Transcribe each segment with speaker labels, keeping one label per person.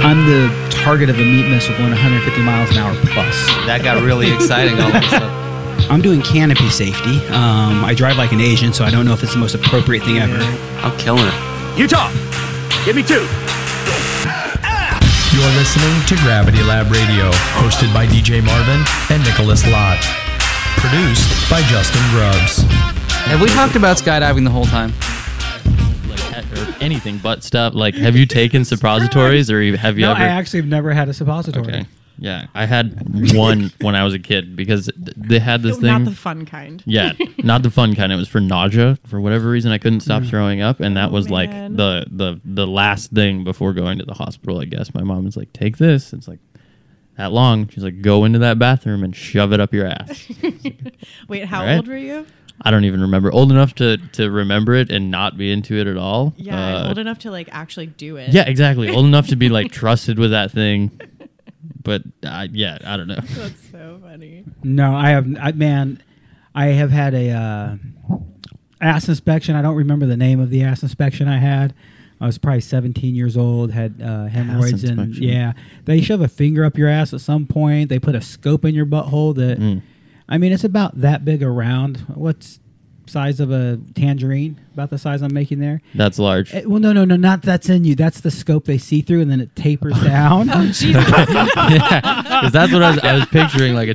Speaker 1: I'm the target of a meat missile going 150 miles an hour plus.
Speaker 2: That got really exciting all of a sudden.
Speaker 1: I'm doing canopy safety. Um, I drive like an Asian, so I don't know if it's the most appropriate thing ever.
Speaker 2: I'm killing it.
Speaker 3: Utah, give me two.
Speaker 4: You're listening to Gravity Lab Radio, hosted by DJ Marvin and Nicholas Lott. Produced by Justin Grubbs.
Speaker 5: Have we talked about skydiving the whole time?
Speaker 6: Like, or anything but stuff. Like, have you taken suppositories or you- have you
Speaker 7: No,
Speaker 6: ever?
Speaker 7: I actually have never had a suppository.
Speaker 6: Okay. Yeah, I had one when I was a kid because th- they had this
Speaker 8: Not
Speaker 6: thing.
Speaker 8: the fun kind.
Speaker 6: yeah, not the fun kind. It was for nausea. For whatever reason, I couldn't stop throwing up, and that was like
Speaker 8: Mm. Oh, man.
Speaker 6: the the the last thing before going to the hospital. I guess my mom was like, "Take this." It's like that long. She's like, "Go into that bathroom and shove it up your ass."
Speaker 8: Wait, how
Speaker 6: Alright.
Speaker 8: old were you?
Speaker 6: I don't even remember. Old enough to to remember it and not be into it at all.
Speaker 8: Yeah,
Speaker 6: Uh,
Speaker 8: I'm old enough to like actually do it.
Speaker 6: yeah, exactly. Old enough to be like trusted with that thing. But uh, yeah, I don't know.
Speaker 8: That's so funny.
Speaker 7: No, I have. I, man, I have had a uh, ass inspection. I don't remember the name of the ass inspection I had. I was probably 17 years old. Had uh, hemorrhoids and
Speaker 6: inspection.
Speaker 7: yeah, they shove a finger up your ass at some point. They put a scope in your butthole. That I mean, it's about that big around. What's size of a tangerine? About the size I'm making there.
Speaker 6: That's large.
Speaker 7: Eh, well, no, no, no, not that's in you. That's the scope they see through, and then it tapers down.
Speaker 6: Because that's what I was, I was picturing, like a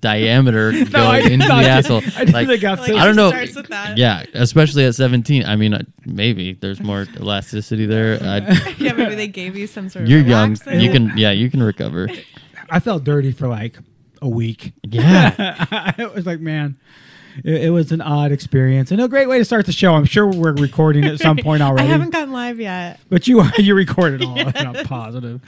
Speaker 6: diameter going into the asshole.
Speaker 7: I didn't
Speaker 6: Like,
Speaker 7: think I
Speaker 8: Like, it
Speaker 6: I don't
Speaker 8: just
Speaker 6: know.
Speaker 8: Starts with that.
Speaker 6: Yeah, especially at 17. I mean, uh, maybe there's more elasticity there. I,
Speaker 8: Yeah, maybe they gave you some sort of.
Speaker 6: you're young.
Speaker 8: relaxant.
Speaker 6: You can, yeah, you can recover.
Speaker 7: I felt dirty for like a week.
Speaker 6: Yeah,
Speaker 7: it was like, man, it, it was an odd experience and a great way to start the show. I'm sure we're recording at some point
Speaker 8: I
Speaker 7: already.
Speaker 8: haven't gone live yet.
Speaker 7: but you you recorded all. of it, I'm positive.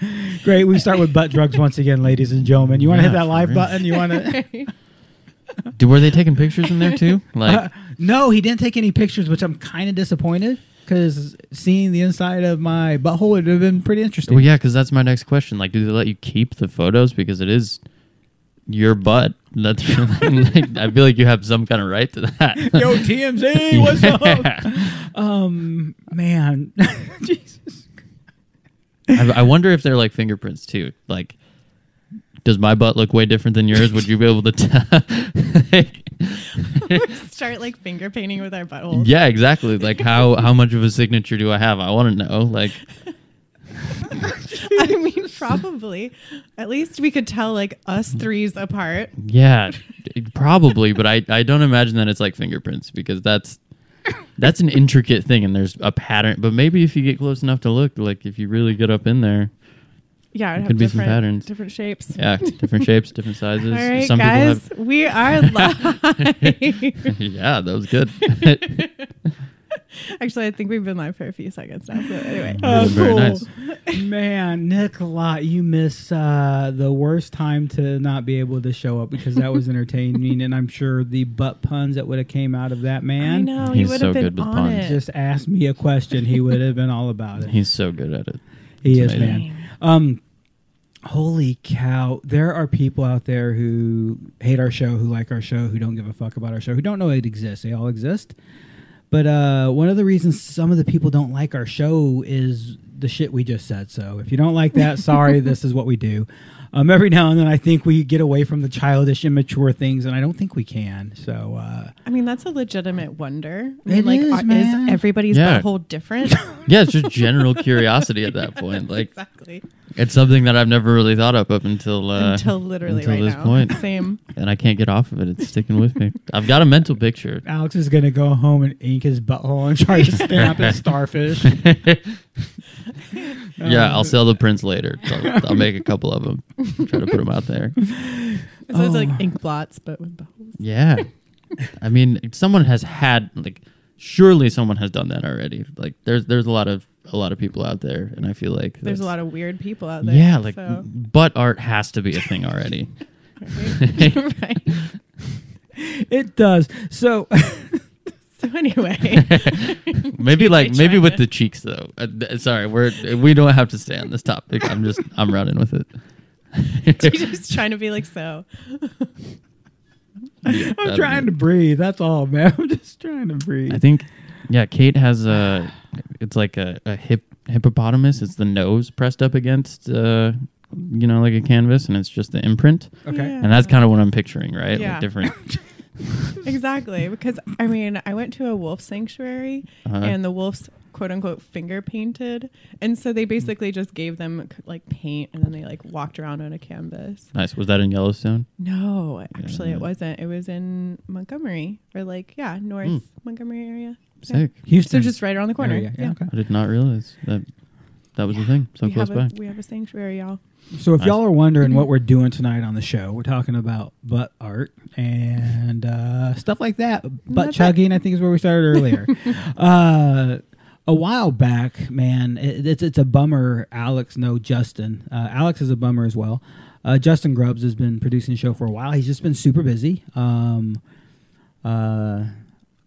Speaker 7: Great. We start with butt drugs once again, ladies and gentlemen. You want to
Speaker 6: Yeah,
Speaker 7: hit that
Speaker 6: for
Speaker 7: live
Speaker 6: real.
Speaker 7: button? You want to?
Speaker 6: Do, were they taking pictures in there too? Like,
Speaker 7: Uh, no, he didn't take any pictures, which I'm kind of disappointed because seeing the inside of my butthole would have been pretty interesting.
Speaker 6: well, yeah, because that's my next question. Like, do they let you keep the photos because it is your butt? That's like, I feel like you have some kind of right to that.
Speaker 7: Yo, TMZ, what's up? Um, man, Jesus.
Speaker 6: I, I wonder if they're like fingerprints too. Like, does my butt look way different than yours? Would you be able to tell?
Speaker 8: Start like finger painting with our buttholes.
Speaker 6: yeah, exactly. Like, how how much of a signature do I have? I want to know. Like,
Speaker 8: I mean, probably. At least we could tell like us threes apart.
Speaker 6: yeah, probably, but I I don't imagine that it's like fingerprints because that's that's an intricate thing and there's a pattern. But maybe if you get close enough to look, like if you really get up in there,
Speaker 8: Yeah, it'd have
Speaker 6: could be some
Speaker 8: different,
Speaker 6: patterns.
Speaker 8: different shapes.
Speaker 6: yeah, different shapes, different sizes.
Speaker 8: All right,
Speaker 6: Some
Speaker 8: guys,
Speaker 6: people
Speaker 8: we are live.
Speaker 6: have. Yeah, that was good.
Speaker 8: Actually, I think we've been live for a few seconds now. So anyway,
Speaker 6: Oh, very
Speaker 7: cool.
Speaker 6: nice.
Speaker 7: Man, Nick Lott, you miss uh, the worst time to not be able to show up because that was entertaining, and I'm sure the butt puns that would have came out of that
Speaker 8: I
Speaker 7: man.
Speaker 8: know you
Speaker 6: He's
Speaker 8: would
Speaker 6: so
Speaker 8: have been
Speaker 6: good with
Speaker 8: on
Speaker 6: puns.
Speaker 8: it.
Speaker 7: Just asked me a question, he would have been all about it.
Speaker 6: He's so good at it.
Speaker 7: He is
Speaker 6: It's amazing.
Speaker 7: man. Um, holy cow! There are people out there who hate our show, who like our show, who don't give a fuck about our show, who don't know it exists. They all exist. But uh, one of the reasons some of the people don't like our show is the shit we just said. So if you don't like that, sorry, this is what we do. Um, every now and then, I think we get away from the childish, immature things, and I don't think we can. So uh,
Speaker 8: I mean, that's a legitimate wonder. I
Speaker 7: It
Speaker 8: mean, like,
Speaker 7: is,
Speaker 8: uh,
Speaker 7: man.
Speaker 8: is everybody's
Speaker 6: Yeah.
Speaker 8: butthole different?
Speaker 6: Yeah, it's just general curiosity at that point. Like
Speaker 8: exactly.
Speaker 6: it's something that I've never really thought up up until uh,
Speaker 8: until literally
Speaker 6: until
Speaker 8: right
Speaker 6: this
Speaker 8: now.
Speaker 6: point,
Speaker 8: Same.
Speaker 6: and I can't get off of it. It's sticking with me. I've got a mental picture.
Speaker 7: Alex is gonna go home and ink his butthole and try to stamp his starfish.
Speaker 6: Yeah, I'll sell the prints later. I'll, I'll make a couple of them. Try to put them out there.
Speaker 8: So it's
Speaker 7: Oh.
Speaker 8: like ink blots, but with buttholes.
Speaker 6: Yeah, I mean, someone has had like surely someone has done that already. Like there's there's a lot of a lot of people out there, and I feel like
Speaker 8: There's a
Speaker 6: that's-
Speaker 8: lot of weird people out there.
Speaker 6: yeah, like
Speaker 8: so,
Speaker 6: butt art has to be a thing already.
Speaker 8: right?
Speaker 7: it does. So.
Speaker 8: so anyway,
Speaker 6: Maybe like maybe
Speaker 8: trying
Speaker 6: with
Speaker 8: to-
Speaker 6: the cheeks though. Uh, th- sorry, we're we don't have to stay on this topic. I'm just I'm running with it.
Speaker 8: you're just trying to be like so.
Speaker 7: I'm trying to breathe. That's all, man. I'm just trying to breathe.
Speaker 6: I think yeah, Kate has a. It's like a, a hip hippopotamus. It's the nose pressed up against, uh, you know, like a canvas, and it's just the imprint.
Speaker 7: Okay.
Speaker 6: And that's kind of what I'm picturing, right?
Speaker 8: Yeah.
Speaker 6: Like different.
Speaker 8: exactly because I mean I went to a wolf sanctuary
Speaker 6: uh-huh.
Speaker 8: and the wolves quote unquote finger painted and so
Speaker 6: Hmm.
Speaker 8: they basically just gave them c- like paint and then they like walked around on a canvas.
Speaker 6: nice. Was that in Yellowstone?
Speaker 8: No, actually it wasn't. It was in Montgomery or like yeah North
Speaker 6: Hmm.
Speaker 8: Montgomery area. Yeah.
Speaker 6: Sick.
Speaker 8: So
Speaker 7: Houston.
Speaker 8: just right around the corner.
Speaker 7: area. Yeah, okay.
Speaker 6: I did not realize that that was a thing so
Speaker 8: we
Speaker 6: close
Speaker 8: have
Speaker 6: by.
Speaker 8: a we have a sanctuary, y'all.
Speaker 7: So if y'all are wondering
Speaker 6: Mm-hmm.
Speaker 7: what we're doing tonight on the show, we're talking about butt art and uh, stuff like that. Butt
Speaker 8: That's it.
Speaker 7: chugging, I think, is where we started earlier. uh, a while back, man, it, it's it's a bummer. Alex, no, Justin. Uh, Alex is a bummer as well. Uh, Justin Grubbs has been producing the show for a while. He's just been super busy. Um, uh,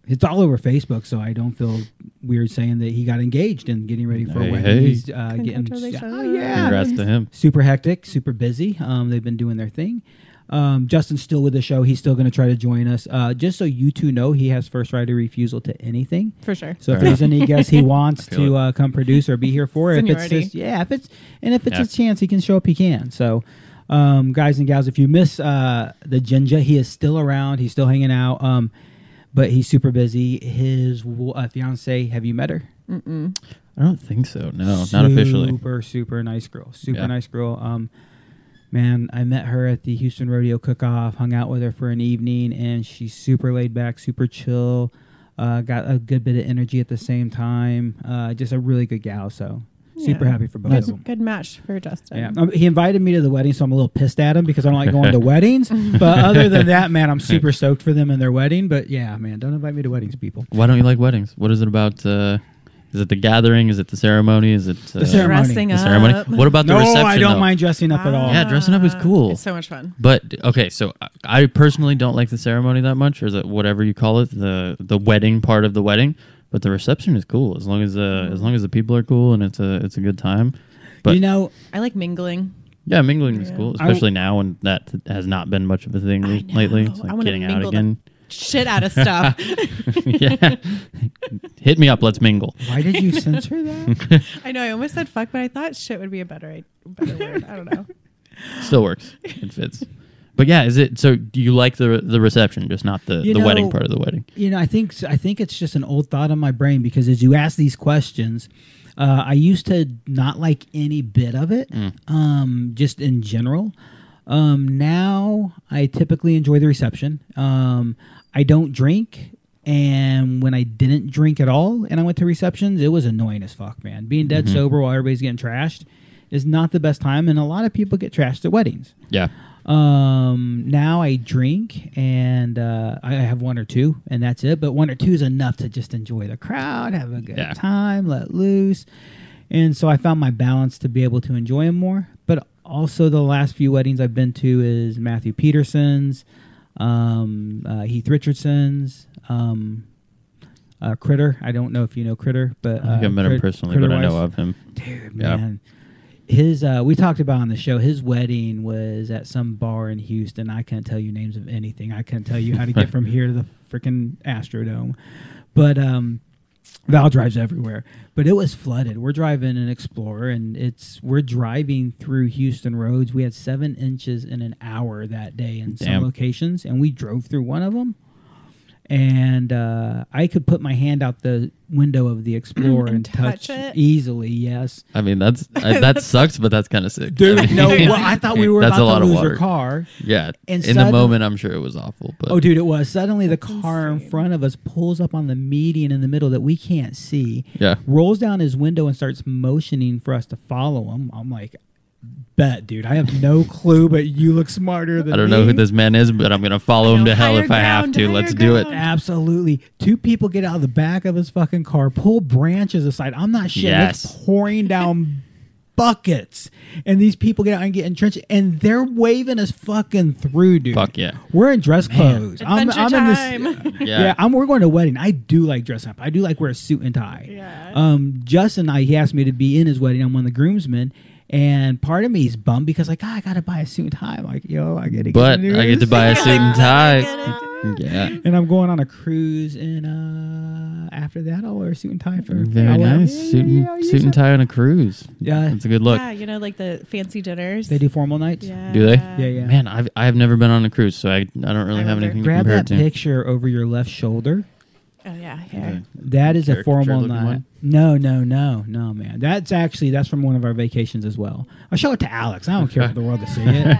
Speaker 7: it's all over Facebook, so I don't feel weird saying that he got engaged and getting ready for a
Speaker 6: Hey,
Speaker 7: wedding.
Speaker 6: hey.
Speaker 7: He's uh, getting oh, yeah,
Speaker 6: Congrats to him.
Speaker 7: super hectic, super busy. Um, they've been doing their thing. Um, Justin's still with the show. He's still going to try to join us. Uh, just so you two know, he has first right of refusal to anything.
Speaker 8: For sure.
Speaker 7: So if
Speaker 6: Fair
Speaker 7: there's any guest he wants
Speaker 6: feel
Speaker 7: to
Speaker 6: it.
Speaker 7: uh, come produce or be here for, if it's
Speaker 8: Seniority.
Speaker 7: just yeah, if it's and if it's
Speaker 6: Yeah.
Speaker 7: a chance he can show up, he can. So, um, guys and gals, if you miss uh, the Jinja, he is still around. He's still hanging out. Um, but he's super busy. His w- uh, fiance, have you met her?
Speaker 6: I don't think so. No, not officially.
Speaker 7: Super, super nice girl. Super
Speaker 6: Yeah.
Speaker 7: nice girl. Um, man, I met her at the Houston Rodeo Cook-Off. Hung out with her for an evening, and she's super laid back, super chill. Uh, got a good bit of energy at the same time. Uh, just a really good gal. So super
Speaker 8: Yeah.
Speaker 7: happy for both of them.
Speaker 8: Good, good match for Justin.
Speaker 7: Yeah, Um, he invited me to the wedding, so I'm a little pissed at him because I don't like going to weddings. But other than that, man, I'm super stoked for them and their wedding. But yeah, man, don't invite me to weddings, people.
Speaker 6: Why don't you like weddings? What is it about? Uh, is it the gathering? Is it the ceremony? Is it uh,
Speaker 7: The ceremony.
Speaker 8: Dressing
Speaker 6: the
Speaker 8: up. Uh,
Speaker 6: ceremony? What about the
Speaker 7: No,
Speaker 6: reception?
Speaker 7: I don't
Speaker 6: though?
Speaker 7: mind dressing up at all.
Speaker 6: Yeah, dressing up is cool.
Speaker 8: It's so much fun.
Speaker 6: But okay, so I- I personally don't like the ceremony that much, or the whatever you call it, the the wedding part of the wedding. But the reception is cool as long as uh, as long as the people are cool and it's a it's a good time. But
Speaker 7: you know,
Speaker 8: I like mingling.
Speaker 6: yeah, mingling is cool,
Speaker 7: I w-
Speaker 6: especially now when that has not been much of a thing
Speaker 8: I know.
Speaker 6: lately. It's
Speaker 8: I
Speaker 6: like
Speaker 8: wanna
Speaker 6: getting out
Speaker 8: mingle the
Speaker 6: again.
Speaker 8: Shit out of stuff.
Speaker 6: yeah, hit me up. Let's mingle.
Speaker 7: why did you censor that?
Speaker 8: I know. I almost said fuck, but I thought shit would be a better, better word. I don't know.
Speaker 6: Still works. It fits. But yeah, is it so? Do you like the the reception, just not the,
Speaker 7: You
Speaker 6: the wedding
Speaker 7: know,
Speaker 6: part of the wedding?
Speaker 7: You know, I think I think it's just an old thought in my brain because as you ask these questions, uh, I used to not like any bit of it, um, just in general. Um, now I typically enjoy the reception. Um, I don't drink, and when I didn't drink at all, and I went to receptions, it was annoying as fuck, man. Being dead sober while everybody's getting trashed is not the best time, and a lot of people get trashed at weddings.
Speaker 6: Yeah,
Speaker 7: Um, now I drink and uh, I I have one or two, and that's it. But one or two is enough to just enjoy the crowd, have a good
Speaker 6: Yeah.
Speaker 7: time, let loose. And so I found my balance to be able to enjoy them more. But also, the last few weddings I've been to is Matthew Peterson's, um, uh, Heath Richardson's, um, uh, Critter. I don't know if you know Critter, but
Speaker 6: I think
Speaker 7: uh,
Speaker 6: I've met him
Speaker 7: Crit-
Speaker 6: personally,
Speaker 7: Critter
Speaker 6: but I know
Speaker 7: Weiss
Speaker 6: of him.
Speaker 7: dude
Speaker 6: Yeah.
Speaker 7: man his uh we talked about on the show his wedding was at some bar in houston i can't tell you names of anything i can't tell you how to get from here to the freaking astrodome but um Val drives everywhere, but it was flooded. We're driving an Explorer, and it's we're driving through Houston roads. We had seven inches in an hour that day in some
Speaker 6: Damn.
Speaker 7: locations, and we drove through one of them. And uh, I could put my hand out the window of the Explorer and, touch,
Speaker 8: touch it?
Speaker 7: easily. Yes,
Speaker 6: I mean, that's I, that sucks, but that's kind of sick. I
Speaker 7: Dude,
Speaker 6: mean,
Speaker 7: no, well, I thought we were
Speaker 6: That's a
Speaker 7: about
Speaker 6: lot
Speaker 7: to
Speaker 6: of
Speaker 7: lose
Speaker 6: water.
Speaker 7: your car.
Speaker 6: Yeah,
Speaker 7: And
Speaker 6: in
Speaker 7: sudden-
Speaker 6: the moment, I'm sure it was awful. But
Speaker 7: Oh, dude, it was. Suddenly the car in
Speaker 8: insane.
Speaker 7: front of us pulls up on the median in the middle that we can't see,
Speaker 6: yeah,
Speaker 7: rolls down his window, and starts motioning for us to follow him. I'm like, bet, dude. I have no clue, but you look smarter than
Speaker 6: I don't know who
Speaker 7: me."
Speaker 6: this man is, but I'm gonna follow him
Speaker 8: know,
Speaker 6: to hell
Speaker 8: higher
Speaker 6: if I have
Speaker 8: ground,
Speaker 6: to.
Speaker 8: higher
Speaker 6: Let's do it.
Speaker 8: ground.
Speaker 7: Absolutely. Two people get out of the back of his fucking car, pull branches aside. I'm not shit. It's
Speaker 6: Yes.
Speaker 7: pouring down buckets. And these people get out and get entrenched and they're waving us fucking through, dude.
Speaker 6: Fuck yeah.
Speaker 7: We're in dress clothes.
Speaker 8: Adventure
Speaker 7: in this
Speaker 8: time.
Speaker 6: Yeah.
Speaker 7: yeah, I'm, we're going to a wedding. I do like dress up. I do like wear a suit and tie.
Speaker 8: Yeah.
Speaker 7: Um, Justin, I he asked me to be in his wedding. I'm one of the groomsmen, and part of me is bummed because like "Ah, I gotta buy a suit and tie. I'm like, yo, I gotta.
Speaker 6: But
Speaker 7: get a new
Speaker 6: I get to buy a suit and tie. Yeah.
Speaker 7: And I'm going on a cruise, and uh, after that, I'll wear a suit and tie for
Speaker 6: Very
Speaker 7: I'll wear-
Speaker 6: nice.
Speaker 7: Yeah,
Speaker 6: suit and,
Speaker 7: yeah, yeah,
Speaker 6: suit and tie on a cruise.
Speaker 7: Yeah.
Speaker 6: It's a good look.
Speaker 8: Yeah, you know, like the fancy dinners.
Speaker 7: They do formal nights.
Speaker 8: Yeah. Oh,
Speaker 6: Do they?
Speaker 7: yeah, yeah.
Speaker 6: Man, I've, I've never been on a cruise, so I, I don't really
Speaker 8: I
Speaker 6: have
Speaker 8: wonder.
Speaker 6: anything to
Speaker 7: Grab
Speaker 6: compare
Speaker 7: that
Speaker 6: it to.
Speaker 7: picture over your left shoulder.
Speaker 8: Oh yeah.
Speaker 6: Okay.
Speaker 8: Here.
Speaker 7: That is a
Speaker 6: Caricature
Speaker 7: formal
Speaker 6: looking
Speaker 7: night.
Speaker 6: one?
Speaker 7: No, no, no, no, man. That's actually that's from one of our vacations as well. I show it to Alex. I don't care for the world to see it.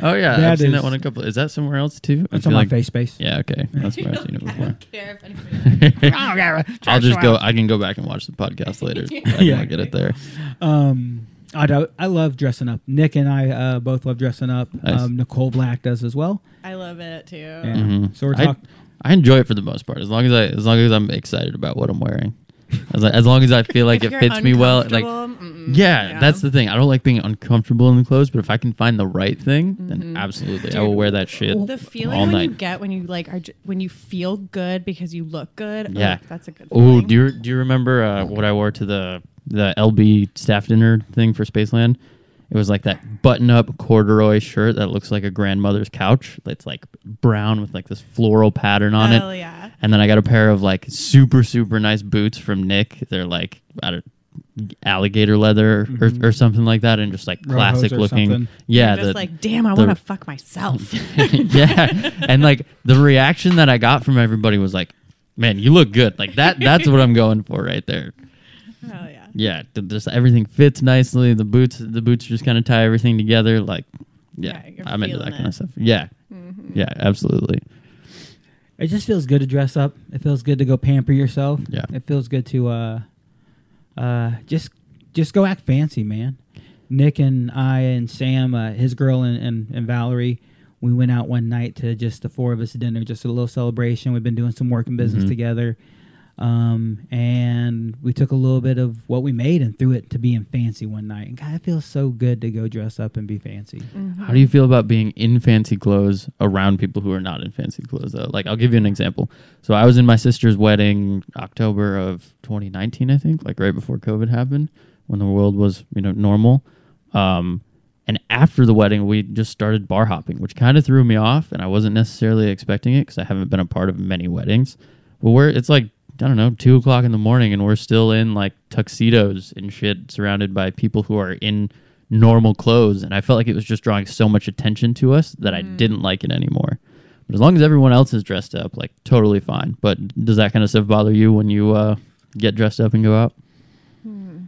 Speaker 6: Oh, yeah.
Speaker 7: That
Speaker 6: I've seen
Speaker 7: is-
Speaker 6: that one a couple. Is that somewhere else, too? I
Speaker 7: It's
Speaker 6: feel
Speaker 7: on
Speaker 6: like-
Speaker 7: my face space.
Speaker 6: Yeah, okay. That's where I've seen it before.
Speaker 9: care if anybody.
Speaker 6: I'll just go. I can go back and watch the podcast later. I can
Speaker 7: Yeah.
Speaker 6: look at it there.
Speaker 7: Um, I do, I love dressing up. Nick and I uh, both love dressing up.
Speaker 6: Nice.
Speaker 7: Um, Nicole Black does as well.
Speaker 8: I love it too.
Speaker 7: Yeah. So we're
Speaker 6: Mm-hmm. I,
Speaker 7: talking.
Speaker 6: I enjoy it for the most part, as long as I as long as I'm excited about what I'm wearing, as, I- as long as I feel like it
Speaker 8: If you're
Speaker 6: fits me well. Like,
Speaker 8: uncomfortable, mm-mm.
Speaker 6: yeah,
Speaker 8: Mm-hmm. Yeah.
Speaker 6: that's the thing. I don't like being uncomfortable in the clothes, but if I can find the right thing, then absolutely, I will wear that shit
Speaker 8: The feeling
Speaker 6: all
Speaker 8: when
Speaker 6: night.
Speaker 8: you get when you like are j- when you feel good because you look good.
Speaker 6: yeah,
Speaker 8: oh, that's a good.
Speaker 6: Oh,
Speaker 8: feeling.
Speaker 6: do you do you remember uh, what I wore to the the LB staff dinner thing for Spaceland? It was like that button up corduroy shirt that looks like a grandmother's couch. That's like brown with like this floral pattern on it.
Speaker 8: Hell yeah.
Speaker 6: And then I got a pair of like super super nice boots from Nick. They're like I don't alligator leather or, or something like that, and just like
Speaker 7: Rohos
Speaker 6: classic
Speaker 7: Mm-hmm. or
Speaker 6: looking.
Speaker 7: something.
Speaker 6: Yeah,
Speaker 8: just
Speaker 6: the-
Speaker 8: like, damn, I
Speaker 6: the-
Speaker 8: want to fuck myself.
Speaker 6: yeah. And like the reaction that I got from everybody was like, "Man, you look good." Like that. That's what I'm going for right there.
Speaker 8: Hell yeah.
Speaker 6: Yeah, th- just everything fits nicely. The boots, the boots just kind of tie everything together. Like, yeah,
Speaker 8: Yeah, you're
Speaker 6: I'm into that kind
Speaker 8: feeling it. Mm-hmm.
Speaker 6: of stuff. Yeah, yeah, absolutely.
Speaker 7: It just feels good to dress up. It feels good to go pamper yourself.
Speaker 6: Yeah.
Speaker 7: It feels good to uh, uh, just just go act fancy, man. Nick and I and Sam, uh, his girl and, and, and Valerie, we went out one night to just the four of us dinner, just a little celebration. We've been doing some work and business together. Um, and we took a little bit of what we made and threw it to being fancy one night. And God, it feels so good to go dress up and be fancy.
Speaker 6: How do you feel about being in fancy clothes around people who are not in fancy clothes? Though, like, I'll give you an example. So, I was in my sister's wedding October of 2019, I think, like right before COVID happened, when the world was you know normal. Um, and after the wedding, we just started bar hopping, which kind of threw me off, and I wasn't necessarily expecting it because I haven't been a part of many weddings. But we're it's like I don't know, two o'clock in the morning, and we're still in like tuxedos and shit, surrounded by people who are in normal clothes. And I felt like it was just drawing so much attention to us that I didn't like it anymore. But as long as everyone else is dressed up, like totally fine. But does that kind of stuff bother you when you uh, get dressed up and go out?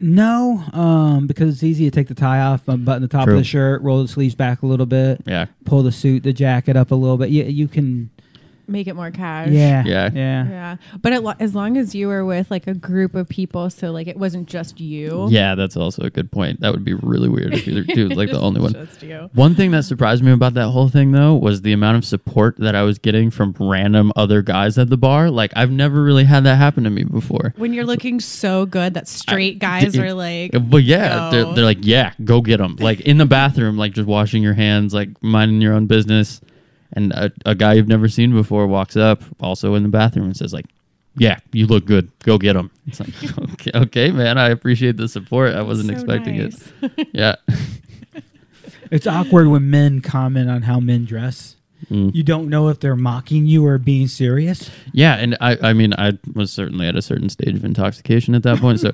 Speaker 7: No, um, because it's easy to take the tie off, unbutton the top
Speaker 6: True.
Speaker 7: of the shirt, roll the sleeves back a little bit,
Speaker 6: Yeah,
Speaker 7: pull the suit, the jacket up a little bit. You, you can,
Speaker 8: Make it more cash.
Speaker 7: yeah,
Speaker 6: Yeah.
Speaker 7: yeah.
Speaker 8: Yeah. But it, lo- as long as you were with like a group of people, so like it wasn't just you.
Speaker 6: yeah, that's also a good point. That would be really weird if you dude was like the only one.
Speaker 8: Just you.
Speaker 6: One thing that surprised me about that whole thing though was the amount of support that I was getting from random other guys at the bar. Like I've never really had that happen to me before.
Speaker 8: When you're looking so good that straight guys
Speaker 6: D-
Speaker 8: are like,
Speaker 6: But yeah,
Speaker 8: "Yo."
Speaker 6: they're, they're like, yeah, go get them. Like in the bathroom, like just washing your hands, like minding your own business. And a, a guy you've never seen before walks up, also in the bathroom, and says like, "Yeah, you look good. Go get them." It's like, okay, okay, man, I appreciate the support. I wasn't
Speaker 8: So
Speaker 6: expecting
Speaker 8: nice.
Speaker 6: it. Yeah,
Speaker 7: It's awkward when men comment on how men dress.
Speaker 6: Mm.
Speaker 7: You don't know if they're mocking you or being serious.
Speaker 6: Yeah, and I, I mean, I was certainly at a certain stage of intoxication at that point, so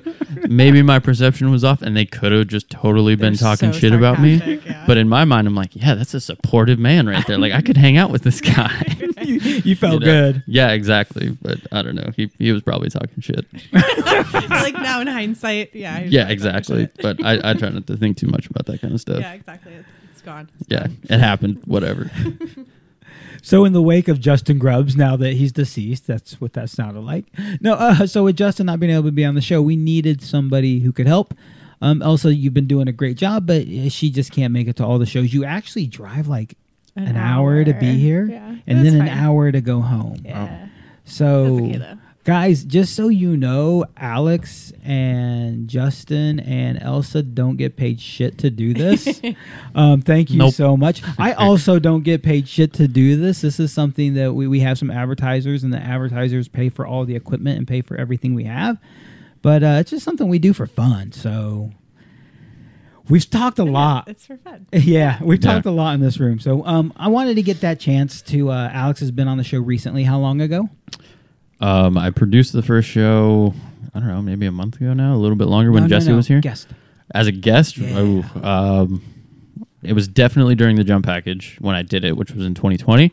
Speaker 6: maybe my perception was off, and they could have just totally been
Speaker 8: They're
Speaker 6: talking
Speaker 8: so
Speaker 6: shit about me.
Speaker 8: sarcastic, yeah.
Speaker 6: But in my mind, I'm like, yeah, that's a supportive man right there. Like I could hang out with this guy. You
Speaker 7: You felt
Speaker 6: know?
Speaker 7: good.
Speaker 6: Yeah, exactly. But I don't know. He he was probably talking shit.
Speaker 8: like now in hindsight, yeah. he's
Speaker 6: Yeah,
Speaker 8: like, oh,
Speaker 6: exactly. But I, I try not to think too much about that kind of
Speaker 8: Yeah,
Speaker 6: stuff.
Speaker 8: exactly. It's, it's gone.
Speaker 6: Yeah, it happened. Whatever.
Speaker 7: So, in the wake of Justin Grubbs, now that he's deceased, that's what that sounded like. No, uh, so with Justin not being able to be on the show, we needed somebody who could help. Um, Elsa, you've been doing a great job, but uh, she just can't make it to all the shows. You actually drive like an, hour. to
Speaker 8: hour.
Speaker 7: be here,
Speaker 8: Yeah,
Speaker 7: and
Speaker 8: that's
Speaker 7: then an
Speaker 8: fine.
Speaker 7: hour to go home.
Speaker 8: Yeah.
Speaker 7: So,
Speaker 8: That's okay, though.
Speaker 7: guys, just so you know, Alex and Justin and Elsa don't get paid shit to do this. um, thank you
Speaker 6: Nope.
Speaker 7: so much. I also don't get paid shit to do this. This is something that we, we have some advertisers, and the advertisers pay for all the equipment and pay for everything we have. But uh, it's just something we do for fun. So, We've talked a lot.
Speaker 8: It's for fun.
Speaker 7: Yeah, we've
Speaker 6: Yeah.
Speaker 7: talked a lot in this room. So um, I wanted to get that chance to. Uh, Alex has been on the show recently. How long ago?
Speaker 6: Um, I produced the first show. I don't know, maybe a month ago now, a little bit longer when
Speaker 7: No, no,
Speaker 6: Jesse
Speaker 7: no,
Speaker 6: was here
Speaker 7: Guest.
Speaker 6: as a guest.
Speaker 7: Yeah.
Speaker 6: ooh, um, it was definitely during the jump package when I did it, which was in 2020,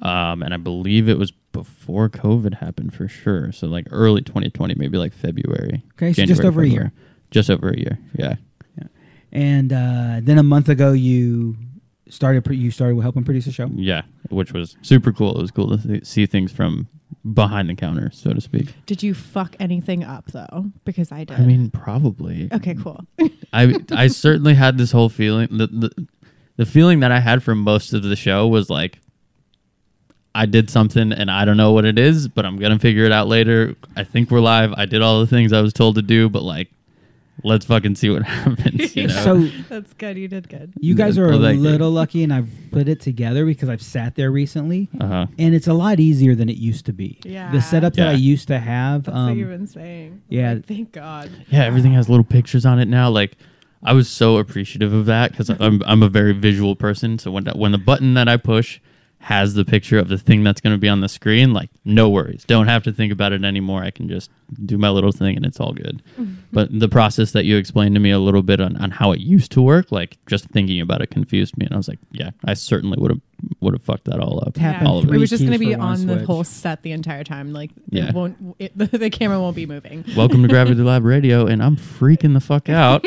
Speaker 6: um, and I believe it was before COVID happened for sure. So like early 2020, maybe like February.
Speaker 7: Okay, so just over a year.
Speaker 6: Just over a year. Yeah.
Speaker 7: And uh, then a month ago, you started. pr- You started helping produce the show.
Speaker 6: Yeah, which was super cool. It was cool to th- see things from behind the counter, so to speak.
Speaker 8: Did you fuck anything up though? Because I did.
Speaker 6: I mean, probably.
Speaker 8: okay, cool.
Speaker 6: I I certainly had this whole feeling the, the the feeling that I had for most of the show was like I did something and I don't know what it is, but I'm gonna figure it out later. I think we're live. I did all the things I was told to do, but like, let's fucking see what happens. You know?
Speaker 7: So
Speaker 8: That's good. You did good.
Speaker 7: you guys
Speaker 6: Yeah,
Speaker 7: are a
Speaker 6: I like uh, it.
Speaker 7: little lucky, and I've put it together because I've sat there recently,
Speaker 6: uh-huh.
Speaker 7: and it's a lot easier than it used to be.
Speaker 8: Yeah.
Speaker 7: The setup that I
Speaker 6: Yeah.
Speaker 7: used to have.
Speaker 8: That's what you've
Speaker 7: Um,
Speaker 8: been saying.
Speaker 7: yeah.
Speaker 8: Like, thank God.
Speaker 6: Yeah, everything has little pictures on it now. Like, I was so appreciative of that because I'm I'm a very visual person. So when when the button that I push has the picture of the thing that's going to be on the screen, like no worries, don't have to think about it anymore. I can just do my little thing and it's all good. but the process that you explained to me a little bit on, on how it used to work, like just thinking about it confused me, and I was like, yeah, I certainly would have would have fucked that all up.
Speaker 7: Tap
Speaker 8: Yeah.
Speaker 6: all of
Speaker 8: It
Speaker 6: it.
Speaker 7: three
Speaker 8: was just gonna
Speaker 7: keys
Speaker 8: be
Speaker 7: for one
Speaker 8: on the
Speaker 7: switch.
Speaker 8: whole set the entire time. Like,
Speaker 6: Yeah.
Speaker 8: it won't it, the, camera won't be moving.
Speaker 6: Welcome to Gravity Lab Radio, and I'm freaking the fuck out.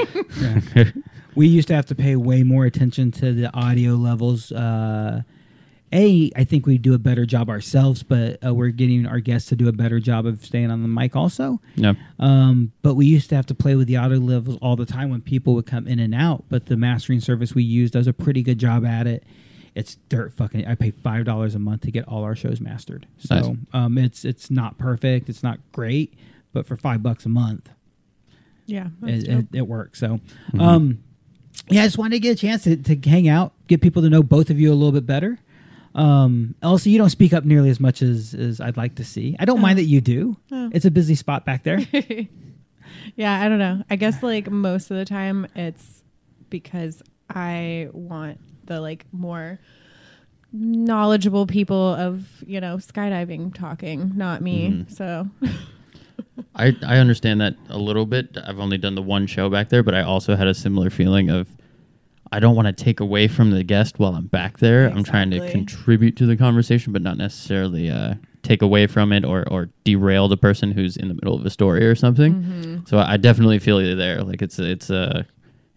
Speaker 7: we used to have to pay way more attention to the audio levels. Uh, a, I think we do a better job ourselves, but uh, we're getting our guests to do a better job of staying on the mic also.
Speaker 6: no.
Speaker 7: Um, but we used to have to play with the audio levels all the time when people would come in and out. But the mastering service we use does a pretty good job at it. It's dirt fucking. I pay five dollars a month to get all our shows mastered. So
Speaker 6: Nice.
Speaker 7: um, it's it's not perfect. It's not great, but for five bucks a month,
Speaker 8: Yeah. that's
Speaker 7: it,
Speaker 8: dope.
Speaker 7: it, it works. So, um, yeah, I just wanted to get a chance to, to hang out, get people to know both of you a little bit better. Um, Elsie, you don't speak up nearly as much as, as I'd like to see. I don't
Speaker 8: Oh.
Speaker 7: mind that you do. It's a busy spot back there.
Speaker 8: yeah, I don't know. I guess like most of the time it's because I want the like more knowledgeable people of, you know, skydiving talking, not me. So
Speaker 6: I, I understand that a little bit. I've only done the one show back there, but I also had a similar feeling of I don't want to take away from the guest while I'm back there. I'm trying to
Speaker 8: Exactly.
Speaker 6: contribute to the conversation, but not necessarily uh, take away from it or, or derail the person who's in the middle of a story or something.
Speaker 8: Mm-hmm.
Speaker 6: So I definitely feel you there. Like it's it's a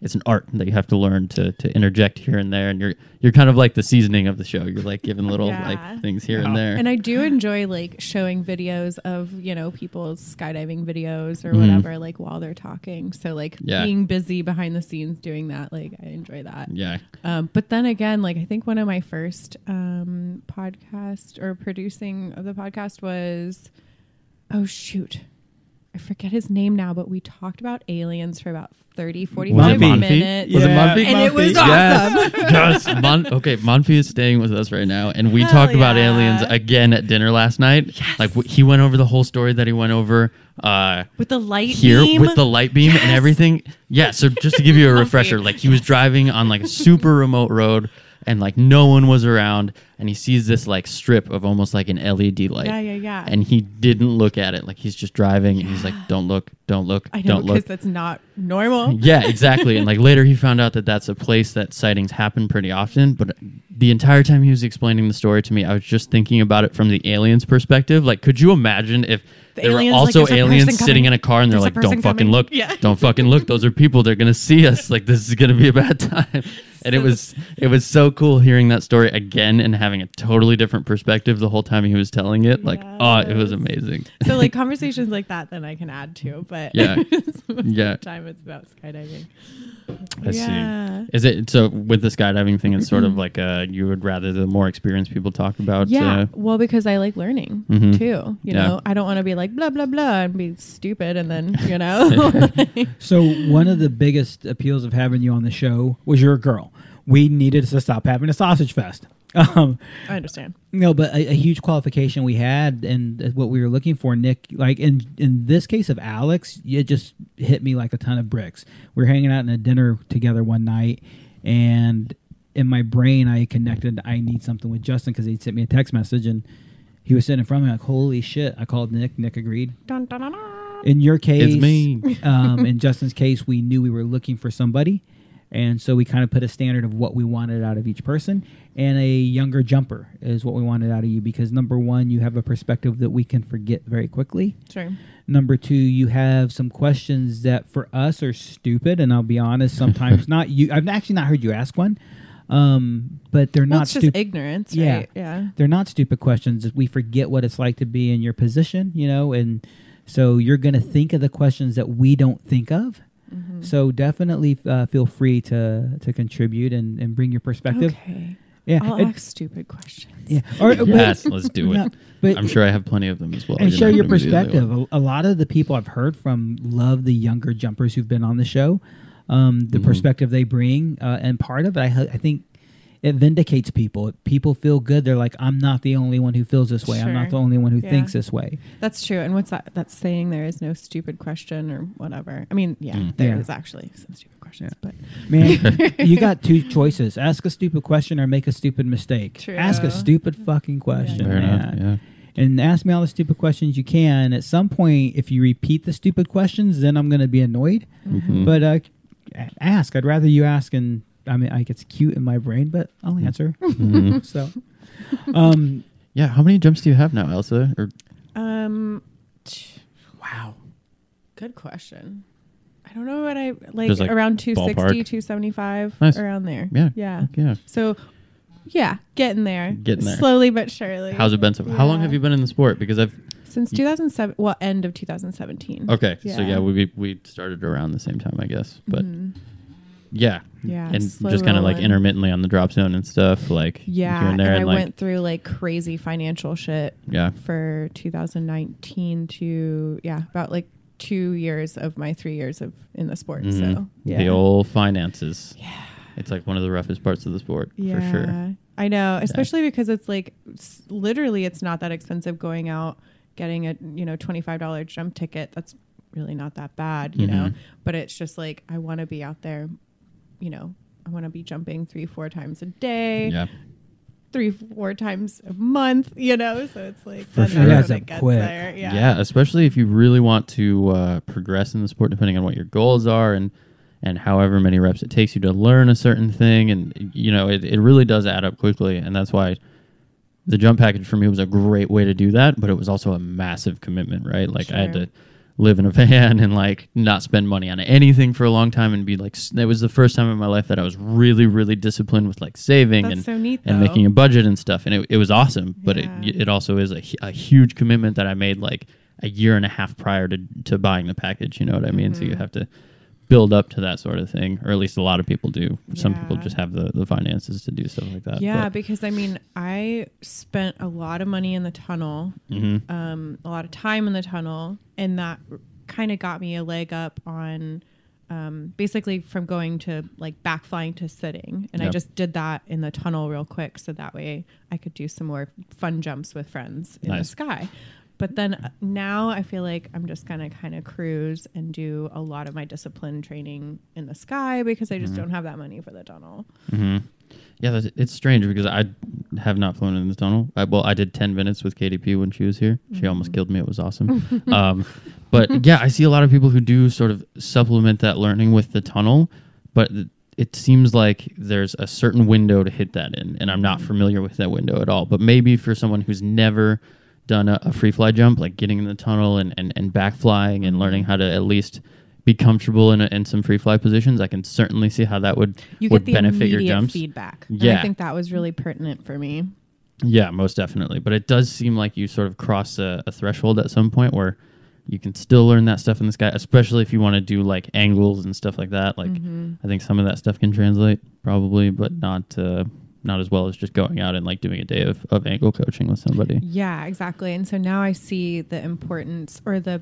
Speaker 6: it's an art that you have to learn to, to interject here and there, and you're you're kind of like the seasoning of the show. You're like giving little
Speaker 8: Yeah.
Speaker 6: like things here and there.
Speaker 8: and I do enjoy like showing videos of, you know, people's skydiving videos or whatever, like while they're talking. So like
Speaker 6: Yeah.
Speaker 8: being busy behind the scenes doing that, like I enjoy that.
Speaker 6: yeah,
Speaker 8: Um, but then again, like I think one of my first um, podcast or producing of the podcast was, oh shoot, I forget his name now, but we talked about aliens for about 30, 45
Speaker 6: Monty?
Speaker 8: minutes.
Speaker 6: Was it
Speaker 7: Yeah,
Speaker 6: Monty?
Speaker 8: And it was awesome.
Speaker 6: Yes. yes. Mon- okay, Monfi is staying with us right now, and we
Speaker 8: Hell
Speaker 6: talked about
Speaker 8: yeah.
Speaker 6: aliens again at dinner last night. Yes. Like w- he went over the whole story that he went over uh,
Speaker 8: With the light
Speaker 6: here
Speaker 8: beam.
Speaker 6: with the light beam and
Speaker 8: Yes.
Speaker 6: everything. Yeah. So just to give you a refresher,
Speaker 8: Monty.
Speaker 6: like he was driving on like a super remote road, and like no one was around, and he sees this like strip of almost like an LED light.
Speaker 8: Yeah, yeah, yeah.
Speaker 6: And he didn't look at it. Like he's just driving, and he's like, "Don't look, don't look,
Speaker 8: I know
Speaker 6: don't
Speaker 8: because
Speaker 6: look."
Speaker 8: that's not normal.
Speaker 6: yeah, exactly. And like later, he found out that that's a place that sightings happen pretty often. But the entire time he was explaining the story to me, I was just thinking about it from the aliens' perspective. Like, could you imagine if
Speaker 8: The
Speaker 6: there
Speaker 8: aliens,
Speaker 6: were
Speaker 8: like,
Speaker 6: also
Speaker 8: there's a
Speaker 6: aliens
Speaker 8: person
Speaker 6: sitting
Speaker 8: coming.
Speaker 6: in a car and they're
Speaker 8: There's
Speaker 6: like,
Speaker 8: a person
Speaker 6: "Don't fucking
Speaker 8: coming."
Speaker 6: look,
Speaker 8: Yeah.
Speaker 6: don't fucking look. Those are people. They're gonna see us. Like, this is gonna be a bad time." And it was it was so cool hearing that story again and having a totally different perspective the whole time he was telling it. Like, oh, it was
Speaker 8: Yes.
Speaker 6: amazing.
Speaker 8: So like conversations like that, then I can add to. But
Speaker 6: Yeah.
Speaker 8: most of the
Speaker 6: Yeah.
Speaker 8: time it's about skydiving.
Speaker 6: I see.
Speaker 8: yeah.
Speaker 6: Is it so with the skydiving thing? It's sort of like uh, you would rather the more experienced people talk about.
Speaker 8: Yeah.
Speaker 6: Uh,
Speaker 8: well, because I like learning
Speaker 6: Mhm.
Speaker 8: too. You
Speaker 6: Yeah.
Speaker 8: know, I don't want to be like blah blah blah and be stupid, and then you know,
Speaker 7: So one of the biggest appeals of having you on the show was you're a girl. We needed to stop having a sausage fest. Um,
Speaker 8: I understand.
Speaker 7: no, but a, a huge qualification we had and uh, what we were looking for, Nick, like in in this case of Alex, it just hit me like a ton of bricks. We were hanging out in a dinner together one night, and in my brain, I connected. I need something with Justin because he sent me a text message and he was sitting in front of me like, "Holy shit!" I called Nick. Nick agreed.
Speaker 8: Dun, dun, dun, dun.
Speaker 7: In your case,
Speaker 6: me.
Speaker 7: Um, in Justin's case, we knew we were looking for somebody, and so we kind of put a standard of what we wanted out of each person, and a younger jumper is what we wanted out of you because number one, you have a perspective that we can forget very quickly.
Speaker 8: Sure.
Speaker 7: Number two, you have some questions that for us are stupid, and I'll be honest, sometimes not you. I've actually not heard you ask one, um, but they're
Speaker 8: Well,
Speaker 7: not
Speaker 8: it's just
Speaker 7: stupid
Speaker 8: ignorance,
Speaker 7: Yeah.
Speaker 8: right? Yeah.
Speaker 7: they're not stupid questions. We forget what it's like to be in your position, you know, and so you're going to think of the questions that we don't think of.
Speaker 8: Mm-hmm.
Speaker 7: So definitely uh, feel free to to contribute and, and bring your perspective.
Speaker 8: Okay.
Speaker 7: Yeah,
Speaker 8: I'll
Speaker 7: and-
Speaker 8: ask stupid questions.
Speaker 7: yeah. Or, uh, but-
Speaker 6: Yes, let's do
Speaker 7: no,
Speaker 6: it.
Speaker 7: but-
Speaker 6: I'm sure I have plenty of them as well.
Speaker 7: and
Speaker 6: You're
Speaker 7: share
Speaker 6: not
Speaker 7: your
Speaker 6: gonna be the other
Speaker 7: perspective.
Speaker 6: one.
Speaker 7: A, a lot of the people I've heard from love the younger jumpers who've been on the show, um,
Speaker 6: Mm-hmm.
Speaker 7: the perspective they bring, uh, and part of it, I, ho- I think, it vindicates people. People feel good. They're like, I'm not the only one who feels this way. I'm
Speaker 8: Sure.
Speaker 7: not the only one who
Speaker 8: Yeah.
Speaker 7: thinks this way.
Speaker 8: That's true. And what's that? That's saying there is no stupid question or whatever. I mean, yeah,
Speaker 6: Mm.
Speaker 8: there is
Speaker 7: Yeah.
Speaker 8: actually some stupid questions, but
Speaker 7: Man, you got two choices: ask a stupid question or make a stupid mistake.
Speaker 8: True.
Speaker 7: Ask a stupid fucking question,
Speaker 6: Fair enough.
Speaker 7: man.
Speaker 6: Yeah.
Speaker 7: And ask me all the stupid questions you can. At some point, if you repeat the stupid questions, then I'm gonna be annoyed.
Speaker 6: Mm-hmm.
Speaker 7: But uh, a- ask. I'd rather you ask, and I mean, I gets cute in my brain, but I'll
Speaker 6: Mm-hmm.
Speaker 7: answer. so, um,
Speaker 6: Yeah. How many jumps do you have now, Elsa? Or
Speaker 8: um, tch, wow, good question. I don't know what I like,
Speaker 6: Just, like,
Speaker 8: around 260,
Speaker 6: ballpark.
Speaker 8: 275,
Speaker 6: Nice.
Speaker 8: around there.
Speaker 6: yeah.
Speaker 8: Yeah.
Speaker 6: Heck Yeah.
Speaker 8: So, yeah, getting there.
Speaker 6: Getting there.
Speaker 8: Slowly but surely.
Speaker 6: How's it been? So, How long
Speaker 8: Yeah.
Speaker 6: have you been in the sport? Because I've
Speaker 8: Since 2007, well, end of 2017.
Speaker 6: okay. So yeah,
Speaker 8: Yeah.
Speaker 6: we we started around the same time, I guess. But yeah,
Speaker 8: Yeah,
Speaker 6: and
Speaker 8: slow
Speaker 6: just kind of like
Speaker 8: rolling.
Speaker 6: intermittently on the drop zone and stuff, like here
Speaker 8: Yeah.
Speaker 6: and
Speaker 8: And,
Speaker 6: there, and,
Speaker 8: I
Speaker 6: like
Speaker 8: went through like crazy financial shit
Speaker 6: yeah,
Speaker 8: for 2019 to, yeah, about like two years of my three years of in the sport.
Speaker 6: Mm-hmm.
Speaker 8: So, yeah.
Speaker 6: the old finances. Yeah, it's like one of the roughest parts of the sport for sure.
Speaker 8: I know, especially because it's like s- literally it's not that expensive going out getting a, you know, $25 jump ticket. That's really not that bad, you
Speaker 6: Mm-hmm.
Speaker 8: know. But it's just like I want to be out there, you know, I want to be jumping 3 4 times a day,
Speaker 6: Yeah,
Speaker 8: 3 4 times a month, you know. So it's like
Speaker 7: For
Speaker 8: then
Speaker 7: sure. Yeah,
Speaker 8: that's when
Speaker 7: it's
Speaker 8: it
Speaker 7: like
Speaker 8: gets
Speaker 7: quick.
Speaker 8: there. Yeah.
Speaker 6: yeah, especially if you really want to uh, progress in the sport, depending on what your goals are and and however many reps it takes you to learn a certain thing, and you know it, it really does add up quickly, and that's why the jump package for me was a great way to do that, but it was also a massive commitment, right? Like I had
Speaker 8: Sure.
Speaker 6: to live in a van and like not spend money on anything for a long time and be like s- that was the first time in my life that I was really really disciplined with like saving
Speaker 8: That's
Speaker 6: and
Speaker 8: so neat,
Speaker 6: and
Speaker 8: though.
Speaker 6: making a budget and stuff and it, it was awesome but it,
Speaker 8: Oh. Yeah.
Speaker 6: it also is a, hu- a huge commitment that I made like a year and a half prior to to buying the package you know what I mean so you
Speaker 8: Mm-hmm.
Speaker 6: have to build up to that sort of thing or at least a lot of people do some people
Speaker 8: Yeah.
Speaker 6: just have the, the finances to do stuff like that
Speaker 8: Yeah,
Speaker 6: but-
Speaker 8: because I mean, I spent a lot of money in the tunnel,
Speaker 6: Mm-hmm.
Speaker 8: um, a lot of time in the tunnel, and that kind of got me a leg up on um, basically from going to like back flying to sitting. And
Speaker 6: Yeah.
Speaker 8: I just did that in the tunnel real quick so that way I could do some more fun jumps with friends in the
Speaker 6: Nice.
Speaker 8: sky. But then uh, now I feel like I'm just gonna kind of cruise and do a lot of my discipline training in the sky because I just
Speaker 6: Mm-hmm.
Speaker 8: don't have that money for the tunnel.
Speaker 6: Yeah, that's, it's strange because I have not flown in the tunnel. I, well, I did 10 minutes with KDP when she was here.
Speaker 8: Mm-hmm.
Speaker 6: She almost killed me. It was awesome. um, but yeah, I see a lot of people who do sort of supplement that learning with the tunnel, but th- it seems like there's a certain window to hit that in, and I'm
Speaker 8: Mm-hmm.
Speaker 6: not familiar with that window at all. But maybe for someone who's never done a, a free fly jump, like getting in the tunnel and, and, and back flying and learning
Speaker 8: Mm-hmm.
Speaker 6: how to at least be comfortable in, a, in some free fly positions, I can certainly see how that would,
Speaker 8: you
Speaker 6: would
Speaker 8: get the
Speaker 6: benefit your
Speaker 8: immediate
Speaker 6: jumps.
Speaker 8: feedback. And
Speaker 6: Yeah.
Speaker 8: I think that was really pertinent for me.
Speaker 6: Yeah, most definitely. But it does seem like you sort of cross a, a threshold at some point where you can still learn that stuff in the sky, especially if you want to do like angles and stuff like that. Like, I think some of that stuff can translate probably, but not uh, not as well as just going out and like doing a day of, of angle coaching with somebody.
Speaker 8: Yeah, exactly. And so now I see the importance or the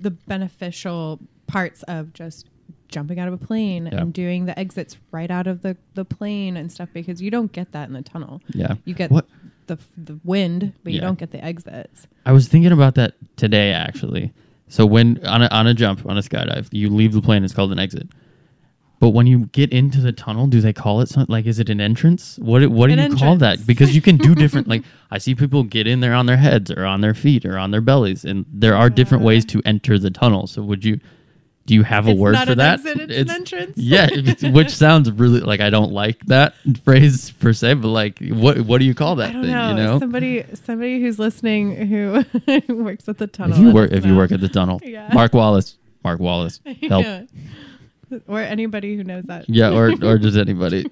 Speaker 8: the beneficial parts of just jumping out of a plane
Speaker 6: Yeah.
Speaker 8: and doing the exits right out of the, the plane and stuff because you don't get that in the tunnel.
Speaker 6: Yeah.
Speaker 8: You get
Speaker 6: What-
Speaker 8: the the wind, but you
Speaker 6: Yeah.
Speaker 8: don't get the exits.
Speaker 6: I was thinking about that today, actually. So when on a, on a jump on a skydive, you leave the plane. It's called an exit. But when you get into the tunnel, do they call it something? Like, is it an entrance? What do- what do
Speaker 8: An
Speaker 6: you call
Speaker 8: entrance.
Speaker 6: that? Because you can do different. like, I see people get in there on their heads or on their feet or on their bellies, and there are different ways to enter the tunnel. So would you? Do you have a
Speaker 8: It's
Speaker 6: word
Speaker 8: not
Speaker 6: for
Speaker 8: an
Speaker 6: that?
Speaker 8: exit, it's an entrance.
Speaker 6: Yeah, it's- which sounds really like I don't like that phrase per se, but like, what what do you call that
Speaker 8: I don't
Speaker 6: thing?
Speaker 8: know.
Speaker 6: You know,
Speaker 8: Somebody somebody who's listening who works at the tunnel.
Speaker 6: If you
Speaker 8: let
Speaker 6: work,
Speaker 8: us
Speaker 6: if you
Speaker 8: know.
Speaker 6: work at the tunnel,
Speaker 8: Yeah.
Speaker 6: Mark Wallace, Mark Wallace, help.
Speaker 8: Yeah. Or anybody who knows that.
Speaker 6: Yeah, or or just anybody.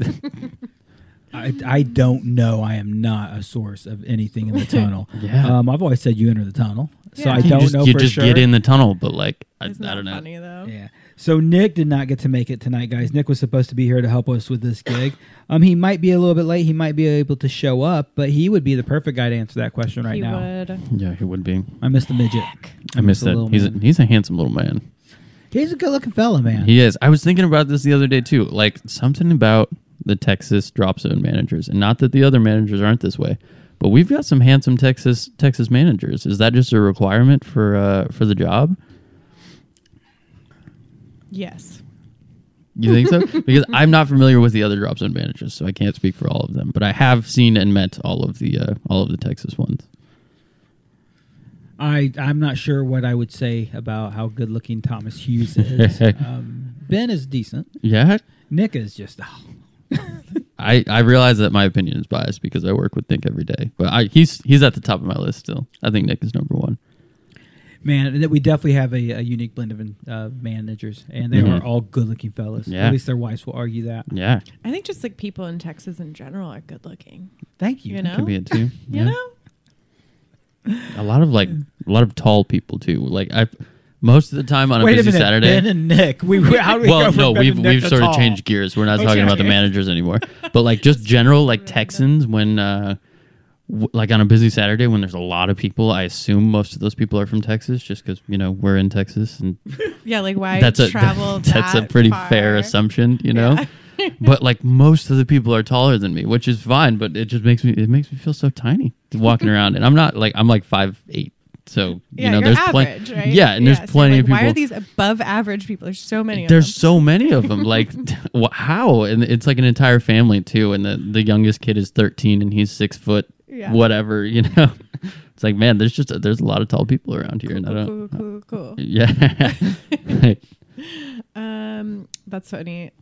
Speaker 7: I, I don't know. I am not a source of anything in the tunnel.
Speaker 6: Yeah.
Speaker 7: Um, I've always said you enter the tunnel, so
Speaker 8: Yeah.
Speaker 7: I
Speaker 8: You
Speaker 7: don't
Speaker 6: you just,
Speaker 7: know
Speaker 6: you
Speaker 7: for
Speaker 6: just
Speaker 7: sure.
Speaker 6: get in the tunnel, but like I, I
Speaker 8: Isn't that
Speaker 6: don't know.
Speaker 8: funny though?
Speaker 7: Yeah. So Nick did not get to make it tonight, guys. Nick was supposed to be here to help us with this gig. Um, he might be a little bit late. He might be able to show up, but he would be the perfect guy to answer that question right
Speaker 8: he
Speaker 7: now.
Speaker 8: would.
Speaker 6: Yeah, he would be.
Speaker 7: I missed the midget.
Speaker 6: I miss
Speaker 7: the
Speaker 6: that.
Speaker 7: little
Speaker 6: He's a,
Speaker 7: man.
Speaker 6: he's a handsome little man.
Speaker 7: He's a good-looking fella, man.
Speaker 6: He is. I was thinking about this the other day too. Like something about the Texas drop zone managers, and not that the other managers aren't this way, but we've got some handsome Texas Texas managers. Is that just a requirement for uh for the job?
Speaker 8: Yes.
Speaker 6: You think so? because I'm not familiar with the other drop zone managers, so I can't speak for all of them. But I have seen and met all of the uh, all of the Texas ones.
Speaker 7: I I'm not sure what I would say about how good-looking Thomas Hughes is. um, ben is decent.
Speaker 6: Yeah,
Speaker 7: Nick is just oh,
Speaker 6: I, I realize that my opinion is biased because I work with Nick every day, but I, he's he's at the top of my list still. I think Nick is number one.
Speaker 7: man. That we definitely have a, a unique blend of uh, managers, and they
Speaker 6: Mhm.
Speaker 7: are all good-looking fellas.
Speaker 6: Yeah.
Speaker 7: At least their wives will argue that.
Speaker 6: Yeah,
Speaker 8: I think just like people in Texas in general are good looking.
Speaker 7: Thank Oh. you.
Speaker 8: You know?
Speaker 6: could be it too.
Speaker 8: You know?
Speaker 6: a lot of like a lot of tall people too. Like I, most of the time on a
Speaker 7: Wait a
Speaker 6: busy
Speaker 7: minute,
Speaker 6: Saturday.
Speaker 7: Ben and Nick. We how do we
Speaker 6: well,
Speaker 7: go from
Speaker 6: no,
Speaker 7: Ben
Speaker 6: we've
Speaker 7: and Nick
Speaker 6: we've
Speaker 7: to
Speaker 6: sort
Speaker 7: tall?
Speaker 6: of changed gears. We're not talking about the
Speaker 8: Okay.
Speaker 6: managers anymore, but like just general like Texans when uh, w- like on a busy Saturday when there's a lot of people. I assume most of those people are from Texas, just because you know we're in Texas, and
Speaker 8: Yeah, like why
Speaker 6: that's a
Speaker 8: travel
Speaker 6: that's a
Speaker 8: that
Speaker 6: pretty
Speaker 8: far?
Speaker 6: fair assumption, you know. but like most of the people are taller than me, which is fine. But it just makes me it makes me feel so tiny walking around, and I'm not like I'm like five eight. So
Speaker 8: Yeah,
Speaker 6: you know,
Speaker 8: you're
Speaker 6: there's plenty.
Speaker 8: average, right?
Speaker 6: Yeah, and
Speaker 8: so
Speaker 6: there's plenty
Speaker 8: like,
Speaker 6: of people.
Speaker 8: Why are these above average people? There's so many
Speaker 6: There's
Speaker 8: of
Speaker 6: so many of them. Like, wh- how? And it's like an entire family too. And the, the youngest kid is 13, and he's six foot,
Speaker 8: Yeah.
Speaker 6: whatever. You know, it's like man, there's just there's a lot of tall people around here,
Speaker 8: them.
Speaker 6: and I don't.
Speaker 8: Cool, cool, cool, cool.
Speaker 6: Yeah,
Speaker 8: Um, that's funny.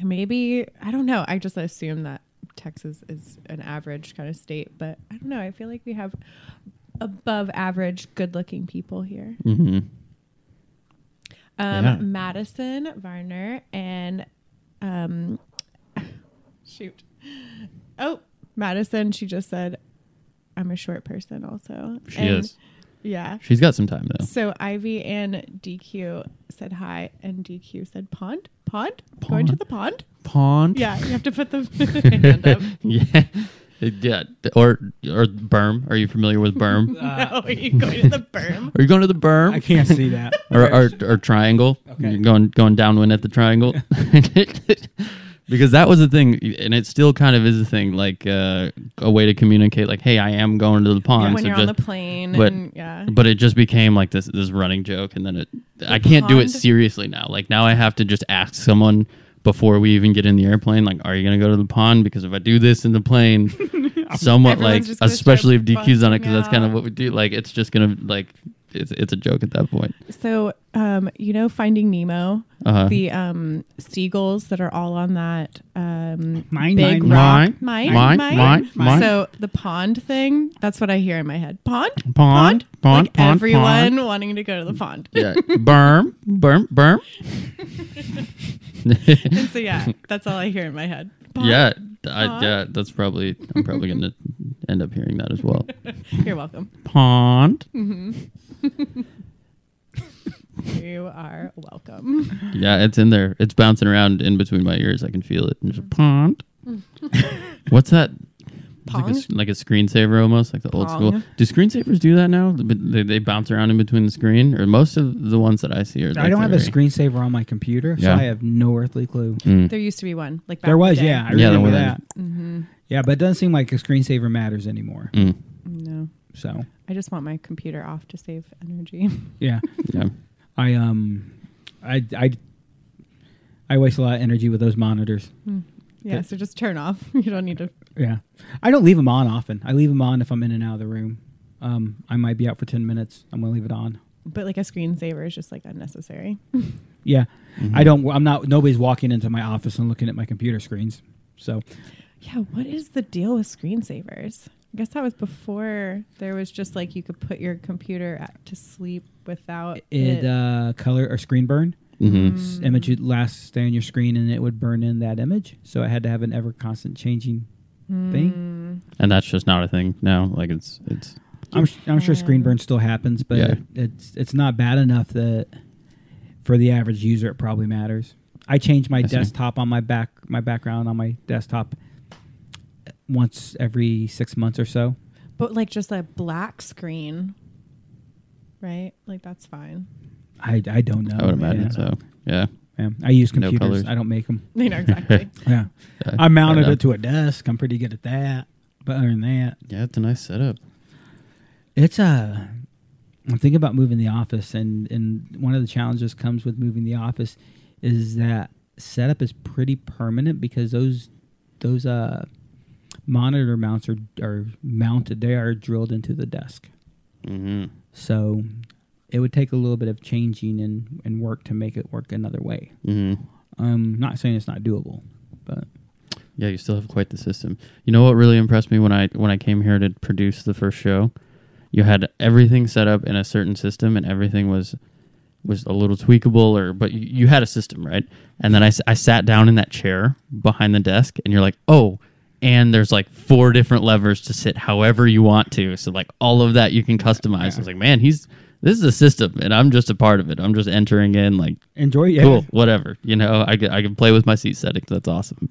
Speaker 8: Maybe I don't know. I just assume that Texas is an average kind of state, but I don't know. I feel like we have above average good looking people here.
Speaker 6: hmm
Speaker 8: Um,
Speaker 6: Yeah.
Speaker 8: Madison Varner and um, shoot. Oh, Madison. She just said, "I'm a short person." Also,
Speaker 6: she
Speaker 8: And-
Speaker 6: is.
Speaker 8: Yeah.
Speaker 6: She's got some time though.
Speaker 8: So Ivy and DQ said hi, and DQ said pond, pond, going to
Speaker 6: Pond.
Speaker 8: the pond.
Speaker 6: Pond.
Speaker 8: Yeah, you have to put the hand up.
Speaker 6: yeah. Yeah. Or or berm. Are you familiar with berm?
Speaker 8: no, are Oh, you going to the berm?
Speaker 6: Are you going to the berm?
Speaker 7: Uh, I can't see that.
Speaker 6: or, or, or triangle.
Speaker 7: Okay.
Speaker 6: You're going going downwind at the triangle. because that was the thing and it still kind of is a thing like uh, a way to communicate like hey I am going to the pond
Speaker 8: when
Speaker 6: so
Speaker 8: you're
Speaker 6: just,
Speaker 8: on the plane,
Speaker 6: but-
Speaker 8: and yeah,
Speaker 6: but it just became like this this running joke and then it I can't do it
Speaker 8: pond?
Speaker 6: seriously now like now I have to just ask someone before we even get in the airplane like are you going to go to the pond because if I do this in the plane somewhat like
Speaker 8: Everyone's just gonna
Speaker 6: especially if
Speaker 8: start
Speaker 6: DQ's on it
Speaker 8: busting
Speaker 6: cuz that's kind of
Speaker 8: out.
Speaker 6: what we do like it's just going to like it's, it's a joke at that point
Speaker 8: So, um, you know, Finding Nemo,
Speaker 6: Uh-huh.
Speaker 8: the um, seagulls that are all on that um,
Speaker 7: Mine,
Speaker 8: big
Speaker 7: mine,
Speaker 8: rock.
Speaker 6: mine,
Speaker 8: Mine,
Speaker 6: mine, mine, mine.
Speaker 8: So the pond thing, that's what I hear in my head. Pond,
Speaker 6: Pond, pond,
Speaker 8: like
Speaker 6: pond,
Speaker 8: everyone
Speaker 6: pond.
Speaker 8: wanting to go to the pond.
Speaker 6: yeah berm berm berm
Speaker 8: and so yeah, that's all I hear in my head. Pond.
Speaker 6: yeah I,
Speaker 8: Pond.
Speaker 6: yeah that's probably i'm probably gonna end up hearing that as well
Speaker 8: You're welcome.
Speaker 6: pond
Speaker 8: You are welcome.
Speaker 6: yeah it's in there it's Mm. bouncing around in between my ears i can feel it and just pond what's that It's like a,
Speaker 8: Pong?
Speaker 6: s- like a screensaver almost, like the old school.
Speaker 8: Pong.
Speaker 6: Do screensavers do that now? But they, they bounce around in between the screen, or most of the ones that I see are.
Speaker 7: I
Speaker 6: like
Speaker 7: don't have a
Speaker 6: very-
Speaker 7: screensaver on my computer, so
Speaker 6: Yeah.
Speaker 7: I have no earthly clue.
Speaker 6: Mm.
Speaker 8: There used to be one. Like back
Speaker 7: There
Speaker 8: in
Speaker 7: was,
Speaker 8: the day.
Speaker 7: yeah, I
Speaker 6: Yeah, there
Speaker 7: remember
Speaker 6: was.
Speaker 7: that. Yeah, but it doesn't seem like a screensaver matters anymore.
Speaker 6: Mm.
Speaker 8: No,
Speaker 7: So
Speaker 8: I just want my computer off to save energy.
Speaker 7: yeah,
Speaker 6: Yeah.
Speaker 7: I um, I I I waste a lot of energy with those monitors.
Speaker 8: yeah, so just turn off. You don't need to.
Speaker 7: Yeah, I don't leave them on often. I leave them on if I'm in and out of the room. Um, I might be out for ten minutes. I'm gonna leave it on.
Speaker 8: But like a screensaver is just like unnecessary.
Speaker 7: Yeah,
Speaker 6: Mm-hmm.
Speaker 7: I don't. I'm not. Nobody's walking into my office and looking at my computer screens. So
Speaker 8: Yeah, what is the deal with screensavers? I guess that was before there was just like you could put your computer at, to sleep without
Speaker 7: it
Speaker 8: it.
Speaker 7: uh, color or screen burn.
Speaker 6: Mm-hmm.
Speaker 7: S- Image would last stay on your screen and it would burn in that image. So I had to have an ever constant changing thing.
Speaker 6: And that's just not a thing now. Like it's it's
Speaker 7: I'm, sh- I'm sure screen burn still happens, but
Speaker 6: Yeah.
Speaker 7: it's it's not bad enough that for the average user it probably matters. I change my
Speaker 6: I see.
Speaker 7: desktop on my back my background on my desktop once every six months or so.
Speaker 8: but like just a black screen, right? Like that's fine.
Speaker 7: I, I don't know.
Speaker 6: I would imagine
Speaker 7: Yeah.
Speaker 6: so. Yeah.
Speaker 7: Yeah. I use
Speaker 6: No
Speaker 7: computers.
Speaker 6: colors.
Speaker 7: I don't make them.
Speaker 8: You know exactly.
Speaker 7: Yeah.
Speaker 6: Yeah,
Speaker 7: I mounted
Speaker 6: fair
Speaker 7: it to a desk. I'm pretty good at that. But other than that,
Speaker 6: Yeah, it's a nice setup.
Speaker 7: It's a. I'm thinking about moving the office, and and one of the challenges comes with moving the office is that setup is pretty permanent because those those uh monitor mounts are are mounted. They are drilled into the desk,
Speaker 6: Mm-hmm.
Speaker 7: so it would take a little bit of changing and and work to make it work another way.
Speaker 6: Mm-hmm.
Speaker 7: I'm not saying it's not doable, but
Speaker 6: Yeah, you still have quite the system. You know what really impressed me when I when I came here to produce the first show? You had everything set up in a certain system and everything was was a little tweakable or but you, you had a system, right? And then I, s- I sat down in that chair behind the desk and you're like, "Oh, and there's like four different levers to sit however you want to." So like all of that you can customize. I was like, "Man, he's this is a system and I'm just a part of it. I'm just entering in like
Speaker 7: enjoy. Yeah,
Speaker 6: cool, whatever. You know, I can, I can play with my seat settings. That's awesome."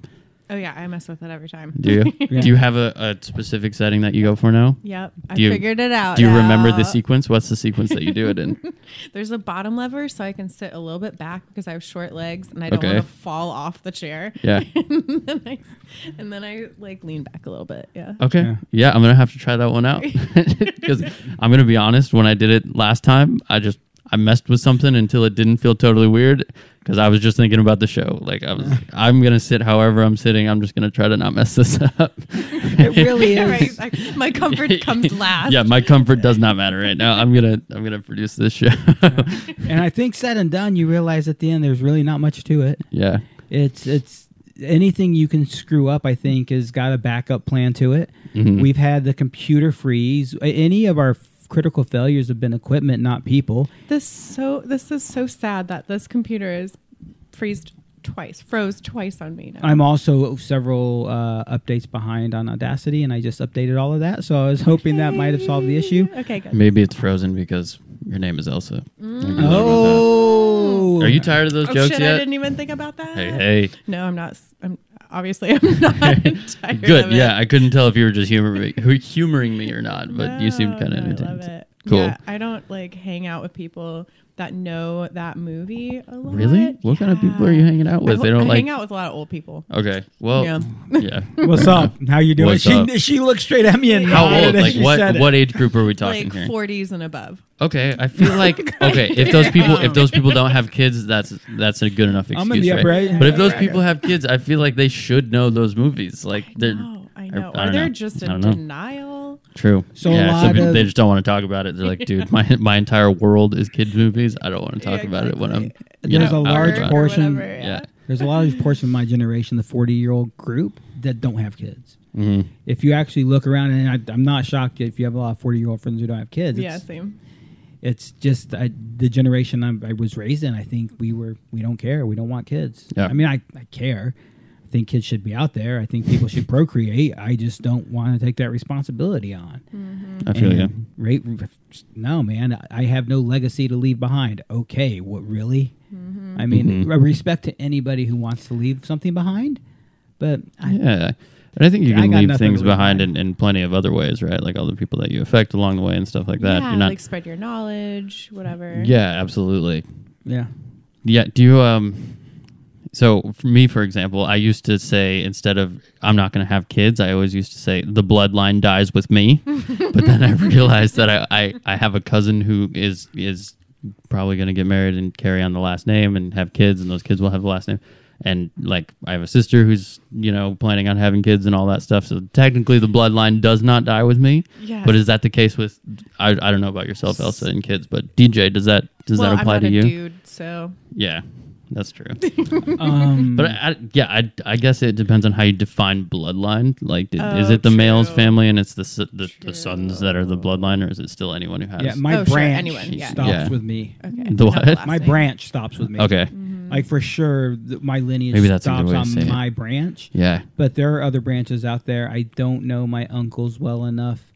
Speaker 8: oh yeah, I mess with it every time.
Speaker 6: Do you?
Speaker 7: Yeah.
Speaker 6: Do you have a, a specific setting that you go for now?
Speaker 8: Yep, I
Speaker 6: Do you-
Speaker 8: figured it out.
Speaker 6: Do you remember the
Speaker 8: now.
Speaker 6: sequence? What's the sequence that you do it in?
Speaker 8: There's a bottom lever, so I can sit a little bit back because I have short legs and I don't
Speaker 6: Okay.
Speaker 8: want to fall off the chair.
Speaker 6: Yeah.
Speaker 8: and, then I, and then I like lean back a little bit. Yeah.
Speaker 6: Okay.
Speaker 7: Yeah.
Speaker 6: Yeah, I'm gonna have to try that one out because I'm gonna be honest. When I did it last time, I just I messed with something until it didn't feel totally weird because I was just thinking about the show. Like I was, I'm gonna sit however I'm sitting. I'm just gonna try to not mess this up.
Speaker 7: it really
Speaker 8: Yeah,
Speaker 7: is.
Speaker 8: right. Like, my comfort comes last.
Speaker 6: yeah, my comfort does not matter right now. I'm gonna I'm gonna produce this show.
Speaker 7: and I think said and done, you realize at the end there's really not much to it.
Speaker 6: yeah.
Speaker 7: It's it's anything you can screw up. I think has got a backup plan to it.
Speaker 6: Mhm.
Speaker 7: We've had the computer freeze. A- Any of our f- critical failures have been equipment, not people.
Speaker 8: This so this is so sad that this computer is freezed twice, froze twice on me now.
Speaker 7: I'm also several uh, updates behind on Audacity, and I just updated all of that. So I was hoping that might have solved the issue.
Speaker 8: okay, good.
Speaker 6: Maybe it's frozen because your name is Elsa. Maybe
Speaker 8: Mm.
Speaker 6: that was that.
Speaker 7: Oh,
Speaker 6: Are you tired of those
Speaker 8: Oh
Speaker 6: jokes
Speaker 8: shit! I
Speaker 6: yet?
Speaker 8: didn't even think about that.
Speaker 6: Hey, hey.
Speaker 8: No, I'm not. s- I'm obviously I'm not tired
Speaker 6: Good.
Speaker 8: of it.
Speaker 6: Yeah, I couldn't tell if you were just humoring me, humoring me or not, but you seemed
Speaker 8: Oh, No,
Speaker 6: kind of
Speaker 8: no, I love
Speaker 6: entertained.
Speaker 8: it.
Speaker 6: Cool.
Speaker 8: Yeah, I don't like hang out with people that know that movie a lot.
Speaker 6: Really? What kind of people are
Speaker 8: Yeah.
Speaker 6: you hanging out with?
Speaker 8: I,
Speaker 6: They don't
Speaker 8: I
Speaker 6: like.
Speaker 8: hang out with a lot of old people.
Speaker 6: Okay. Well.
Speaker 8: Yeah.
Speaker 6: Yeah.
Speaker 7: What's up? How you doing?
Speaker 6: What's
Speaker 7: she
Speaker 6: up?
Speaker 7: she looked straight at me and
Speaker 6: How
Speaker 7: nodded
Speaker 6: old?
Speaker 7: as
Speaker 6: Like
Speaker 7: she said
Speaker 6: what?
Speaker 7: it.
Speaker 6: What age group are we talking
Speaker 8: Like
Speaker 6: here?
Speaker 8: 40s and above.
Speaker 6: Okay. I feel like okay. If those people, if those people don't have kids, that's that's a good enough excuse,
Speaker 7: I'm in the upper
Speaker 6: right?
Speaker 7: eight-
Speaker 6: But if those people have kids, I feel like they should know those movies. Like they're
Speaker 8: No, I know.
Speaker 6: I
Speaker 8: are
Speaker 6: don't
Speaker 8: they
Speaker 6: know.
Speaker 8: just
Speaker 6: I
Speaker 8: in
Speaker 6: don't know.
Speaker 8: denial?
Speaker 6: True.
Speaker 7: So a
Speaker 6: yeah,
Speaker 7: lot
Speaker 6: some people,
Speaker 7: of-
Speaker 6: they just don't want to talk about it. They're like, dude, my my entire world is kids movies. I don't want to talk
Speaker 8: Yeah,
Speaker 6: about it when I'm.
Speaker 8: exactly.
Speaker 6: You
Speaker 7: There's
Speaker 6: know,
Speaker 7: a
Speaker 6: out
Speaker 7: large
Speaker 6: about it."
Speaker 8: Or
Speaker 7: portion-
Speaker 8: whatever,
Speaker 6: Yeah.
Speaker 7: There's a large portion of my generation, the 40 year old group, that don't have kids.
Speaker 6: Mhm.
Speaker 7: If you actually look around, and I, I'm not shocked if you have a lot of 40 year old friends who don't have kids.
Speaker 8: Yeah,
Speaker 7: It's,
Speaker 8: same.
Speaker 7: it's just I, the generation I, I was raised in. I think we were we don't care. We don't want kids.
Speaker 6: Yeah.
Speaker 7: I mean, I, I care. I think kids should be out there. I think people should procreate. I just don't want to take that responsibility on.
Speaker 6: I feel
Speaker 7: And
Speaker 6: you.
Speaker 7: Right? No, man. I have no legacy to leave behind. Okay. What really? I mean,
Speaker 8: Mm-hmm.
Speaker 6: Mhm.
Speaker 7: I respect to anybody who wants to leave something behind, but I,
Speaker 6: Yeah. And I think you
Speaker 7: I
Speaker 6: can
Speaker 7: got
Speaker 6: leave
Speaker 7: nothing
Speaker 6: things
Speaker 7: to leave
Speaker 6: behind in,
Speaker 7: behind.
Speaker 6: in plenty of other ways, right? Like all the people that you affect along the way and stuff like that.
Speaker 8: yeah,
Speaker 6: You're not.
Speaker 8: like spread your knowledge, whatever.
Speaker 6: yeah, absolutely.
Speaker 7: Yeah.
Speaker 6: Yeah. Do you um? So for me, for example, I used to say instead of "I'm not going to have kids," I always used to say "the bloodline dies with me." but then I realized that I, I I have a cousin who is is probably going to get married and carry on the last name and have kids, and those kids will have the last name. And like I have a sister who's you know planning on having kids and all that stuff. So technically, the bloodline does not die with me.
Speaker 8: Yes.
Speaker 6: But is that the case with? I, I don't know about yourself, Elsa, and kids, but DJ, does that does
Speaker 8: well,
Speaker 6: that apply
Speaker 8: I'm
Speaker 6: to
Speaker 8: not
Speaker 6: you?
Speaker 8: a dude, so
Speaker 6: Yeah, that's true.
Speaker 7: Um,
Speaker 6: But I, I, yeah, I, I guess it depends on how you define bloodline. Like, did, is
Speaker 8: Oh,
Speaker 6: it the male's
Speaker 8: true.
Speaker 6: family and it's the s- the, the sons that are the bloodline, or is it still anyone who has?
Speaker 7: yeah, my
Speaker 8: Oh, sure,
Speaker 7: branch
Speaker 8: anyone, yeah.
Speaker 7: stops
Speaker 6: Yeah.
Speaker 7: with me.
Speaker 8: okay.
Speaker 6: The
Speaker 8: not
Speaker 6: what?
Speaker 8: last
Speaker 7: My
Speaker 8: name.
Speaker 7: branch stops with me.
Speaker 6: okay,
Speaker 8: Mm-hmm.
Speaker 7: Like for sure, th- my lineage
Speaker 6: Maybe that's a
Speaker 7: stops
Speaker 6: good way to
Speaker 7: on
Speaker 6: say it.
Speaker 7: my branch.
Speaker 6: yeah,
Speaker 7: But there are other branches out there. I don't know my uncles well enough.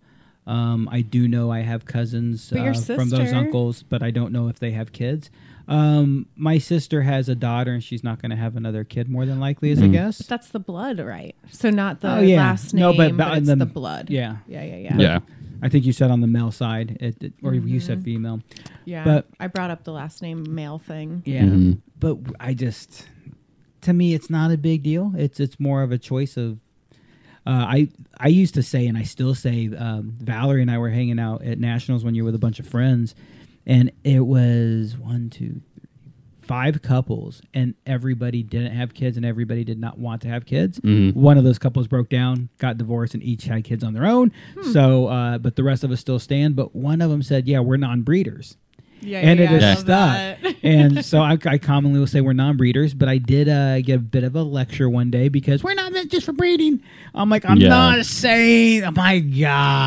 Speaker 7: Um, I do know I have cousins
Speaker 8: But your
Speaker 7: uh, from those
Speaker 8: sister-
Speaker 7: uncles, but I don't know if they have kids. Um, my sister has a daughter, and she's not going to have another kid, more than likely, is I guess.
Speaker 8: That's the blood, right? So not the
Speaker 7: Oh, yeah.
Speaker 8: last name,
Speaker 7: No, but-
Speaker 8: but,
Speaker 7: but
Speaker 8: it's
Speaker 7: the-
Speaker 8: the, blood.
Speaker 7: yeah.
Speaker 8: yeah, yeah, yeah,
Speaker 6: yeah.
Speaker 7: I think you said on the male side, it, it- or you
Speaker 8: Mm-hmm.
Speaker 7: said female.
Speaker 8: Yeah.
Speaker 7: But-
Speaker 8: I brought up the last name male thing.
Speaker 7: Yeah, but w- I just, to me, it's not a big deal. It's it's more of a choice of. Uh, I I used to say, and I still say, um, Valerie and I were hanging out at nationals one year with a bunch of friends, and it was one, two, three, five couples, and everybody didn't have kids, and everybody did not want to have kids. One of those couples broke down, got divorced, and each had kids on their own. So, uh, but the rest of us still stand. But one of them said, "Yeah, we're non-breeders."
Speaker 8: Yeah,
Speaker 7: and it is
Speaker 8: I love
Speaker 7: stuck.
Speaker 8: that.
Speaker 7: and so I, I commonly will say we're non-breeders, but I did uh, get a bit of a lecture one day because we're not meant just for breeding. I'm like, I'm
Speaker 6: Yeah.
Speaker 7: not saying, oh my god.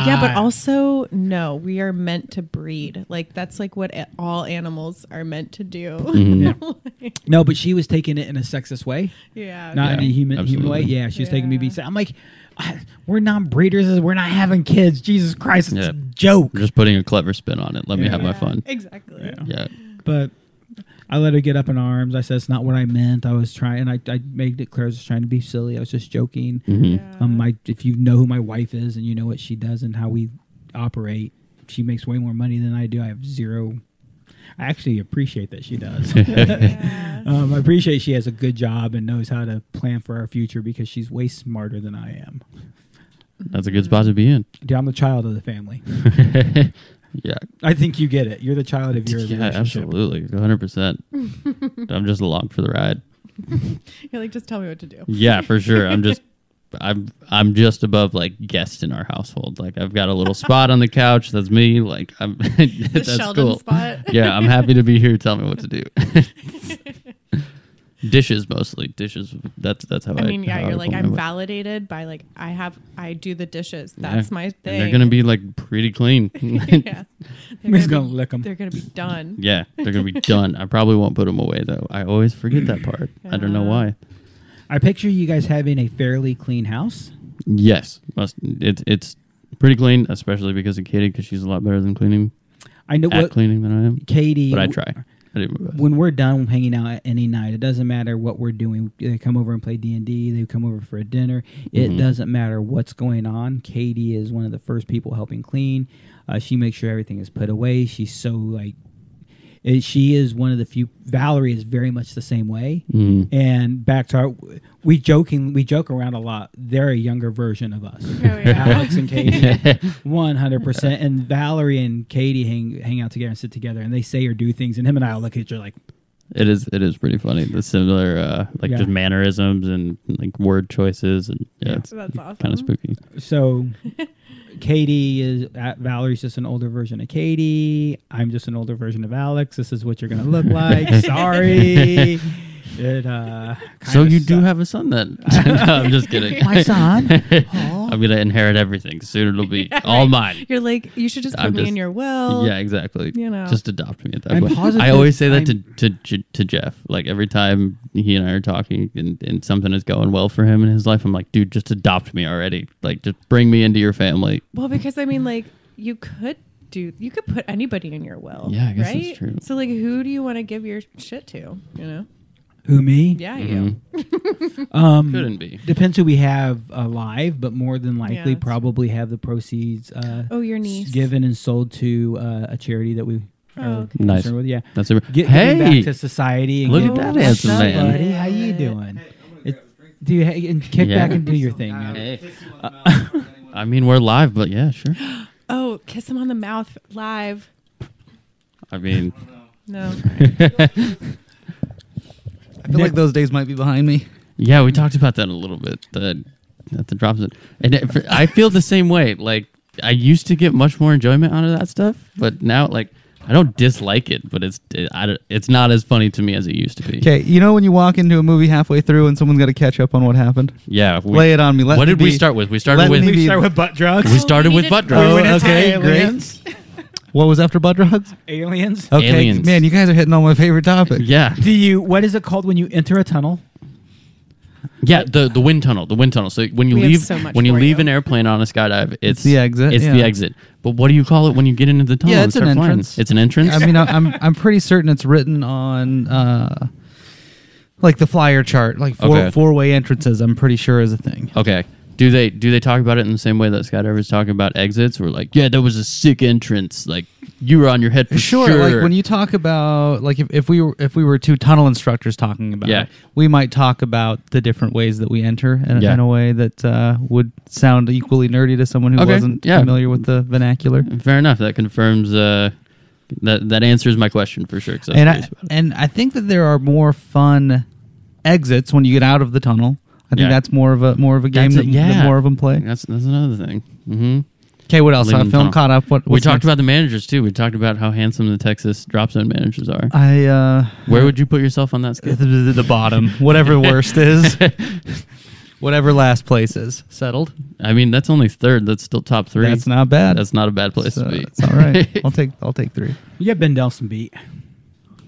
Speaker 8: Yeah,
Speaker 6: Ah.
Speaker 8: but also no, we are meant to breed. Like that's like what a- all animals are meant to do.
Speaker 6: Mm-hmm.
Speaker 7: no, but she was taking it in a sexist way,
Speaker 8: yeah.
Speaker 7: not in a
Speaker 6: Yeah,
Speaker 7: human human way.
Speaker 6: absolutely.
Speaker 7: Yeah, she was taking me
Speaker 8: Yeah.
Speaker 7: being. I'm like, I- we're non-breeders. We're not having kids. Jesus Christ, it's
Speaker 6: Yeah.
Speaker 7: a joke.
Speaker 6: Just putting a clever spin on it. Let me have my
Speaker 8: Yeah,
Speaker 6: fun.
Speaker 8: Exactly.
Speaker 6: Yeah,
Speaker 7: But I let her get up in arms. I said it's not what I meant. I was trying. I I made it clear I was just trying to be silly. I was just
Speaker 6: Mm.
Speaker 7: joking.
Speaker 6: Mm-hmm.
Speaker 7: Um, my if you know who my wife is and you know what she does and how we operate, she makes way more money than I do. I have zero. I actually appreciate that she does. um, I appreciate she has a good job and knows how to plan for our future because she's way smarter than I am.
Speaker 6: that's a good spot to be in.
Speaker 7: Dude, I'm the child of the family.
Speaker 6: Yeah,
Speaker 7: I think you get it. You're the child of your
Speaker 6: yeah,
Speaker 7: relationship.
Speaker 6: absolutely, one hundred percent. I'm just along for the ride.
Speaker 8: You're like, just tell me what to do.
Speaker 6: Yeah, for sure. I'm just I'm I'm just above like guest in our household. Like I've got a little spot on the couch. That's me. Like I'm
Speaker 8: The
Speaker 6: that's
Speaker 8: Sheldon
Speaker 6: cool.
Speaker 8: spot.
Speaker 6: Yeah, I'm happy to be here. Tell me what to do. dishes mostly. Dishes. That's that's how I.
Speaker 8: I mean,
Speaker 6: how
Speaker 8: yeah,
Speaker 6: I
Speaker 8: you're like,
Speaker 6: pull my
Speaker 8: I'm
Speaker 6: weight.
Speaker 8: validated by like I have I do the dishes.
Speaker 6: Yeah.
Speaker 8: That's my
Speaker 6: And
Speaker 8: thing.
Speaker 6: they're gonna be like pretty clean.
Speaker 8: yeah. They're
Speaker 7: He's
Speaker 8: gonna
Speaker 7: gonna
Speaker 8: be-
Speaker 7: lick them.
Speaker 8: They're gonna be done.
Speaker 6: yeah, they're gonna be done. I probably won't put them away though. I always forget that part. I don't know
Speaker 8: Yeah.
Speaker 6: why.
Speaker 7: I picture you guys having a fairly clean house.
Speaker 6: Yes, must. It's it's pretty clean, especially because of Katie, because she's a lot better than cleaning
Speaker 7: I know
Speaker 6: at
Speaker 7: what
Speaker 6: cleaning than I am.
Speaker 7: Katie.
Speaker 6: but I try. I do my best.
Speaker 7: when we're done hanging out at any night it doesn't matter what we're doing they come over and play d&d they come over for a dinner it doesn't matter what's going on katie is one of the first people helping clean uh, she makes sure everything is put away she's so like it, she is one of the few valerie is very much the same way and back to our we joking we joke around a lot they're a younger version of us
Speaker 8: Oh, yeah.
Speaker 7: alex and katie one hundred percent. And Valerie and Katie hang hang out together and sit together, and they say or do things, and him and I will look at each other like,
Speaker 6: It is it is pretty funny. The similar uh, like
Speaker 7: Yeah.
Speaker 6: just mannerisms and like word choices and yeah, it's
Speaker 8: That's awesome.
Speaker 6: kind of spooky.
Speaker 7: so. Katie is uh, Valerie's just an older version of Katie. I'm just an older version of Alex. This is what you're gonna look like. Sorry. It, uh,
Speaker 6: So
Speaker 7: kinda
Speaker 6: you do
Speaker 7: sucks.
Speaker 6: have a son then? no, I'm just kidding.
Speaker 7: my son.
Speaker 6: I'm gonna inherit everything soon. It'll be all mine.
Speaker 8: You're like, you should just put
Speaker 6: I'm
Speaker 8: me
Speaker 6: just-
Speaker 8: in your will.
Speaker 6: yeah, exactly.
Speaker 8: you know.
Speaker 6: just adopt me at that
Speaker 7: I'm
Speaker 6: point.
Speaker 7: positive
Speaker 6: I always say that to, to J- to Jeff. Like every time he and I are talking and, and something is going well for him in his life, I'm like, dude, just adopt me already. Like just bring me into your family.
Speaker 8: Well, because I
Speaker 6: Mm.
Speaker 8: mean, like, you could do, you could put anybody in your will.
Speaker 6: Yeah, I guess that's
Speaker 8: right?
Speaker 6: true.
Speaker 8: So, like, who do you want to give your shit to? You know?
Speaker 7: Who me?
Speaker 8: Yeah, you.
Speaker 6: Mhm.
Speaker 7: Um,
Speaker 6: Couldn't be.
Speaker 7: Depends who we have alive, but more than likely,
Speaker 8: that's-
Speaker 7: probably have the proceeds. Uh,
Speaker 8: Oh, your
Speaker 7: s-
Speaker 8: niece.
Speaker 7: given and sold to uh, a charity that we are
Speaker 8: Oh, okay.
Speaker 6: Nice.
Speaker 7: concerned with. Yeah,
Speaker 6: That's super.
Speaker 7: Get, giving
Speaker 6: hey,
Speaker 7: back to society. And
Speaker 6: look
Speaker 7: give
Speaker 6: at
Speaker 7: back
Speaker 6: that
Speaker 7: to
Speaker 6: handsome man.
Speaker 7: somebody. How you doing? It- do you ha- and kick
Speaker 6: Yeah.
Speaker 7: back and do your thing, man?
Speaker 6: I mean, we're live, but yeah, sure.
Speaker 8: Oh, kiss him on the mouth live.
Speaker 6: I mean,
Speaker 8: No.
Speaker 5: I feel like those days might be behind me.
Speaker 6: yeah, we talked about that a little bit. The at the drops it, and it, I feel the same way. Like I used to get much more enjoyment out of that stuff, but now like I don't dislike it, but it's it, I, don't- it's not as funny to me as it used to be.
Speaker 5: Okay, you know when you walk into a movie halfway through and someone's got to catch up on what happened?
Speaker 6: Yeah, we,
Speaker 5: Lay it on me. Let
Speaker 6: what
Speaker 5: me
Speaker 6: did
Speaker 5: be,
Speaker 6: we start with? We started
Speaker 5: let
Speaker 6: with
Speaker 5: me be-
Speaker 6: we,
Speaker 7: Start with butt drugs.
Speaker 6: started
Speaker 8: We
Speaker 6: with
Speaker 8: did-
Speaker 6: butt
Speaker 5: Oh,
Speaker 6: drugs.
Speaker 5: okay, great.
Speaker 7: aliens.
Speaker 5: What was after butt drugs?
Speaker 7: Aliens.
Speaker 5: Okay,
Speaker 6: Aliens.
Speaker 5: man, you guys are hitting on my favorite topic.
Speaker 6: Yeah,
Speaker 7: Do you? What is it called when you enter a tunnel?
Speaker 6: yeah. The the wind tunnel, the wind tunnel. So when you
Speaker 8: We have
Speaker 6: leave
Speaker 8: so much
Speaker 6: when you
Speaker 8: for
Speaker 6: leave
Speaker 8: you.
Speaker 6: an airplane on a skydive, it's,
Speaker 5: the exit,
Speaker 6: It's the
Speaker 5: yeah.
Speaker 6: exit. But what do you call it when you get into the tunnel?
Speaker 5: Yeah,
Speaker 6: and
Speaker 5: it's an
Speaker 6: start flying?
Speaker 5: entrance.
Speaker 6: It's an entrance.
Speaker 5: I mean, I- I'm I'm pretty certain it's written on uh, like the flyer chart, like four
Speaker 6: Okay.
Speaker 5: four way entrances. I'm pretty sure is a thing.
Speaker 6: Okay. Do they do they talk about it in the same way that skydivers talk about exits? We're like, yeah, that was a sick entrance. Like you were on your head for sure.
Speaker 5: Sure, like when you talk about like if, if we were if we were two tunnel instructors talking about
Speaker 6: Yeah.
Speaker 5: it, we might talk about the different ways that we enter in,
Speaker 6: Yeah.
Speaker 5: in a way that uh, would sound equally nerdy to someone who
Speaker 6: Okay,
Speaker 5: wasn't
Speaker 6: yeah. Mm-hmm.
Speaker 5: familiar with the vernacular.
Speaker 6: Fair enough. That confirms. Uh, that that answers my question for sure. 'cause I was
Speaker 5: and I,
Speaker 6: curious about it.
Speaker 5: and I think that there are more fun exits when you get out of the tunnel. I think
Speaker 6: Yeah.
Speaker 5: that's more of a more of a game
Speaker 6: That's
Speaker 5: that,
Speaker 6: it,
Speaker 5: that
Speaker 6: yeah.
Speaker 5: more of them play.
Speaker 6: that's that's another thing. hmm
Speaker 5: Okay, what else?
Speaker 6: Leaving
Speaker 5: Uh,
Speaker 6: the
Speaker 5: film
Speaker 6: tunnel.
Speaker 5: caught up. What
Speaker 6: We
Speaker 5: what's
Speaker 6: talked
Speaker 5: next?
Speaker 6: about the managers too. We talked about how handsome the Texas drop zone managers are.
Speaker 5: I uh,
Speaker 6: Where would you put yourself on that scale?
Speaker 5: the, the, the bottom, whatever worst is, whatever last place is settled.
Speaker 6: I mean, that's only third. That's still top three.
Speaker 5: That's not bad.
Speaker 6: That's not a bad place
Speaker 5: So
Speaker 6: to be.
Speaker 5: It's all right. I'll take I'll take three.
Speaker 7: Yeah, Ben Delson beat.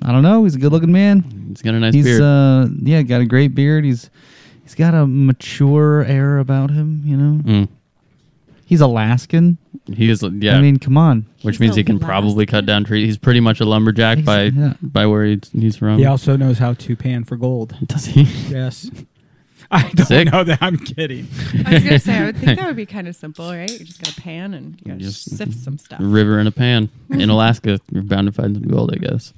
Speaker 5: I don't know. He's a good looking man.
Speaker 6: It's got a nice
Speaker 5: he's
Speaker 6: beard.
Speaker 5: uh yeah got a great beard. He's he's got a mature air about him. You know.
Speaker 6: Mm.
Speaker 5: He's Alaskan.
Speaker 6: He is. Yeah.
Speaker 5: I mean, come on.
Speaker 6: which
Speaker 8: He's
Speaker 6: means
Speaker 8: the
Speaker 6: he can probably
Speaker 8: last
Speaker 6: cut down trees. He's pretty much a lumberjack
Speaker 5: He's-
Speaker 6: by
Speaker 5: yeah.
Speaker 6: by where he's, he's
Speaker 5: Oh.
Speaker 6: from.
Speaker 7: He also knows how to pan for gold.
Speaker 6: Does he?
Speaker 7: Yes. I don't
Speaker 6: Sick.
Speaker 7: know that. I'm kidding.
Speaker 8: I was gonna say I would think that would be kind of simple, right? You just got a pan and you gotta
Speaker 6: Just-
Speaker 8: sift some stuff.
Speaker 6: River in a pan in Alaska. You're bound to find some gold, I guess.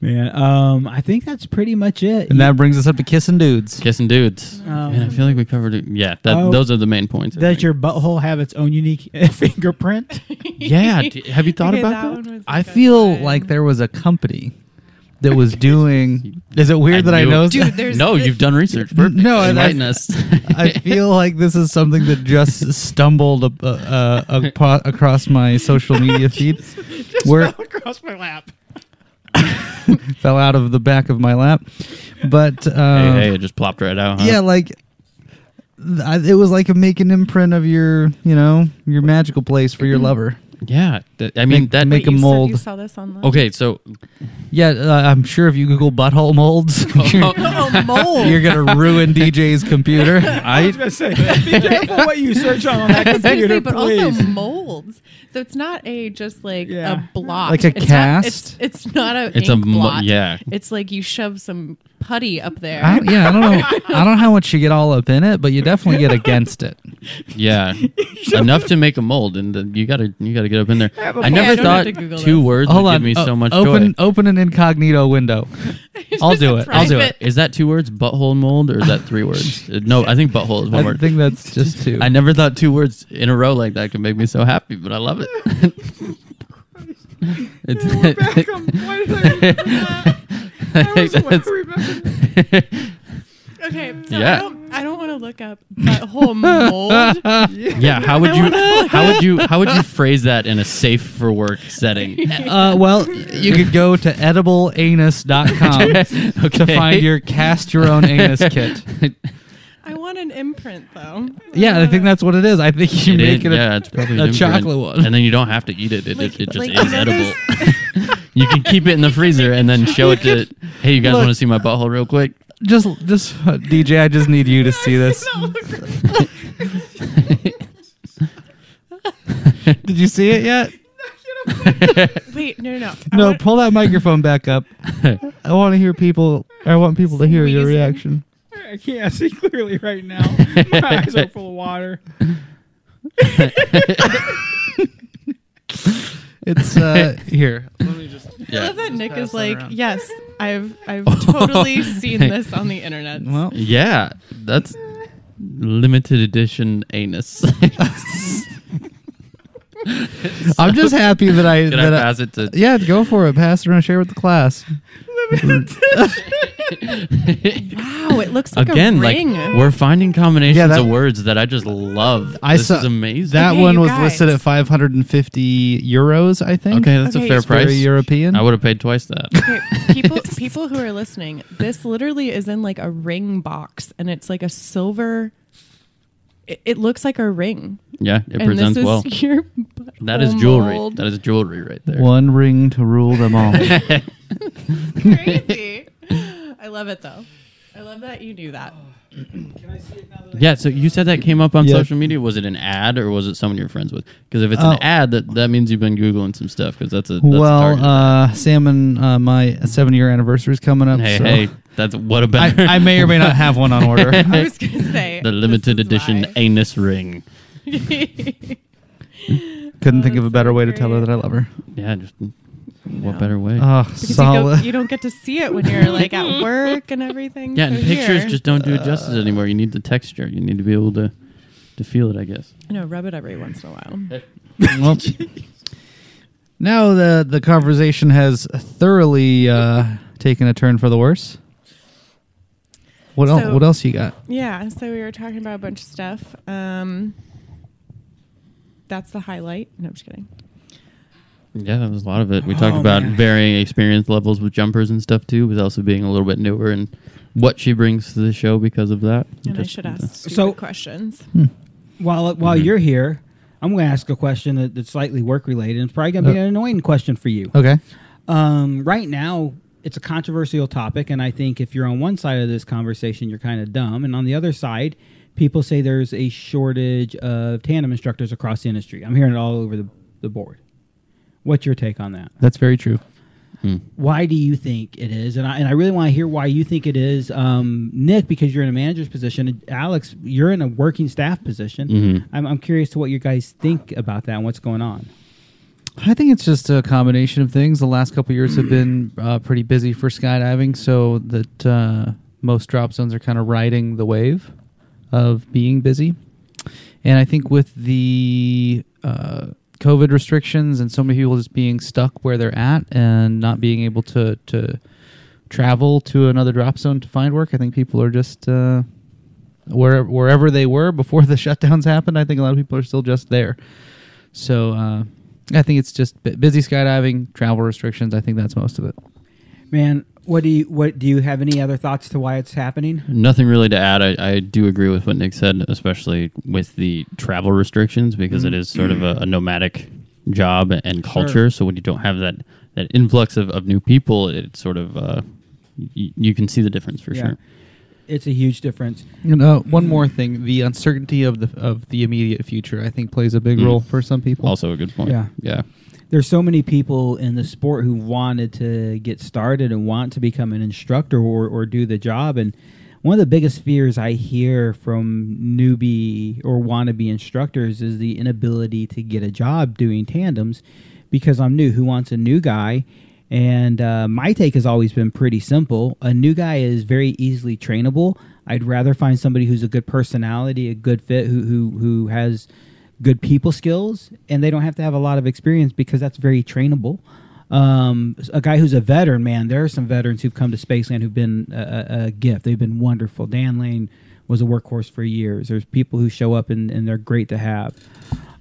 Speaker 7: Man, um, I think that's pretty much it.
Speaker 5: And that brings us up to kissing dudes.
Speaker 6: Kissing dudes.
Speaker 8: Oh.
Speaker 7: Um,
Speaker 6: Man, I feel like we covered it. Yeah, that,
Speaker 7: Oh.
Speaker 6: those are the main points. I
Speaker 7: Does
Speaker 6: think.
Speaker 7: your butthole have its own unique fingerprint?
Speaker 6: yeah. d- Have you thought
Speaker 8: Okay,
Speaker 6: about that?
Speaker 8: one was
Speaker 5: I
Speaker 8: a good
Speaker 5: feel
Speaker 8: one.
Speaker 5: like there was a company that was doing. Is it weird that I
Speaker 6: knew it.
Speaker 5: know?
Speaker 8: Dude, there's
Speaker 6: no, you've done research. Perfect.
Speaker 5: No, I-
Speaker 6: enlighten
Speaker 5: I-
Speaker 6: us.
Speaker 5: I feel like this is something that just stumbled up, uh, uh, apo- across my social media feed. where fell across my lap. fell out of the back of my lap, but
Speaker 6: hey,
Speaker 5: uh,
Speaker 6: hey, it just plopped right out. Huh?
Speaker 5: yeah, like th- I, it was like a make an imprint of your, you know, your magical place for your lover.
Speaker 6: yeah. that- I mean
Speaker 5: Make-
Speaker 6: that.
Speaker 5: make
Speaker 8: Wait,
Speaker 5: a
Speaker 8: you said
Speaker 5: mold.
Speaker 8: You saw this online.
Speaker 6: okay, so
Speaker 5: Yeah, uh, I'm sure if you Google butthole molds, you're,
Speaker 8: Oh, mold.
Speaker 5: you're gonna ruin DJ's computer.
Speaker 7: I was gonna say, be careful what you search on, on that computer,
Speaker 8: Seriously, but also
Speaker 7: please.
Speaker 8: molds. So it's not a just like
Speaker 7: Yeah.
Speaker 8: a block,
Speaker 5: Like a
Speaker 8: It's not-
Speaker 5: cast?
Speaker 8: it's, it's not a.
Speaker 6: It's
Speaker 8: It's
Speaker 6: a
Speaker 8: a
Speaker 6: mo-
Speaker 8: blot.
Speaker 6: yeah.
Speaker 8: It's like you shove some putty up there.
Speaker 5: I don't, yeah, I don't know. I don't know how much you get all up in it, but you definitely get against it.
Speaker 6: Yeah, enough to make a mold, and the, you gotta you gotta get up in there.
Speaker 7: a
Speaker 6: I
Speaker 7: mold.
Speaker 6: never
Speaker 8: Yeah, I don't have
Speaker 6: thought
Speaker 8: to Google
Speaker 6: two
Speaker 8: this.
Speaker 6: words
Speaker 5: Hold
Speaker 6: would
Speaker 5: on,
Speaker 6: give me
Speaker 5: o-
Speaker 6: so much joy.
Speaker 5: open open an incognito window. I'll
Speaker 8: Just
Speaker 5: do
Speaker 8: a
Speaker 5: it. I'll do
Speaker 6: Is
Speaker 5: it.
Speaker 8: private-
Speaker 6: is that two words? Butthole and mold, or is that three words? Uh, No, I think butthole is one
Speaker 5: I
Speaker 6: word.
Speaker 5: think that's just two.
Speaker 6: I never thought two words in a row like that could make me so happy, but I love it. It's- I think that's-
Speaker 8: Okay. So
Speaker 6: Yeah.
Speaker 8: I don't, I don't want to look up that whole mold.
Speaker 6: yeah, how would you how would you how would you phrase that in a safe for work setting?
Speaker 5: Uh, well, you could go to edibleanus.com to find your cast your own anus kit.
Speaker 8: I want an imprint though.
Speaker 5: Yeah, I think that's what it is. I think you
Speaker 6: It
Speaker 5: make
Speaker 6: is-
Speaker 5: it. A,
Speaker 6: yeah, it's probably
Speaker 5: a
Speaker 6: an imprint.
Speaker 5: chocolate one.
Speaker 6: and then you don't have to eat it. It, it, it just
Speaker 8: like,
Speaker 6: is
Speaker 8: you know
Speaker 6: edible.
Speaker 8: those-
Speaker 6: you can keep it in the freezer and then show it to. Hey, you guys
Speaker 5: Look.
Speaker 6: want to see my butthole real quick?
Speaker 5: Just, just uh, DJ. I just need you to see this. Did you see it yet?
Speaker 8: Wait, no, no, no. I
Speaker 5: No,
Speaker 8: want-
Speaker 5: pull that microphone back up. I want to hear people I want people to hear your
Speaker 8: Squeezing.
Speaker 5: reaction.
Speaker 7: I can't see clearly right now. My eyes are full of water.
Speaker 5: It's uh here.
Speaker 8: I
Speaker 2: Yeah.
Speaker 8: love that Nick
Speaker 5: pass
Speaker 8: is
Speaker 5: that
Speaker 8: like,
Speaker 5: around.
Speaker 8: yes, I've I've totally seen this on the internet.
Speaker 5: Well,
Speaker 6: Yeah, that's limited edition anus.
Speaker 5: I'm just happy that I
Speaker 6: Can
Speaker 5: that
Speaker 6: I
Speaker 5: I-
Speaker 6: pass it to?
Speaker 5: yeah, go for it. Pass it around. Share with the class.
Speaker 8: wow, it looks like
Speaker 6: Again,
Speaker 8: a
Speaker 6: like
Speaker 8: ring.
Speaker 6: we're finding combinations
Speaker 5: Yeah, that-
Speaker 6: of words that I just love.
Speaker 5: I
Speaker 6: this
Speaker 5: saw-
Speaker 6: is amazing.
Speaker 5: That
Speaker 8: Okay,
Speaker 5: one
Speaker 8: you
Speaker 5: was listed
Speaker 8: guys.
Speaker 5: at 550 euros, I think.
Speaker 6: okay, that's
Speaker 8: Okay,
Speaker 6: a fair
Speaker 8: it's
Speaker 5: Very
Speaker 6: price.
Speaker 5: European.
Speaker 6: I would have paid twice that.
Speaker 8: Okay, people people who are listening, this literally is in like a ring box, and it's like a silver. It, it looks like a ring,
Speaker 6: Yeah, it
Speaker 8: and this
Speaker 6: presents
Speaker 8: is
Speaker 6: well.
Speaker 8: your
Speaker 6: That is
Speaker 8: butthole
Speaker 6: jewelry.
Speaker 8: mold.
Speaker 6: That is jewelry right there.
Speaker 5: One ring to rule them all.
Speaker 8: crazy. I love it though. I love that you knew that.
Speaker 6: Oh. Yeah, so you said that came up on
Speaker 5: Yeah.
Speaker 6: social media. Was it an ad or was it someone you're friends with? Because if it's
Speaker 5: Oh.
Speaker 6: an ad, that, that means you've been googling some stuff. Because that's a that's a
Speaker 5: well,
Speaker 6: target.
Speaker 5: uh, Sam and uh, my seven year anniversary is coming up.
Speaker 6: hey
Speaker 5: so
Speaker 6: hey, that's what a better
Speaker 5: I, I may or may not have one on order.
Speaker 8: I was gonna say
Speaker 6: the limited
Speaker 8: this is
Speaker 6: edition anus ring.
Speaker 8: why.
Speaker 5: Couldn't think of a
Speaker 8: that's
Speaker 5: better
Speaker 8: so
Speaker 5: way to tell her
Speaker 8: great.
Speaker 5: that I love her.
Speaker 6: Yeah, just
Speaker 8: No.
Speaker 6: what better way?
Speaker 5: Oh,
Speaker 8: Because you, go,
Speaker 5: solid.
Speaker 8: you don't get to see it when you're like at work and everything.
Speaker 6: yeah, and
Speaker 8: So
Speaker 6: pictures
Speaker 8: here-
Speaker 6: just don't do it justice anymore. You need the texture. You need to be able to to feel it. I guess.
Speaker 8: no rub it every once in a while.
Speaker 5: Well, now the the conversation has thoroughly uh, taken a turn for the worse. What else?
Speaker 8: So-
Speaker 5: What else you got?
Speaker 8: Yeah, so we were talking about a bunch of stuff. Um, that's the highlight. No, I'm just kidding.
Speaker 6: Yeah, that was a lot of it. We talked
Speaker 7: Oh,
Speaker 6: about
Speaker 7: man.
Speaker 6: varying experience levels with jumpers and stuff too. With also being a little bit newer and what she brings to the show because of that.
Speaker 8: And I
Speaker 6: Just-
Speaker 8: should ask stupid
Speaker 7: So-
Speaker 8: questions.
Speaker 7: Hmm. While while you're here, I'm going to ask a question that, that's slightly work related. It's probably going to be
Speaker 5: Uh,
Speaker 7: an annoying question for you.
Speaker 5: Okay.
Speaker 7: Um, right now, it's a controversial topic, and I think if you're on one side of this conversation, you're kind of dumb, and on the other side, people say there's a shortage of tandem instructors across the industry. I'm hearing it all over the, the board. What's your take on that?
Speaker 5: That's very true.
Speaker 6: Hmm.
Speaker 7: Why do you think it is? And I and I really want to hear why you think it is, um, Nick, because you're in a manager's position. and Alex, you're in a working staff position. I'm, I'm curious to what you guys think about that and what's going on.
Speaker 5: I think it's just a combination of things. The last couple years have been uh, pretty busy for skydiving, so that uh, most drop zones are kind of riding the wave of being busy. And I think with the uh, COVID restrictions and so many people just being stuck where they're at and not being able to to travel to another drop zone to find work, I think people are just uh, where, wherever they were before the shutdowns happened. I think a lot of people are still just there. So uh, I think it's just bu- busy skydiving, travel restrictions. I think that's most of it.
Speaker 7: Man, what do you what do you have any other thoughts to why it's happening?
Speaker 6: Nothing really to add. I, I do agree with what Nick said, especially with the travel restrictions, because
Speaker 5: Mm-hmm.
Speaker 6: it is sort of a, a nomadic job and culture. So when you don't have that, that influx of, of new people, it sort of uh, y- you can see the difference for sure.
Speaker 7: It's a huge difference.
Speaker 5: You know, uh, one more thing: the uncertainty of the of the immediate future, I think, plays a big role for some people.
Speaker 6: Also a good point.
Speaker 7: Yeah.
Speaker 6: yeah.
Speaker 7: There's so many people in the sport who wanted to get started and want to become an instructor or, or do the job. And one of the biggest fears I hear from newbie or wannabe instructors is the inability to get a job doing tandems because I'm new. Who wants a new guy? And uh, my take has always been pretty simple. A new guy is very easily trainable. I'd rather find somebody who's a good personality, a good fit, who who who has good people skills, and they don't have to have a lot of experience because that's very trainable. Um, a guy who's a veteran, man, there are some veterans who've come to Spaceland who've been a, a- a gift. They've been wonderful. Dan Lane was a workhorse for years. There's people who show up and, and they're great to have.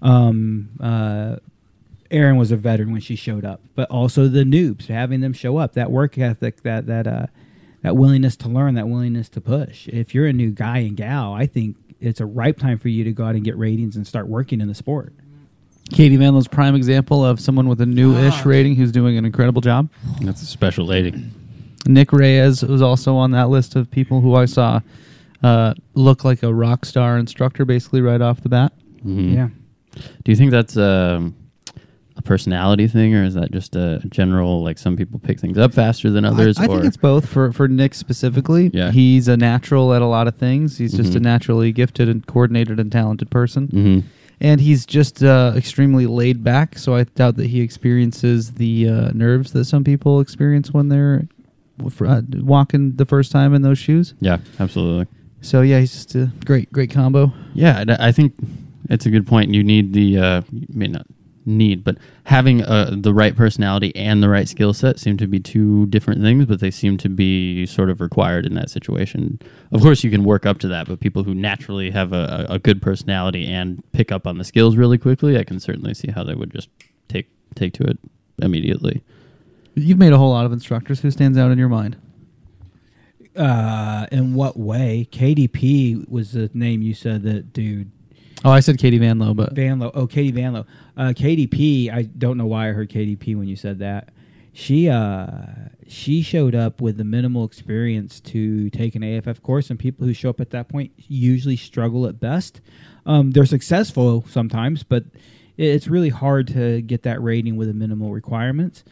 Speaker 7: Um, uh, Aaron was a veteran when she showed up, but also the noobs having them show up. That work ethic, that that uh, that willingness to learn, that willingness to push. If you're a new guy and gal, I think it's a ripe time for you to go out and get ratings and start working in the sport.
Speaker 5: Katie Manlow's prime example of someone with a new-ish rating who's doing an incredible job.
Speaker 6: That's a special lady.
Speaker 5: Nick Reyes was also on that list of people who I saw uh, look like a rock
Speaker 6: Mm-hmm.
Speaker 5: star instructor, basically right off the bat.
Speaker 7: Yeah.
Speaker 6: Do you think that's um, a personality thing, or is that just a general like some people pick things up faster than others?
Speaker 5: I, I
Speaker 6: or
Speaker 5: think it's both for for Nick specifically.
Speaker 6: Oh, Yeah.
Speaker 5: he's a natural at a lot of things. He's just a
Speaker 6: Mhm.
Speaker 5: naturally gifted and coordinated and talented person,
Speaker 6: Mhm.
Speaker 5: and he's just uh, extremely laid back. So I doubt that he experiences the uh, nerves that some people experience when they're uh, walking the first time in those shoes.
Speaker 6: yeah, absolutely.
Speaker 5: So yeah, he's just a great great combo.
Speaker 6: Yeah, and I I think it's a good point. You need the uh, you may not need, but having uh, the right personality and the right skill set seem to be two different things, but they seem to be sort of required in that situation. Of course, you can work up to that, but people who naturally have a, a a good personality and pick up on the skills really quickly, I can certainly see how they would just take take to it immediately.
Speaker 5: You've made a whole lot of instructors. Who stands out in your mind?
Speaker 7: Uh, in what way? KDP was the name you said that dude.
Speaker 5: Oh, I said Katie Van Vanlo, but
Speaker 7: Vanlo. Oh, Katie Vanlo. Uh, KDP. I don't know why I heard KDP when you said that. She uh, she showed up with the minimal experience to take an AFF course, and people who show up at that point usually struggle at best. Um, they're successful sometimes, but i- it's really hard to get that rating with the minimal requirements.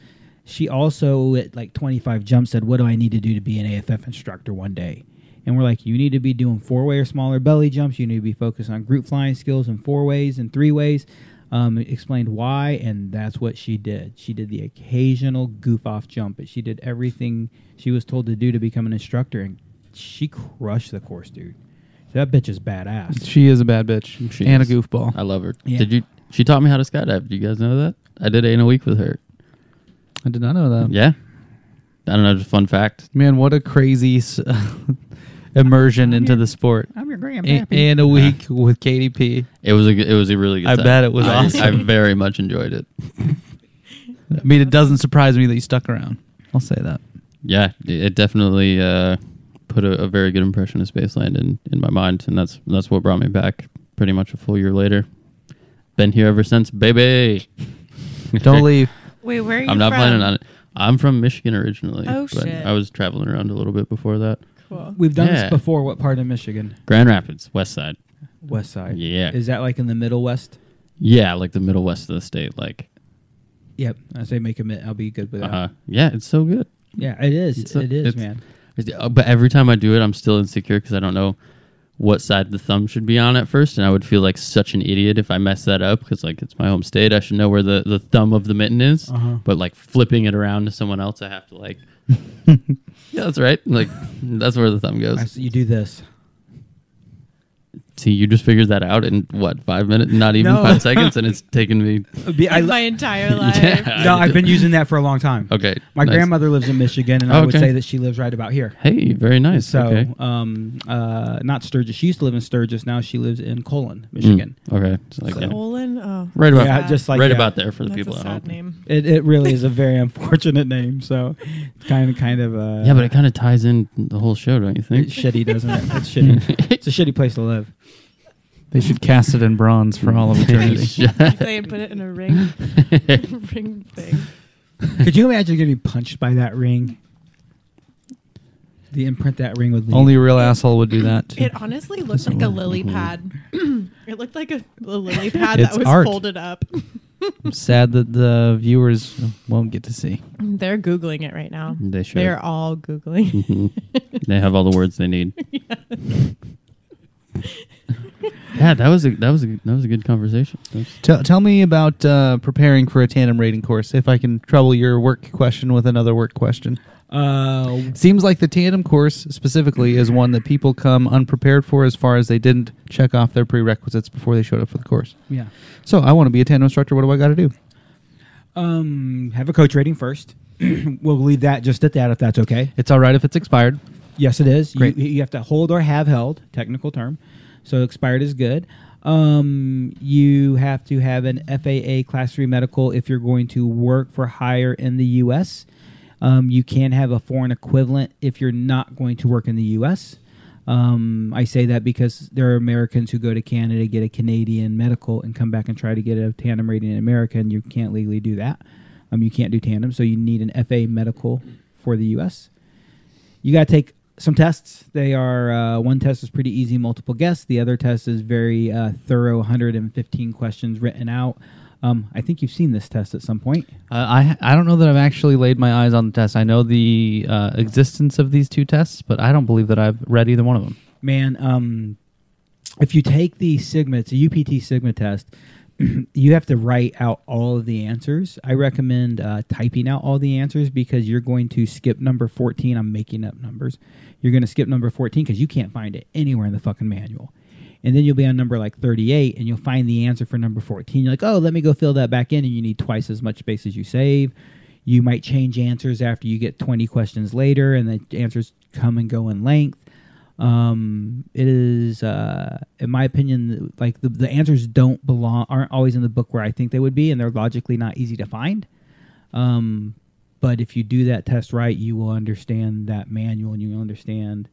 Speaker 7: She also at like 25 jump said, "What do I need to do to be an AFF instructor one day?" And we're like, you need to be doing four way or smaller belly jumps. You need to be focused on group flying skills in four ways and three ways. Um, explained why, and that's what she did. She did the occasional goof off jump, but she did everything she was told to do to become an instructor, and she crushed the course, dude. That bitch is badass.
Speaker 5: she is a bad bitch
Speaker 6: She
Speaker 5: and
Speaker 6: is. Uh,
Speaker 5: a goofball.
Speaker 6: I love her.
Speaker 7: Yeah.
Speaker 6: Did you? She taught me how to skydive. Do you guys know that? I did eight in a week with her.
Speaker 5: I did not know that.
Speaker 6: Yeah. I don't know. Just fun fact.
Speaker 5: Man, what a crazy s- immersion into the sport.
Speaker 7: I'm your
Speaker 5: A-
Speaker 7: grandpappy.
Speaker 5: and a week with KDP.
Speaker 6: It was a g- it was a really good.
Speaker 5: I
Speaker 6: time.
Speaker 5: bet it was
Speaker 6: I,
Speaker 5: awesome.
Speaker 6: I very much enjoyed it.
Speaker 5: I mean, it doesn't surprise me that you stuck around. I'll say that.
Speaker 6: Yeah, it definitely uh, put a, a very good impression of Spaceland in, in my mind, and that's that's what brought me back. Pretty much a full year later, been here ever since, baby.
Speaker 5: Don't leave.
Speaker 8: Wait, where are you
Speaker 6: I'm not
Speaker 8: from?
Speaker 6: planning on it. I'm from Michigan originally.
Speaker 8: Oh, shit.
Speaker 6: I was traveling around a little bit before that.
Speaker 8: Cool.
Speaker 7: We've done
Speaker 6: Yeah.
Speaker 7: this before. What part of Michigan?
Speaker 6: Grand Rapids, West Side.
Speaker 7: West side.
Speaker 6: Yeah.
Speaker 7: Is that like in the middle west?
Speaker 6: Yeah, like the middle west of the state. Like,
Speaker 7: Yep. I say make a minute. I'll be good with that.
Speaker 6: uh, yeah, it's so good.
Speaker 7: Yeah, it is.
Speaker 6: It's a-
Speaker 7: it is,
Speaker 6: it's-
Speaker 7: man.
Speaker 6: Is the- uh, But every time I do it, I'm still insecure because I don't know what side the thumb should be on at first, and I would feel like such an idiot if I mess that up because like it's my home state. I should know where the, the thumb of the mitten is,
Speaker 7: Uh-huh.
Speaker 6: but like flipping it around to someone else, I have to like, yeah, that's right. Like that's where the thumb goes.
Speaker 7: I s- you do this.
Speaker 6: See, you just figured that out in what five minutes? Not even
Speaker 7: No.
Speaker 6: five seconds, and it's taken me.
Speaker 7: I,
Speaker 8: my entire life.
Speaker 6: Yeah.
Speaker 7: no, I've been using that for a long time.
Speaker 6: Okay,
Speaker 7: My
Speaker 6: nice.
Speaker 7: grandmother lives in Michigan, and I would
Speaker 6: Okay.
Speaker 7: say that she lives right about here.
Speaker 6: Hey, very nice.
Speaker 7: So,
Speaker 6: okay.
Speaker 7: um, uh, not Sturgis. She used to live in Sturgis. Now she lives in Colon, Michigan.
Speaker 6: Mm, okay, so, like, yeah.
Speaker 8: Olin? Oh,
Speaker 6: right about
Speaker 7: Yeah,
Speaker 8: Sad.
Speaker 7: just like
Speaker 6: right
Speaker 7: yeah.
Speaker 6: about there for the
Speaker 8: that's
Speaker 6: people
Speaker 8: a
Speaker 6: at
Speaker 8: sad
Speaker 6: home.
Speaker 8: name.
Speaker 7: It, it really is a very unfortunate name. So, it's kind of, kind of. Uh,
Speaker 6: Yeah, but it kind of ties in the whole show, don't you think?
Speaker 7: it's shitty, doesn't it? It's shitty. It's a shitty place to live.
Speaker 5: They should cast it in bronze for all of eternity.
Speaker 8: If they had put it in a ring, ring thing.
Speaker 7: Could you imagine getting punched by that ring? The imprint that ring would leave.
Speaker 5: Only a real asshole would do that.
Speaker 8: It honestly looked like a lily pad. it looked like a, a lily pad
Speaker 5: It's
Speaker 8: that was
Speaker 5: art.
Speaker 8: folded up.
Speaker 5: I'm sad that the viewers won't get to see.
Speaker 8: They're googling it right now.
Speaker 6: They should.
Speaker 8: They're all googling.
Speaker 6: Hmm. they have all the words they need. yeah, that was a that was a that was a good conversation. That was-
Speaker 5: Tell, tell me about uh, preparing for a tandem rating course. If I can trouble your work question with another work question.
Speaker 7: Uh,
Speaker 5: Seems like the tandem course specifically is one that people come unprepared for as far as they didn't check off their prerequisites before they showed up for the course.
Speaker 7: yeah.
Speaker 5: So I want to be a tandem instructor. What do I got to do?
Speaker 7: Um, have a coach rating first. we'll leave that just at that if that's okay.
Speaker 5: It's all right if it's expired.
Speaker 7: Yes, it is. You,
Speaker 5: Great.
Speaker 7: you have to hold or have held, technical term. So expired is good. Um, you have to have an FAA Class 3 medical if you're going to work for hire in the U.S. Um, you can have a foreign equivalent if you're not going to work in the U.S. Um, I say that because there are Americans who go to Canada, get a Canadian medical, and come back and try to get a tandem rating in America, and you can't legally do that. Um, you can't do tandem, so you need an FAA medical for the U.S you got to take some tests. They are uh, one test is pretty easy, multiple guess. The other test is very uh, thorough, 115 questions written out. Um, I think you've seen this test at some point.
Speaker 5: Uh, I I I don't know that I've actually laid my eyes on the test. I know the uh, existence of these two tests, but I don't believe that I've read either one of them.
Speaker 7: man um, if you take the sigma it's a upt sigma test you have to write out all of the answers i recommend uh, typing out all the answers because you're going to skip number 14 i'm making up numbers you're going to skip number 14 because you can't find it anywhere in the fucking manual and then you'll be on number like 38 and you'll find the answer for number 14 you're like oh let me go fill that back in and you need twice as much space as you save you might change answers after you get 20 questions later and the answers come and go in length um it is uh in my opinion like the, the answers don't belong aren't always in the book where i think they would be and they're logically not easy to find um but if you do that test right you will understand that manual and you will understand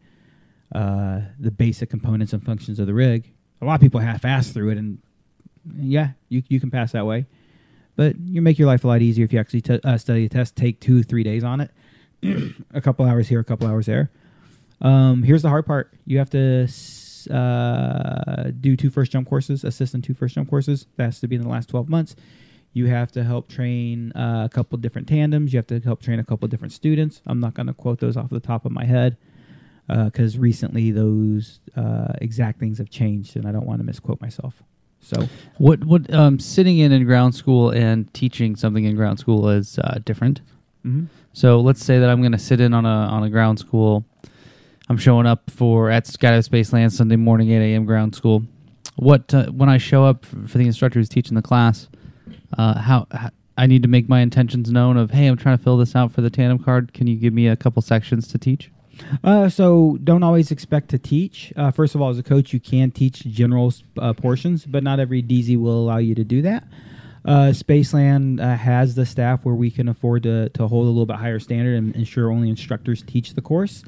Speaker 7: uh the basic components and functions of the rig a lot of people half-ass through it and yeah you, you can pass that way but you make your life a lot easier if you actually t- uh, study a test take two three days on it a couple hours here a couple hours there um, here's the hard part: you have to s- uh, do two first jump courses, assist in two first jump courses. That has to be in the last 12 months. You have to help train uh, a couple different tandems. You have to help train a couple different students. I'm not going to quote those off the top of my head because recently those uh, exact things have changed, and I don't want to misquote myself. So
Speaker 5: What what um, sitting in in ground school and teaching something in ground school is uh, different.
Speaker 7: mm-hmm.
Speaker 5: So let's say that I'm going to sit in on a on a ground school. I'm showing up for at Skydive Space Land Sunday morning 8 a.m. ground school. What uh, when I show up f- for the instructor who's teaching the class, uh, how, how I need to make my intentions known of hey I'm trying to fill this out for the tandem card. Can you give me a couple sections to teach?
Speaker 7: Uh, so don't always expect to teach. Uh, first of all, as a coach, you can teach general uh, portions, but not every DZ will allow you to do that. Uh, Spaceland uh, has the staff where we can afford to, to hold a little bit higher standard and ensure only instructors teach the course.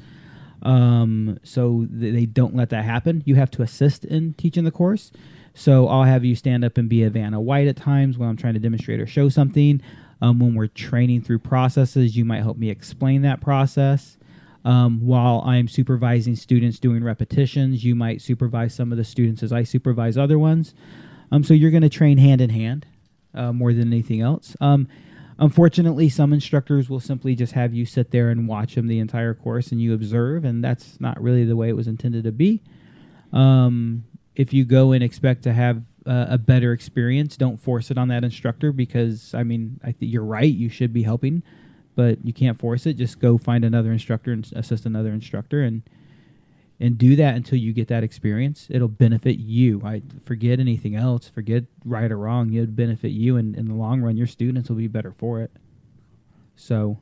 Speaker 7: Um, so th- they don't let that happen. You have to assist in teaching the course. So I'll have you stand up and be a Vanna White at times when I'm trying to demonstrate or show something. Um, when we're training through processes, you might help me explain that process. Um, while I'm supervising students doing repetitions, you might supervise some of the students as I supervise other ones. Um, so you're going to train hand in hand uh, more than anything else. Um, unfortunately, some instructors will simply just have you sit there and watch them the entire course and you observe, and that's not really the way it was intended to be. Um, if you go and expect to have uh, a better experience, don't force it on that instructor because, I mean, I think you're right. You should be helping, but you can't force it. Just go find another instructor and s- assist another instructor and and do that until you get that experience. It'll benefit you. I forget anything else. Forget right or wrong. It'll benefit you, and in the long run, your students will be better for it. So,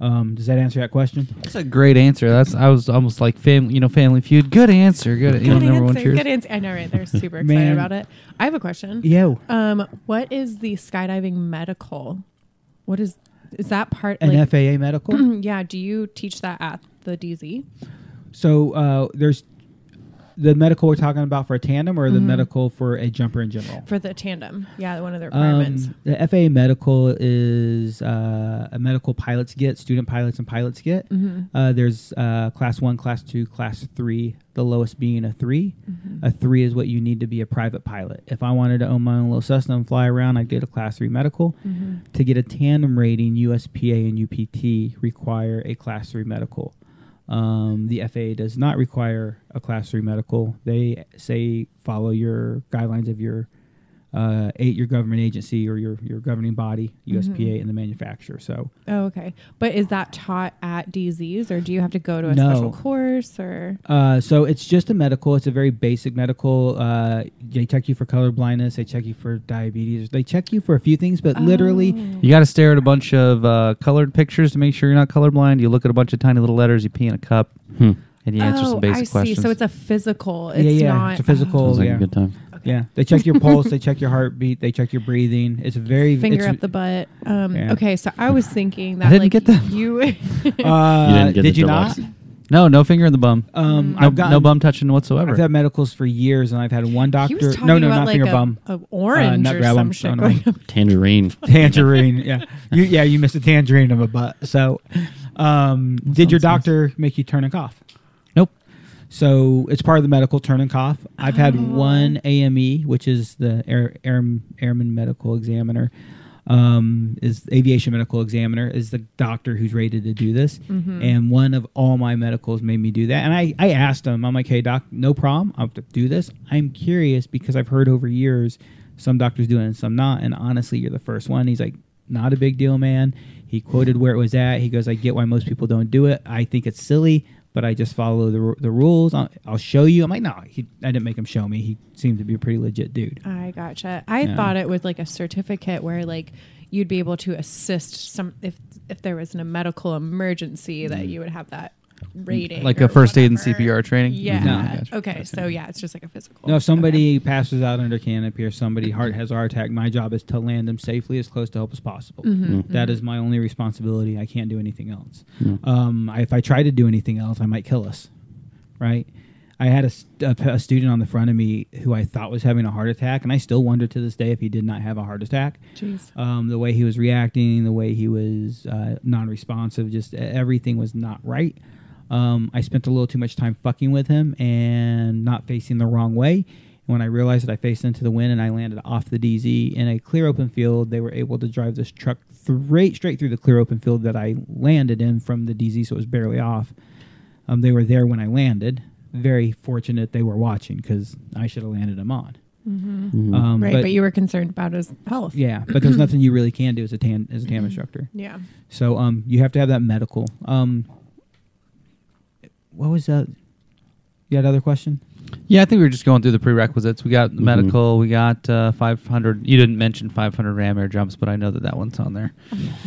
Speaker 7: um, does that answer that question?
Speaker 5: That's a great answer. That's I was almost like family, you know, Family Feud. Good answer. Good, you know,
Speaker 8: Good
Speaker 5: number one
Speaker 8: answer.
Speaker 5: cheers.
Speaker 8: Good answer. I know, right? They're super
Speaker 7: Man.
Speaker 8: excited about it. I have a question.
Speaker 7: Yeah.
Speaker 8: Um, what is the skydiving medical? What is is that part?
Speaker 7: An
Speaker 8: like, Mm-hmm.
Speaker 7: FAA medical.
Speaker 8: yeah. Do you teach that at the DZ?
Speaker 7: So uh, there's the medical we're talking about for a tandem, or the medical for a jumper in general.
Speaker 8: for the tandem. Yeah, one of the requirements.
Speaker 7: Um, the FAA medical is uh, a medical pilots get, student pilots and pilots get. Uh, there's uh, class one, class two, class three, the lowest being a 3 A three is what you need to be a private pilot. If I wanted to own my own little Cessna and fly around, I'd get a class three medical. To get a tandem rating, USPA and UPT require a class three medical. Um, the FAA does not require a class three medical. They say follow your guidelines of your uh, eight your government agency or your, your governing body,
Speaker 8: Mm-hmm.
Speaker 7: USPA, and the manufacturer. So
Speaker 8: oh, okay. But is that taught at DZs or do you have to go to a
Speaker 7: No.
Speaker 8: special course or
Speaker 7: Uh, so it's just a medical. It's a very basic medical. Uh, they check you for color blindness. They check you for diabetes. They check you for a few things, but
Speaker 8: Oh.
Speaker 7: literally,
Speaker 5: You got to stare at a bunch of uh, colored pictures to make sure you're not colorblind. You look at a bunch of tiny little letters. You pee in a cup,
Speaker 6: hmm,
Speaker 5: and you answer
Speaker 8: oh,
Speaker 5: some basic
Speaker 8: I see.
Speaker 5: questions.
Speaker 8: So it's a physical. It's
Speaker 7: yeah, yeah,
Speaker 8: not um,
Speaker 7: it's a
Speaker 8: Oh,
Speaker 7: physical.
Speaker 6: Sounds like
Speaker 7: yeah,
Speaker 6: a good time.
Speaker 7: yeah. They check your pulse. They check your heartbeat. They check your breathing. It's very
Speaker 8: finger
Speaker 7: it's-
Speaker 8: up the butt. Um,
Speaker 7: Yeah.
Speaker 8: Okay, so I was thinking that
Speaker 5: didn't
Speaker 8: like
Speaker 5: get that.
Speaker 8: you.
Speaker 7: Uh,
Speaker 6: You didn't get
Speaker 7: did
Speaker 6: the
Speaker 7: you
Speaker 6: deluxe.
Speaker 7: not?
Speaker 5: no, no finger in the bum.
Speaker 7: Um,
Speaker 8: Mm.
Speaker 5: no,
Speaker 7: I've gotten,
Speaker 5: no bum touching whatsoever.
Speaker 7: I've had medicals for years, and I've had one
Speaker 8: he
Speaker 7: doctor.
Speaker 8: was talking
Speaker 7: no, no,
Speaker 8: about
Speaker 7: not
Speaker 8: like
Speaker 7: finger
Speaker 8: a,
Speaker 7: bum.
Speaker 8: a orange
Speaker 7: not
Speaker 8: or
Speaker 7: grab
Speaker 8: some
Speaker 7: 'em.
Speaker 8: shit
Speaker 7: No, no.
Speaker 8: going up.
Speaker 6: Tangerine.
Speaker 7: tangerine. Yeah, you, yeah, you missed a tangerine of a butt. So, um, did your doctor make you turn and cough?
Speaker 5: nope.
Speaker 7: So it's part of the medical turn and cough. I've had one AME, which is the Air, Air, Airman Medical Examiner, um, is Aviation Medical Examiner, is the doctor who's rated to do this. And one of all my medicals made me do that. And I, I asked him, I'm like, hey, doc, no problem. I'll do this. I'm curious because I've heard over years some doctors doing it and some not. And honestly, you're the first one. He's like, not a big deal, man. He quoted where it was at. He goes, I get why most people don't do it. I think it's silly, but I just follow the, ru- the rules. I'll, I'll show you. I'm like, no, he, I didn't make him show me. He seemed to be a pretty legit dude.
Speaker 8: I gotcha. I
Speaker 7: Yeah.
Speaker 8: thought it was like a certificate where like you'd be able to assist some if if there was a medical emergency
Speaker 7: Mm.
Speaker 8: that you would have that rating,
Speaker 9: Like
Speaker 8: or
Speaker 9: a first aid and
Speaker 8: whatever.
Speaker 9: CPR training?
Speaker 8: Yeah.
Speaker 7: Mm-hmm. No.
Speaker 9: Gotcha,
Speaker 8: Okay. So yeah, it's just like a physical.
Speaker 7: No, if
Speaker 8: Okay.
Speaker 7: somebody passes out under canopy or somebody heart has a heart attack, my job is to land them safely as close to help as possible. That is my only responsibility. I can't do anything else. Um, I, if I try to do anything else, I might kill us. Right? I had a, st- a p- a student on the front of me who I thought was having a heart attack, and I still wonder to this day if he did not have a heart attack.
Speaker 8: Jeez.
Speaker 7: Um, the way he was reacting, the way he was uh, non-responsive, just e- everything was not right. Um, I spent a little too much time fucking with him and not facing the wrong way. And when I realized that I faced into the wind and I landed off the DZ in a clear open field, they were able to drive this truck straight straight through the clear open field that I landed in from the DZ, so it was barely off. Um, they were there when I landed. Very fortunate they were watching because I should have landed them on.
Speaker 6: Mm-hmm.
Speaker 7: Um,
Speaker 8: Right, but, you were concerned about his health.
Speaker 7: yeah, but there's nothing you really can do as a tan as a
Speaker 8: Mm-hmm.
Speaker 7: TAM instructor.
Speaker 8: Yeah.
Speaker 7: So um, you have to have that medical. Um, what was that? You had other question?
Speaker 5: Yeah, I think we were just going through the prerequisites. We got
Speaker 7: Mm-hmm.
Speaker 5: the medical. We got uh, 500. You didn't mention 500 ram air jumps, but I know that that one's on there.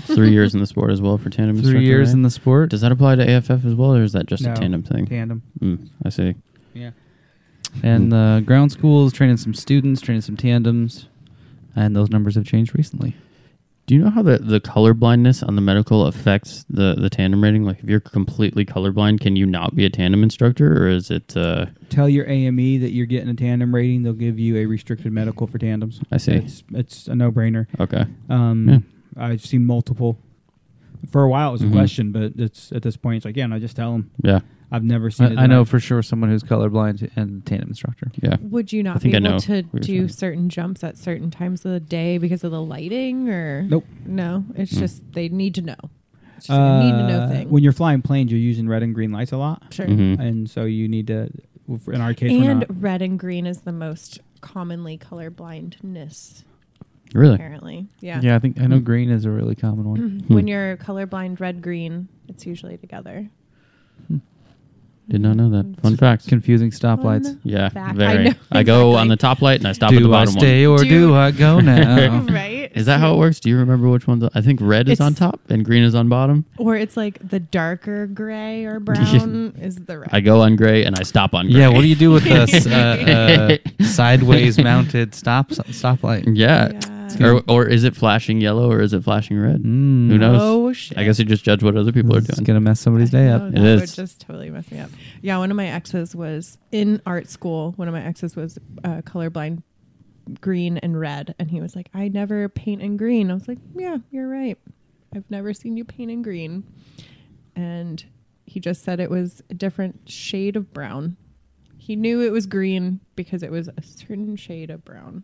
Speaker 6: Three years in the sport as well for tandem.
Speaker 5: Three
Speaker 6: instructor,
Speaker 5: years
Speaker 6: right?
Speaker 5: in the sport.
Speaker 6: Does that apply to AFF as well, or is that just
Speaker 7: No.
Speaker 6: a tandem thing?
Speaker 7: Tandem.
Speaker 6: Mm, I see.
Speaker 7: Yeah. Hmm.
Speaker 5: and the ground schools training some students, training some tandems, and those numbers have changed recently.
Speaker 6: Do you know how the, the color blindness on the medical affects the, the tandem rating? Like, if you're completely colorblind, can you not be a tandem instructor, or is it? Uh,
Speaker 7: Tell your AME that you're getting a tandem rating. They'll give you a restricted medical for tandems.
Speaker 6: I see.
Speaker 7: It's, it's a no brainer.
Speaker 6: okay,
Speaker 7: Um,
Speaker 6: Yeah.
Speaker 7: I've seen multiple. For a while, it was
Speaker 6: Mhm.
Speaker 7: a question, but it's at this point, it's like, yeah, no, just tell them.
Speaker 6: yeah,
Speaker 7: I've never seen it.
Speaker 5: I, I know
Speaker 7: I've-
Speaker 5: for sure someone who's colorblind and tandem instructor.
Speaker 6: yeah.
Speaker 8: Would you
Speaker 6: I
Speaker 8: not be
Speaker 6: think I know
Speaker 8: able to
Speaker 6: what you're saying.
Speaker 8: do certain jumps at certain times of the day because of the lighting or?
Speaker 7: Nope.
Speaker 8: No, it's
Speaker 6: Mm.
Speaker 8: just they need to know. It's just a need to know
Speaker 7: Uh,
Speaker 8: thing.
Speaker 7: When you're flying planes, you're using red and green lights a lot.
Speaker 8: sure.
Speaker 6: Mhm.
Speaker 5: Mm-hmm.
Speaker 7: and so you need to in our case we're
Speaker 8: And
Speaker 7: not
Speaker 8: red and green is the most commonly color blindness
Speaker 6: Really?
Speaker 8: apparently. Yeah. Mm-hmm.
Speaker 5: I think I know green is a really common one.
Speaker 6: Hmm.
Speaker 8: When you're colorblind red green, it's usually together.
Speaker 6: Did not know that. Fun fact.
Speaker 5: Confusing stoplights.
Speaker 6: yeah,
Speaker 8: fact. I
Speaker 6: very.
Speaker 8: know,
Speaker 6: I, go on
Speaker 8: exactly.
Speaker 6: the top light and I stop at the
Speaker 5: Do I
Speaker 6: bottom one.
Speaker 5: stay or
Speaker 8: Do-
Speaker 5: do, I go now?
Speaker 8: right?
Speaker 6: Is that how it works? Do you remember which one's? I think red is
Speaker 8: It's-
Speaker 6: on top and green is on bottom.
Speaker 8: Or it's like the darker gray or brown is the red.
Speaker 6: I go on gray and I stop on gray.
Speaker 5: yeah, what do you do with this uh, uh, sideways mounted stop stoplight?
Speaker 6: Yeah.
Speaker 8: Yeah.
Speaker 6: Or, or is it flashing yellow or is it flashing red?
Speaker 5: Mm.
Speaker 6: Who knows?
Speaker 8: Oh, shit.
Speaker 6: I guess you just judge what other people are
Speaker 5: It's
Speaker 6: doing.
Speaker 5: gonna mess somebody's day
Speaker 8: Oh,
Speaker 5: up.
Speaker 8: that
Speaker 6: is.
Speaker 8: would just totally mess me up. Yeah, one of my exes was in art school. One of my exes was uh, colorblind, green and red, and he was like, "I never paint in green." I was like, "Yeah, you're right. I've never seen you paint in green." And he just said it was a different shade of brown. He knew it was green because it was a certain shade of brown.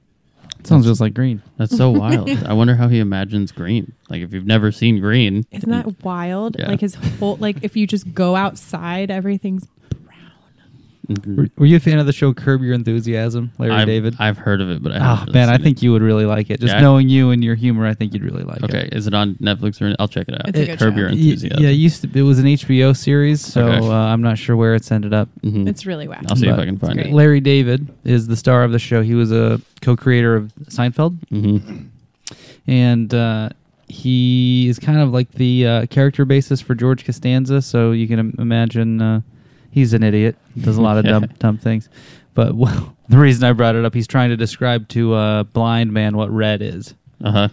Speaker 5: Sounds just like green.
Speaker 6: That's so wild. I wonder how he imagines green. Like if you've never seen green,
Speaker 8: Isn't that wild?
Speaker 6: Mm. Yeah.
Speaker 8: Like his whole like if you just go outside, everything's
Speaker 5: Were, were you a fan of the show Curb Your Enthusiasm, Larry
Speaker 6: Mm-hmm. I've,
Speaker 5: David?
Speaker 6: I've heard of it, but I
Speaker 5: Ah
Speaker 6: haven't.
Speaker 5: man, I
Speaker 6: seen
Speaker 5: think you would really like it. Just
Speaker 6: Yeah.
Speaker 5: knowing you and your humor, I think you'd really
Speaker 6: it.
Speaker 5: like it.
Speaker 6: Okay, is it on Netflix or? I'll check it out.
Speaker 8: It's a good
Speaker 6: Curb
Speaker 8: show.
Speaker 6: your
Speaker 5: Y-
Speaker 6: enthusiasm.
Speaker 5: Yeah, it used to, it was an HBO series, so
Speaker 6: Okay.
Speaker 5: uh, I'm not sure where it's ended up.
Speaker 6: Mhm.
Speaker 8: it's really wacky.
Speaker 6: I'll see if
Speaker 5: but
Speaker 6: I can find
Speaker 8: it's
Speaker 6: it.
Speaker 8: great.
Speaker 5: Larry David is the star of the show. He was a co-creator of Seinfeld,
Speaker 6: Mhm.
Speaker 5: and uh, he is kind of like the uh, character basis for George Costanza. So you can im- imagine uh, he's an idiot, does a lot of dumb dumb things. But well, the reason I brought it up, he's trying to describe to a blind man what red is.
Speaker 6: Uh huh.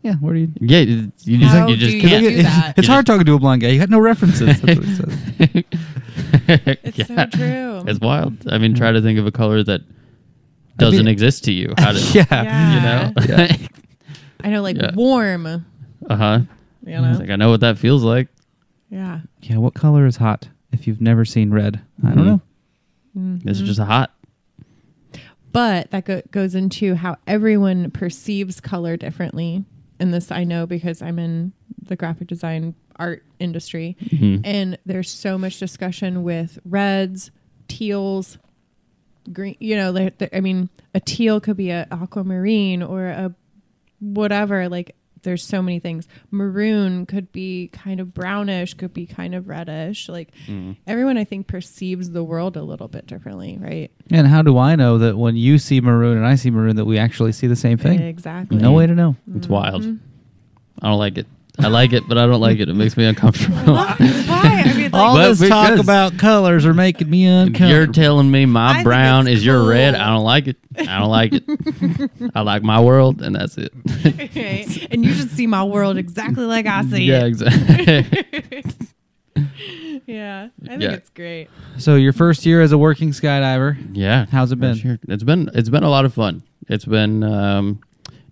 Speaker 5: Yeah, what do you?
Speaker 6: Yeah, you just you
Speaker 8: How
Speaker 6: just
Speaker 8: do you
Speaker 6: can't.
Speaker 8: do that?
Speaker 5: It's hard talking to a blind guy. You got no references. That's what he says.
Speaker 8: It's
Speaker 6: Yeah.
Speaker 8: so true.
Speaker 6: It's wild. I mean, try to think of a color that doesn't exist to you. How does
Speaker 5: yeah.
Speaker 6: you know?
Speaker 8: I know, like
Speaker 6: Yeah.
Speaker 8: warm.
Speaker 6: uh huh.
Speaker 8: You know,
Speaker 6: Like I know what that feels like.
Speaker 8: yeah.
Speaker 5: Yeah, what color is hot if you've never seen red? I
Speaker 6: Mhm.
Speaker 5: don't know.
Speaker 6: It's just hot.
Speaker 8: Mm-hmm. but that go- goes into how everyone perceives color differently and this i know because i'm in the graphic design art industry
Speaker 6: Mm-hmm.
Speaker 8: and there's so much discussion with reds teals green you know like the- i mean a teal could be a aquamarine or a whatever like there's so many things maroon could be kind of brownish could be kind of reddish like everyone i think perceives the world a little bit differently right
Speaker 5: And how do I know that when you see maroon and I see maroon that we actually see the same thing?
Speaker 8: exactly
Speaker 5: No way to know.
Speaker 8: Mm-hmm.
Speaker 6: It's wild. I don't like it. I like it, but I don't like it. It makes me uncomfortable.
Speaker 8: Why? I mean,
Speaker 5: All
Speaker 8: like,
Speaker 6: But
Speaker 5: this talk
Speaker 6: because-
Speaker 5: about colors are making me
Speaker 6: You're
Speaker 5: uncomfortable.
Speaker 6: telling me my
Speaker 8: I think
Speaker 6: brown
Speaker 8: it's
Speaker 6: is your red.
Speaker 8: cool.
Speaker 6: I don't like it. I don't like it. I like my world, and that's it.
Speaker 8: okay. and you should see my world exactly like I see
Speaker 6: yeah,
Speaker 8: it.
Speaker 6: exactly.
Speaker 8: Yeah, I think
Speaker 6: Yeah.
Speaker 8: it's great.
Speaker 5: so your first year as a working skydiver,
Speaker 6: yeah.
Speaker 5: How's it been?
Speaker 6: Sure. It's been it's been a lot of fun. It's been um,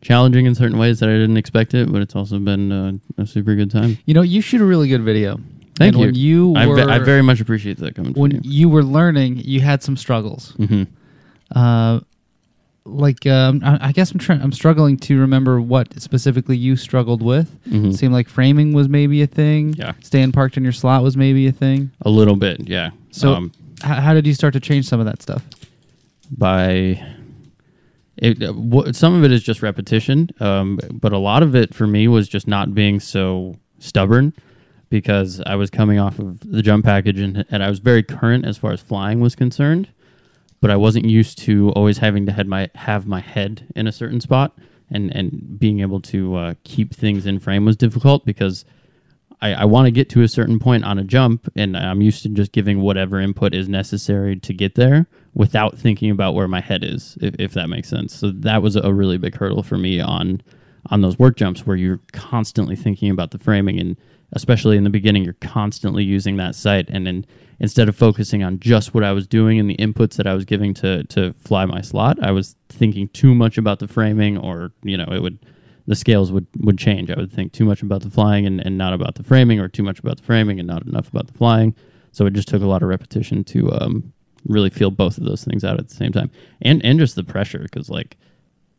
Speaker 6: challenging in certain ways that I didn't expect it, but it's also been uh, a super good time.
Speaker 5: you know you shoot a really good video.
Speaker 6: Thank
Speaker 5: and
Speaker 6: you.
Speaker 5: When you
Speaker 6: I, ve-
Speaker 5: were,
Speaker 6: I very much appreciate that coming.
Speaker 5: when
Speaker 6: from you.
Speaker 5: you were learning, you had some struggles.
Speaker 6: Mhm.
Speaker 5: Uh, like um, I, I guess I'm trying. I'm struggling to remember what specifically you struggled with.
Speaker 6: Mhm.
Speaker 5: seemed like framing was maybe a thing.
Speaker 6: Yeah.
Speaker 5: Staying parked in your slot was maybe a thing.
Speaker 6: a little bit, yeah.
Speaker 5: So
Speaker 6: Um,
Speaker 5: h- how did you start to change some of that stuff?
Speaker 6: by it, uh, wha- some of it is just repetition, um, but a lot of it for me was just not being so stubborn because I was coming off of the jump package and, and I was very current as far as flying was concerned, but I wasn't used to always having to head my have my head in a certain spot and and being able to uh, keep things in frame was difficult because. I, I want to get to a certain point on a jump, and I'm used to just giving whatever input is necessary to get there without thinking about where my head is, if, if that makes sense. So that was a really big hurdle for me on on those work jumps where you're constantly thinking about the framing, and especially in the beginning, you're constantly using that sight, and then instead of focusing on just what I was doing and the inputs that I was giving to to fly my slot, I was thinking too much about the framing, or you know, it would the scales would, would change. I would think too much about the flying and, and not about the framing, or too much about the framing and not enough about the flying. So it just took a lot of repetition to um, really feel both of those things out at the same time, and and just the pressure because like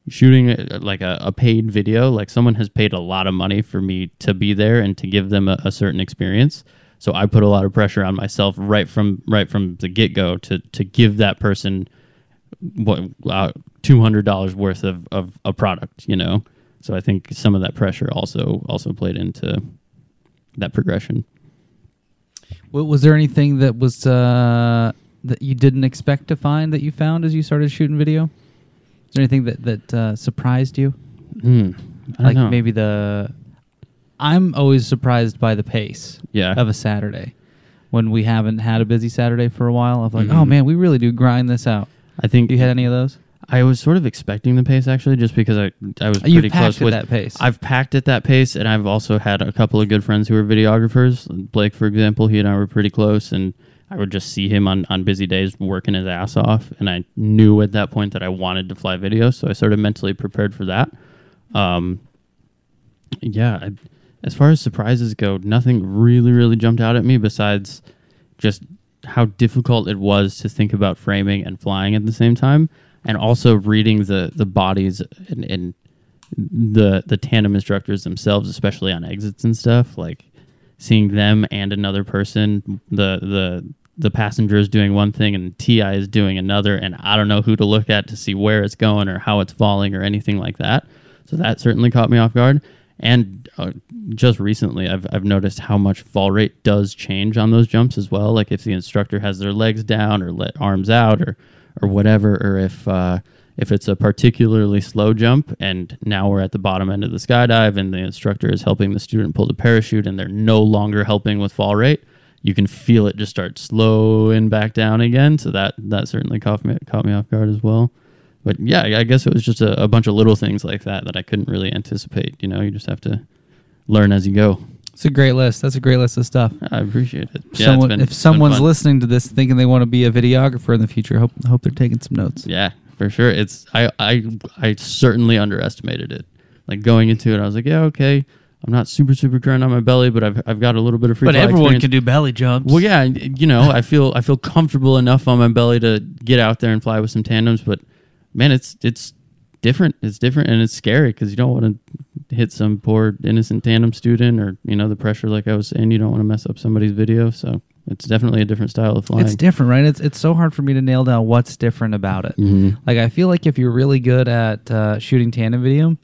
Speaker 6: shooting uh, like a, a paid video, like someone has paid a lot of money for me to be there and to give them a, a certain experience. So I put a lot of pressure on myself right from right from the get go to to give that person what uh, two hundred dollars worth of, of a product, you know. So I think some of that pressure also also played into that progression.
Speaker 5: W- was there anything that was uh, that you didn't expect to find that you found as you started shooting video? Is there anything that that uh, surprised you?
Speaker 6: Hmm. I don't
Speaker 5: like
Speaker 6: know.
Speaker 5: maybe the I'm always surprised by the pace
Speaker 6: Yeah.
Speaker 5: of a Saturday when we haven't had a busy Saturday for a while. Of like,
Speaker 6: Mhm.
Speaker 5: oh man, we really do grind this out.
Speaker 6: I think
Speaker 5: You had any of those?
Speaker 6: I was sort of expecting the pace actually, just because I I was
Speaker 5: You've
Speaker 6: pretty
Speaker 5: packed
Speaker 6: close
Speaker 5: at
Speaker 6: with
Speaker 5: that pace.
Speaker 6: I've packed at that pace, and I've also had a couple of good friends who are videographers. Blake, for example, he and I were pretty close, and I would just see him on on busy days working his ass off, and I knew at that point that I wanted to fly video, so I sort of mentally prepared for that. Um, yeah, I, as far as surprises go, nothing really really jumped out at me besides just how difficult it was to think about framing and flying at the same time, and also reading the the bodies and, and the the tandem instructors themselves, especially on exits and stuff, like seeing them and another person, the the the passenger is doing one thing and TI is doing another, and I don't know who to look at to see where it's going or how it's falling or anything like that. So that certainly caught me off guard. And uh, just recently, I've, I've noticed how much fall rate does change on those jumps as well. Like if the instructor has their legs down or let arms out or or whatever, or if uh, if it's a particularly slow jump and now we're at the bottom end of the skydive and the instructor is helping the student pull the parachute and they're no longer helping with fall rate, you can feel it just start slowing back down again. So that that certainly caught me caught me off guard as well. But yeah, I I guess it was just a, a bunch of little things like that that I couldn't really anticipate. You know, you just have to learn as you go.
Speaker 5: It's a great list. That's a great list of stuff.
Speaker 6: I appreciate it.
Speaker 5: If
Speaker 6: Yeah,
Speaker 5: someone-
Speaker 6: it's been,
Speaker 5: if
Speaker 6: it's been
Speaker 5: someone's
Speaker 6: fun.
Speaker 5: listening to this thinking they want to be a videographer in the future, hope hope they're taking some notes.
Speaker 6: Yeah, for sure. It's I I I certainly underestimated it. Like going into it, I was like, yeah, okay, I'm not super super current on my belly, but I've I've got a little bit of free.
Speaker 9: But
Speaker 6: fall
Speaker 9: everyone
Speaker 6: experience.
Speaker 9: can do belly jumps.
Speaker 6: Well, yeah, and, you know, I feel I feel comfortable enough on my belly to get out there and fly with some tandems, but man, it's it's different. It's different and it's scary because you don't want to hit some poor innocent tandem student or you know the pressure. Like I was saying, you don't want to mess up somebody's video, so it's definitely a different style of flying.
Speaker 5: It's different, right? It's it's so hard for me to nail down what's different about it.
Speaker 6: Mhm.
Speaker 5: Like I feel like if you're really good at uh, shooting tandem video,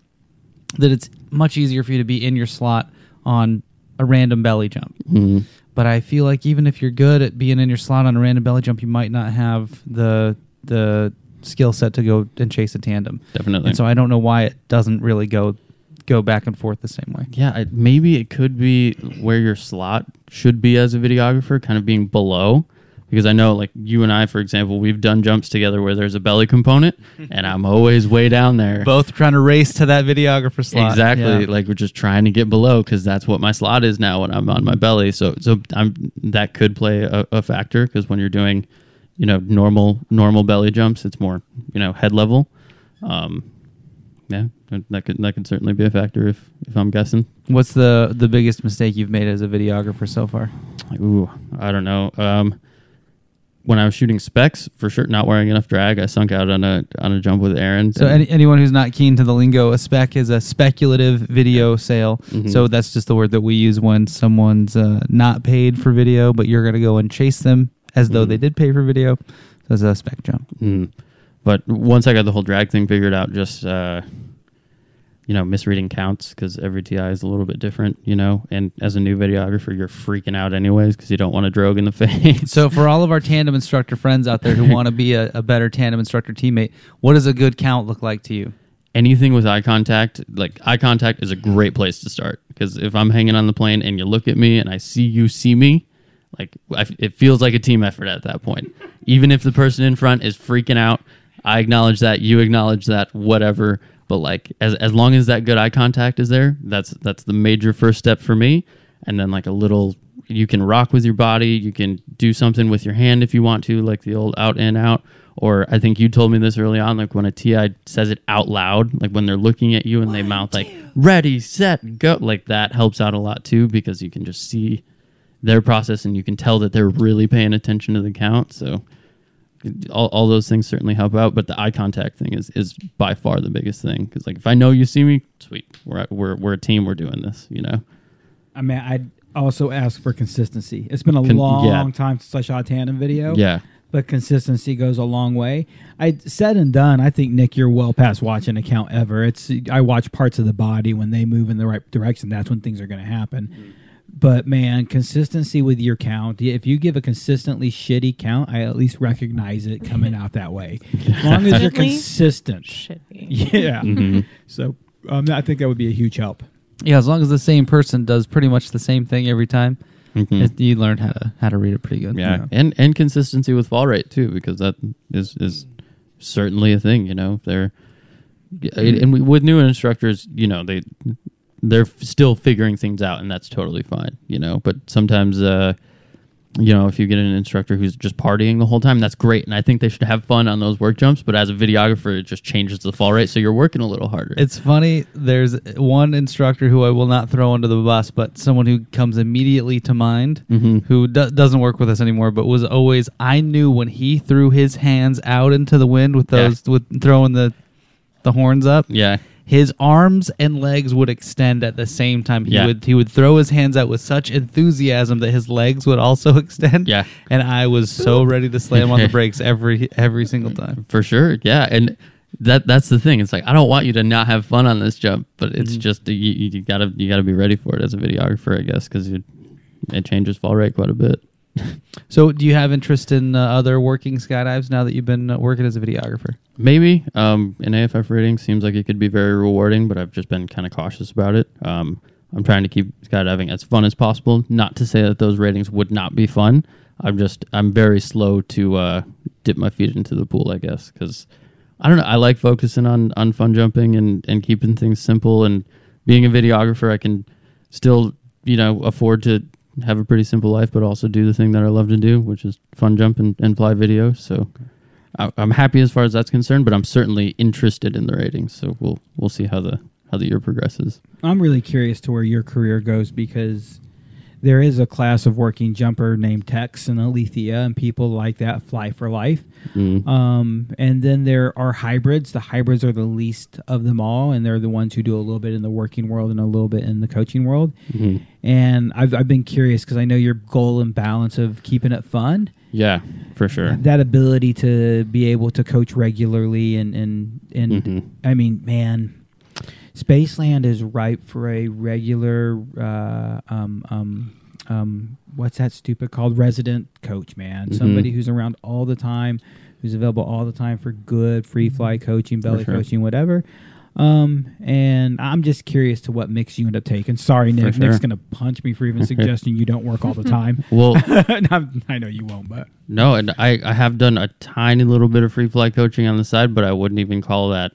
Speaker 5: that it's much easier for you to be in your slot on a random belly jump.
Speaker 6: Mhm.
Speaker 5: But I feel like even if you're good at being in your slot on a random belly jump, you might not have the the skill set to go and chase a tandem.
Speaker 6: Definitely.
Speaker 5: And so I don't know why it doesn't really go go back and forth the same way.
Speaker 6: yeah, I, maybe it could be where your slot should be as a videographer, kind of being below. Because I know, like you and I, for example, we've done jumps together where there's a belly component, and I'm always way down there.
Speaker 5: Both trying to race to that videographer slot.
Speaker 6: Exactly.
Speaker 5: Yeah.
Speaker 6: Like we're just trying to get below because that's what my slot is now when I'm on my belly. So so I'm that could play a, a factor because when you're doing, you know, normal normal belly jumps, it's more you know head level. Um, yeah, that- that could that could certainly be a factor if if I'm guessing.
Speaker 5: What's the the biggest mistake you've made as a videographer so far?
Speaker 6: Like, ooh, I don't know. Um, when I was shooting specs, for sure, not wearing enough drag, I sunk out on a on a jump with Aaron.
Speaker 5: So
Speaker 6: And-
Speaker 5: any, anyone who's not keen to the lingo, a spec is a speculative video sale. So that's just the word that we use when someone's uh, not paid for video, but you're going to go and chase them as though they did pay for video. So that's a spec jump.
Speaker 6: Mm. But once I got the whole drag thing figured out, just uh, you know, misreading counts because every TI is a little bit different, you know. And as a new videographer, you're freaking out anyways because you don't want a drogue in the face.
Speaker 5: So for all of our tandem instructor friends out there who want to be a, a better tandem instructor teammate, what does a good count look like to you?
Speaker 6: Anything with eye contact, like eye contact, is a great place to start because if I'm hanging on the plane and you look at me and I see you see me, like I f it feels like a team effort at that point. Even if the person in front is freaking out, I acknowledge that. You acknowledge that. Whatever. But like as as long as that good eye contact is there, that's that's the major first step for me. And then like a little, you can rock with your body. You can do something with your hand if you want to, like the old out in out. Or I think you told me this early on, like when a TI says it out loud, like when they're looking at you and they mouth like ready, set, go, like that helps out a lot too because you can just see their process and you can tell that they're really paying attention to the count so all, all those things certainly help out but the eye contact thing is is by far the biggest thing because like if i know you see me sweet we're, we're we're a team we're doing this you know
Speaker 7: I mean, I'd also ask for consistency. It's been a
Speaker 6: Con-
Speaker 7: long
Speaker 6: yeah.
Speaker 7: time since I shot a tandem video.
Speaker 6: yeah
Speaker 7: But consistency goes a long way. I said and done, I think Nick, you're well past watching a count ever. It's I watch parts of the body when they move in the right direction. That's when things are going to happen. But man, consistency with your count. If you give a consistently shitty count, I at least recognize it coming out that way. As long as you're
Speaker 8: Consistently?
Speaker 7: consistent.
Speaker 8: Should be.
Speaker 7: Yeah.
Speaker 6: Mm-hmm.
Speaker 7: So um, I think that would be a huge help.
Speaker 5: Yeah, as long as the same person does pretty much the same thing every time,
Speaker 6: Mhm.
Speaker 5: it- you learn how to how to read it pretty good.
Speaker 6: yeah and and consistency with fall rate too because that is is certainly a thing you know they're and we, with new instructors you know they they're f- still figuring things out and that's totally fine you know but sometimes uh you know if you get an instructor who's just partying the whole time that's great and i think they should have fun on those work jumps but as a videographer it just changes the fall rate so you're working a little harder
Speaker 5: It's funny. There's one instructor who I will not throw under the bus, but someone who comes immediately to mind,
Speaker 6: Mm-hmm.
Speaker 5: who do- doesn't work with us anymore, but was always. I knew when he threw his hands out into the wind with
Speaker 6: Yeah.
Speaker 5: those with throwing the the horns up.
Speaker 6: yeah
Speaker 5: His arms and legs would extend at the same time. He
Speaker 6: Yeah.
Speaker 5: would he would throw his hands out with such enthusiasm that his legs would also extend.
Speaker 6: Yeah.
Speaker 5: and I was so ready to slam on the brakes every every single time.
Speaker 6: for sure yeah and that that's the thing it's like i don't want you to not have fun on this jump but it's just you, you you gotta you gotta be ready for it as a videographer i guess because it changes fall rate quite a bit
Speaker 5: So, do you have interest in uh, other working skydives now that you've been uh, working as a videographer?
Speaker 6: maybe um an aff rating seems like it could be very rewarding but i've just been kind of cautious about it um i'm trying to keep skydiving as fun as possible not to say that those ratings would not be fun i'm just i'm very slow to uh dip my feet into the pool i guess because i don't know i like focusing on on fun jumping and and keeping things simple and being a videographer i can still you know afford to have a pretty simple life but also do the thing that i love to do which is fun jump and, and fly video so I- I'm happy as far as that's concerned, but I'm certainly interested in the ratings. So we'll we'll see how the how the year progresses.
Speaker 7: I'm really curious to where your career goes because there is a class of working jumper named Tex and Alethea and people like that fly for life. Um, and then there are hybrids. The hybrids are the least of them all, and they're the ones who do a little bit in the working world and a little bit in the coaching world. And I've, I've been curious because I know your goal and balance of keeping it fun
Speaker 6: Yeah, for sure.
Speaker 7: that ability to be able to coach regularly and and and
Speaker 6: Mm-hmm.
Speaker 7: I mean, man, Spaceland is ripe for a regular uh, um um um what's that stupid called resident coach, man,
Speaker 6: Mm-hmm.
Speaker 7: somebody who's around all the time, who's available all the time for good free fly coaching, belly
Speaker 6: Mm-hmm. sure.
Speaker 7: coaching, whatever. Um and I'm just curious to what mix you end up taking. Sorry, Nick. Nick's
Speaker 6: sure.
Speaker 7: gonna punch me for even suggesting you don't work all the time.
Speaker 6: Well,
Speaker 7: I'm- I know you won't, but
Speaker 6: no, and I, I have done a tiny little bit of free fly coaching on the side, but I wouldn't even call that.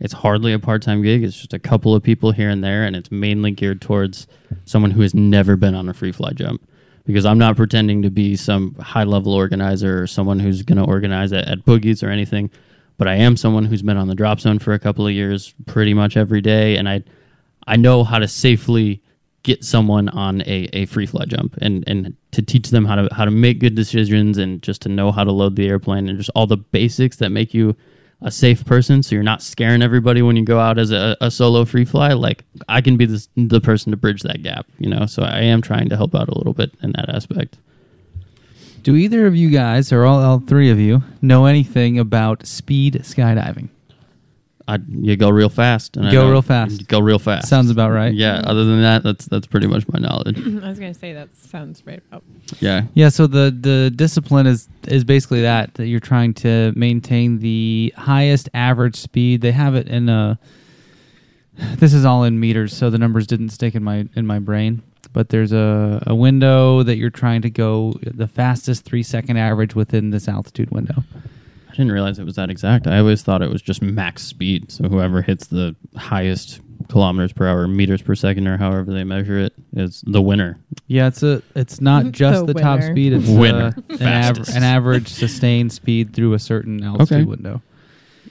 Speaker 6: It's hardly a part time gig. It's just a couple of people here and there, and it's mainly geared towards someone who has never been on a free fly jump. Because I'm not pretending to be some high level organizer or someone who's going to organize at, at boogies or anything, but I am someone who's been on the drop zone for a couple of years, pretty much every day, and I I know how to safely get someone on a, a free fly jump and, and to teach them how to how to make good decisions and just to know how to load the airplane and just all the basics that make you a safe person so you're not scaring everybody when you go out as a, a solo free fly like I can be this, the person to bridge that gap you know so I am trying to help out a little bit in that aspect
Speaker 5: Do either of you guys, or all, all three of you, know anything about speed skydiving?
Speaker 6: I you go real fast and I
Speaker 5: Go
Speaker 6: know-
Speaker 5: real fast.
Speaker 6: go real fast
Speaker 5: Sounds about right.
Speaker 6: yeah other than that that's that's pretty much my knowledge
Speaker 8: I was gonna say that sounds right. Up.
Speaker 6: yeah
Speaker 5: Yeah, so the the discipline is is basically that that you're trying to maintain the highest average speed. They have it in a this is all in meters, so the numbers didn't stick in my in my brain. But there's a, a window that you're trying to go the fastest three second average within this altitude window.
Speaker 6: I didn't realize it was that exact. I always thought it was just max speed. So whoever hits the highest kilometers per hour, meters per second, or however they measure it, is the winner.
Speaker 5: Yeah, it's a it's not just the,
Speaker 8: The
Speaker 5: top
Speaker 8: winner.
Speaker 5: speed, it's
Speaker 6: Winner.
Speaker 5: uh, an, aver-
Speaker 6: Fastest.
Speaker 5: an average sustained speed through a certain altitude
Speaker 6: Okay.
Speaker 5: window.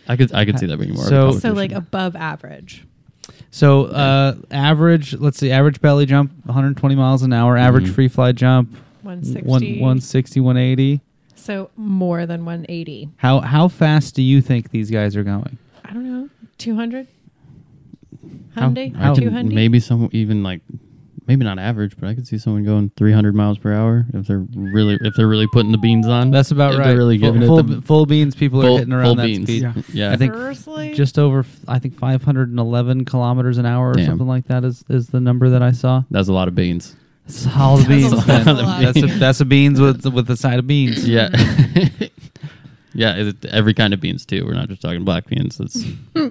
Speaker 6: I could I could see that being more.
Speaker 5: So-
Speaker 6: of a
Speaker 8: So
Speaker 6: competition.
Speaker 8: like above average.
Speaker 5: So uh, average, let's see, average belly jump 120 miles an hour, average
Speaker 6: Mm-hmm.
Speaker 5: free fly jump
Speaker 8: 160.
Speaker 5: one- 160 180.
Speaker 8: So more than 180.
Speaker 5: How how fast do you think these guys are going?
Speaker 8: I don't know. 200.
Speaker 5: How-
Speaker 8: Hyundai.
Speaker 5: how-
Speaker 6: Oh, I
Speaker 5: can
Speaker 8: 200.
Speaker 6: maybe some even like maybe not average, but I could see someone going 300 miles per hour if they're really if they're really putting the beans on.
Speaker 5: That's about
Speaker 6: If
Speaker 5: right.
Speaker 6: They're really
Speaker 5: full,
Speaker 6: giving
Speaker 5: full,
Speaker 6: it the
Speaker 5: full beans. People
Speaker 6: full-
Speaker 5: are hitting
Speaker 6: full
Speaker 5: around that
Speaker 6: beans.
Speaker 5: speed.
Speaker 6: Yeah. Yeah.
Speaker 5: I think
Speaker 8: Seriously?
Speaker 5: just over. f- I think 511 kilometers an hour or
Speaker 6: Damn.
Speaker 5: something like that is is the number that I saw.
Speaker 6: That's a lot of beans.
Speaker 5: It's all the beans.
Speaker 8: That's a
Speaker 5: man.
Speaker 8: lot of
Speaker 5: That's a,
Speaker 8: beans.
Speaker 5: that's a beans with with a side of beans.
Speaker 6: Yeah. Yeah, it- every kind of beans too. We're not just talking black beans. It's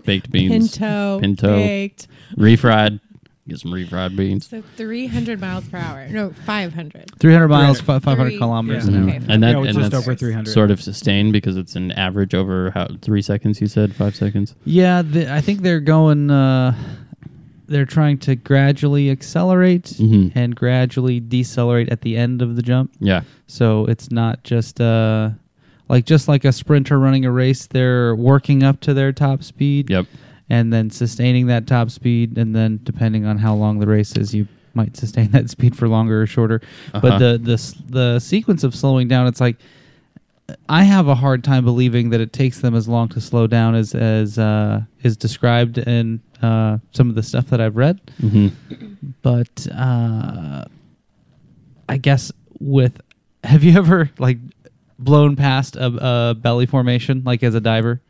Speaker 6: baked beans.
Speaker 8: Pinto.
Speaker 6: Pinto.
Speaker 8: Baked.
Speaker 6: refried. Get some refried beans.
Speaker 8: So 300 miles per hour. No, 500.
Speaker 5: 300 miles, fi- 500
Speaker 8: Three-
Speaker 5: kilometers
Speaker 7: yeah.
Speaker 5: an hour.
Speaker 8: Okay.
Speaker 6: And that
Speaker 7: Yeah, we're
Speaker 6: and
Speaker 7: just
Speaker 6: that's
Speaker 7: over 300.
Speaker 6: sort of sustained because it's an average over how three seconds. You said five seconds.
Speaker 5: Yeah, the, I think they're going. Uh, they're trying to gradually accelerate
Speaker 6: Mhm.
Speaker 5: and gradually decelerate at the end of the jump.
Speaker 6: Yeah,
Speaker 5: So it's not just uh, like just like a sprinter running a race. They're working up to their top speed.
Speaker 6: Yep.
Speaker 5: And then sustaining that top speed, and then depending on how long the race is, you might sustain that speed for longer or shorter. But
Speaker 6: Uh-huh.
Speaker 5: the the s- the sequence of slowing down, it's like I have a hard time believing that it takes them as long to slow down as as uh, is described in uh, some of the stuff that I've read.
Speaker 6: Mm-hmm.
Speaker 5: But uh, I guess with have you ever like blown past a, a belly formation like as a diver,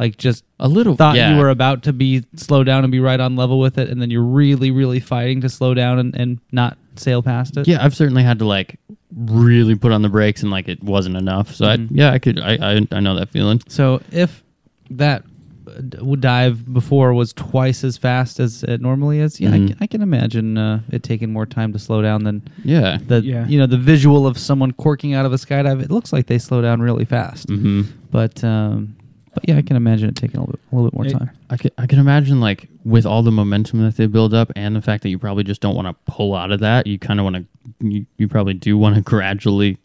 Speaker 5: like just
Speaker 6: a little.
Speaker 5: thought
Speaker 6: yeah.
Speaker 5: you were about to be slow down and be right on level with it, and then you're really really fighting to slow down and, and not sail past it.
Speaker 6: yeah, I've certainly had to like really put on the brakes and like it wasn't enough. So
Speaker 5: Mhm.
Speaker 6: I yeah I could I, I I know that feeling.
Speaker 5: So if that uh, d- dive before was twice as fast as it normally is, yeah, I,
Speaker 6: Mhm.
Speaker 5: can, I can imagine uh, it taking more time to slow down than
Speaker 6: Yeah.
Speaker 5: the
Speaker 7: Yeah.
Speaker 5: you know the visual of someone corking out of a skydive. It looks like they slow down really fast,
Speaker 6: hmm
Speaker 5: but um, but yeah, I can imagine it taking a little, a little bit more
Speaker 7: It-
Speaker 5: time.
Speaker 6: I can, I can imagine like with all the momentum that they build up and the fact that you probably just don't want to pull out of that you kind of want to you, you probably do want to gradually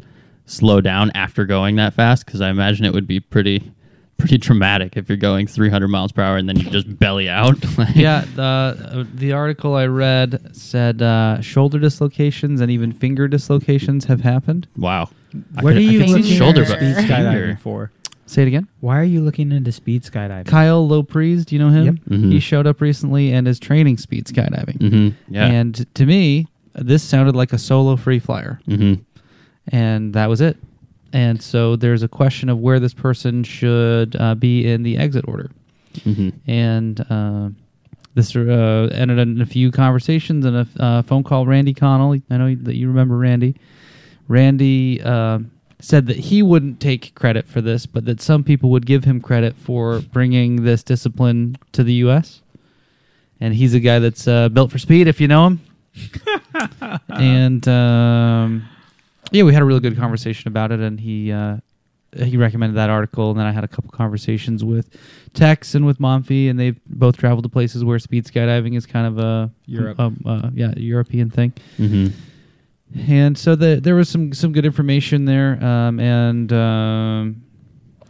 Speaker 6: slow down after going that fast because i imagine it would be pretty pretty dramatic if you're going 300 miles per hour and then you just belly out. Like,
Speaker 5: yeah, the uh, the article I read said uh, shoulder dislocations and even finger dislocations have happened.
Speaker 6: Wow. I
Speaker 7: What
Speaker 6: could-
Speaker 7: are
Speaker 6: I
Speaker 7: you
Speaker 6: could see
Speaker 7: looking
Speaker 6: shoulder
Speaker 7: at
Speaker 8: bu-
Speaker 7: speed
Speaker 6: bump. Finger.
Speaker 7: skydiving for?
Speaker 5: Say it again.
Speaker 7: Why are you looking into speed skydiving?
Speaker 5: Kyle Lopries, do you know him?
Speaker 7: Yep.
Speaker 6: Mhm.
Speaker 5: He showed up recently and is training speed skydiving.
Speaker 6: Mhm, Yeah.
Speaker 5: And to me, this sounded like a solo free flyer,
Speaker 6: Mhm.
Speaker 5: and that was it. And so there's a question of where this person should uh, be in the exit order.
Speaker 6: Mhm.
Speaker 5: and uh, this uh, ended in a few conversations and a uh, phone call. Randy Connell, I know that you remember Randy. Randy uh, said that he wouldn't take credit for this, but that some people would give him credit for bringing this discipline to the U.S. And he's a guy that's uh, built for speed, if you know him. and um, yeah, we had a really good conversation about it, and he uh, he recommended that article, and then I had a couple conversations with Tex and with Monfi, and they've both traveled to places where speed skydiving is kind of a
Speaker 7: Europe.
Speaker 5: um, uh, yeah, European thing.
Speaker 6: Mhm.
Speaker 5: And so the, there was some some good information there, um, and um,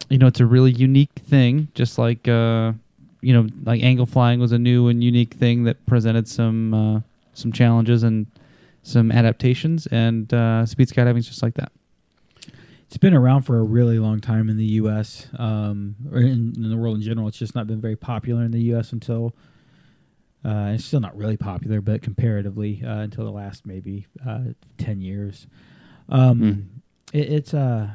Speaker 5: you know it's a really unique thing. Just like uh, you know, like angle flying was a new and unique thing that presented some uh, some challenges and some adaptations, and uh, speed skydiving is just like that.
Speaker 7: It's been around for a really long time in the U.S. Um, or in, in the world in general. It's just not been very popular in the U.S. until uh, it's still not really popular, but comparatively uh, until the last maybe uh, ten years. Um,
Speaker 6: Hmm.
Speaker 7: it, it's uh,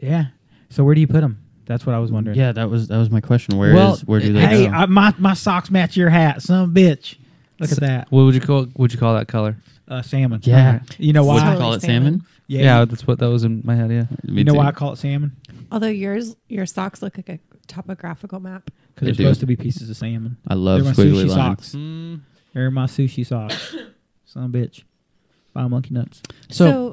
Speaker 7: yeah. So where do you put them? That's what I was wondering.
Speaker 6: Yeah, that was that was my question. Where is where do they
Speaker 7: Hey,
Speaker 6: go?
Speaker 7: I, my my socks match your hat, son of a bitch. Look at that,
Speaker 5: What would you call would you call that color?
Speaker 7: uh, salmon.
Speaker 6: Yeah.
Speaker 7: you know
Speaker 6: Would
Speaker 7: why?
Speaker 6: you call it salmon?
Speaker 5: Yeah. that's what that was in my head. Yeah,
Speaker 6: Me
Speaker 7: you know
Speaker 6: too.
Speaker 7: why I call it salmon?
Speaker 9: Although yours, your socks look like a topographical map.
Speaker 7: Because
Speaker 6: They
Speaker 7: they're
Speaker 6: do.
Speaker 7: supposed to be pieces of salmon.
Speaker 6: I love
Speaker 7: They're my
Speaker 6: squiggly
Speaker 7: sushi
Speaker 6: lines.
Speaker 7: socks. They're my sushi socks. Son of a bitch. Buy monkey nuts.
Speaker 5: So,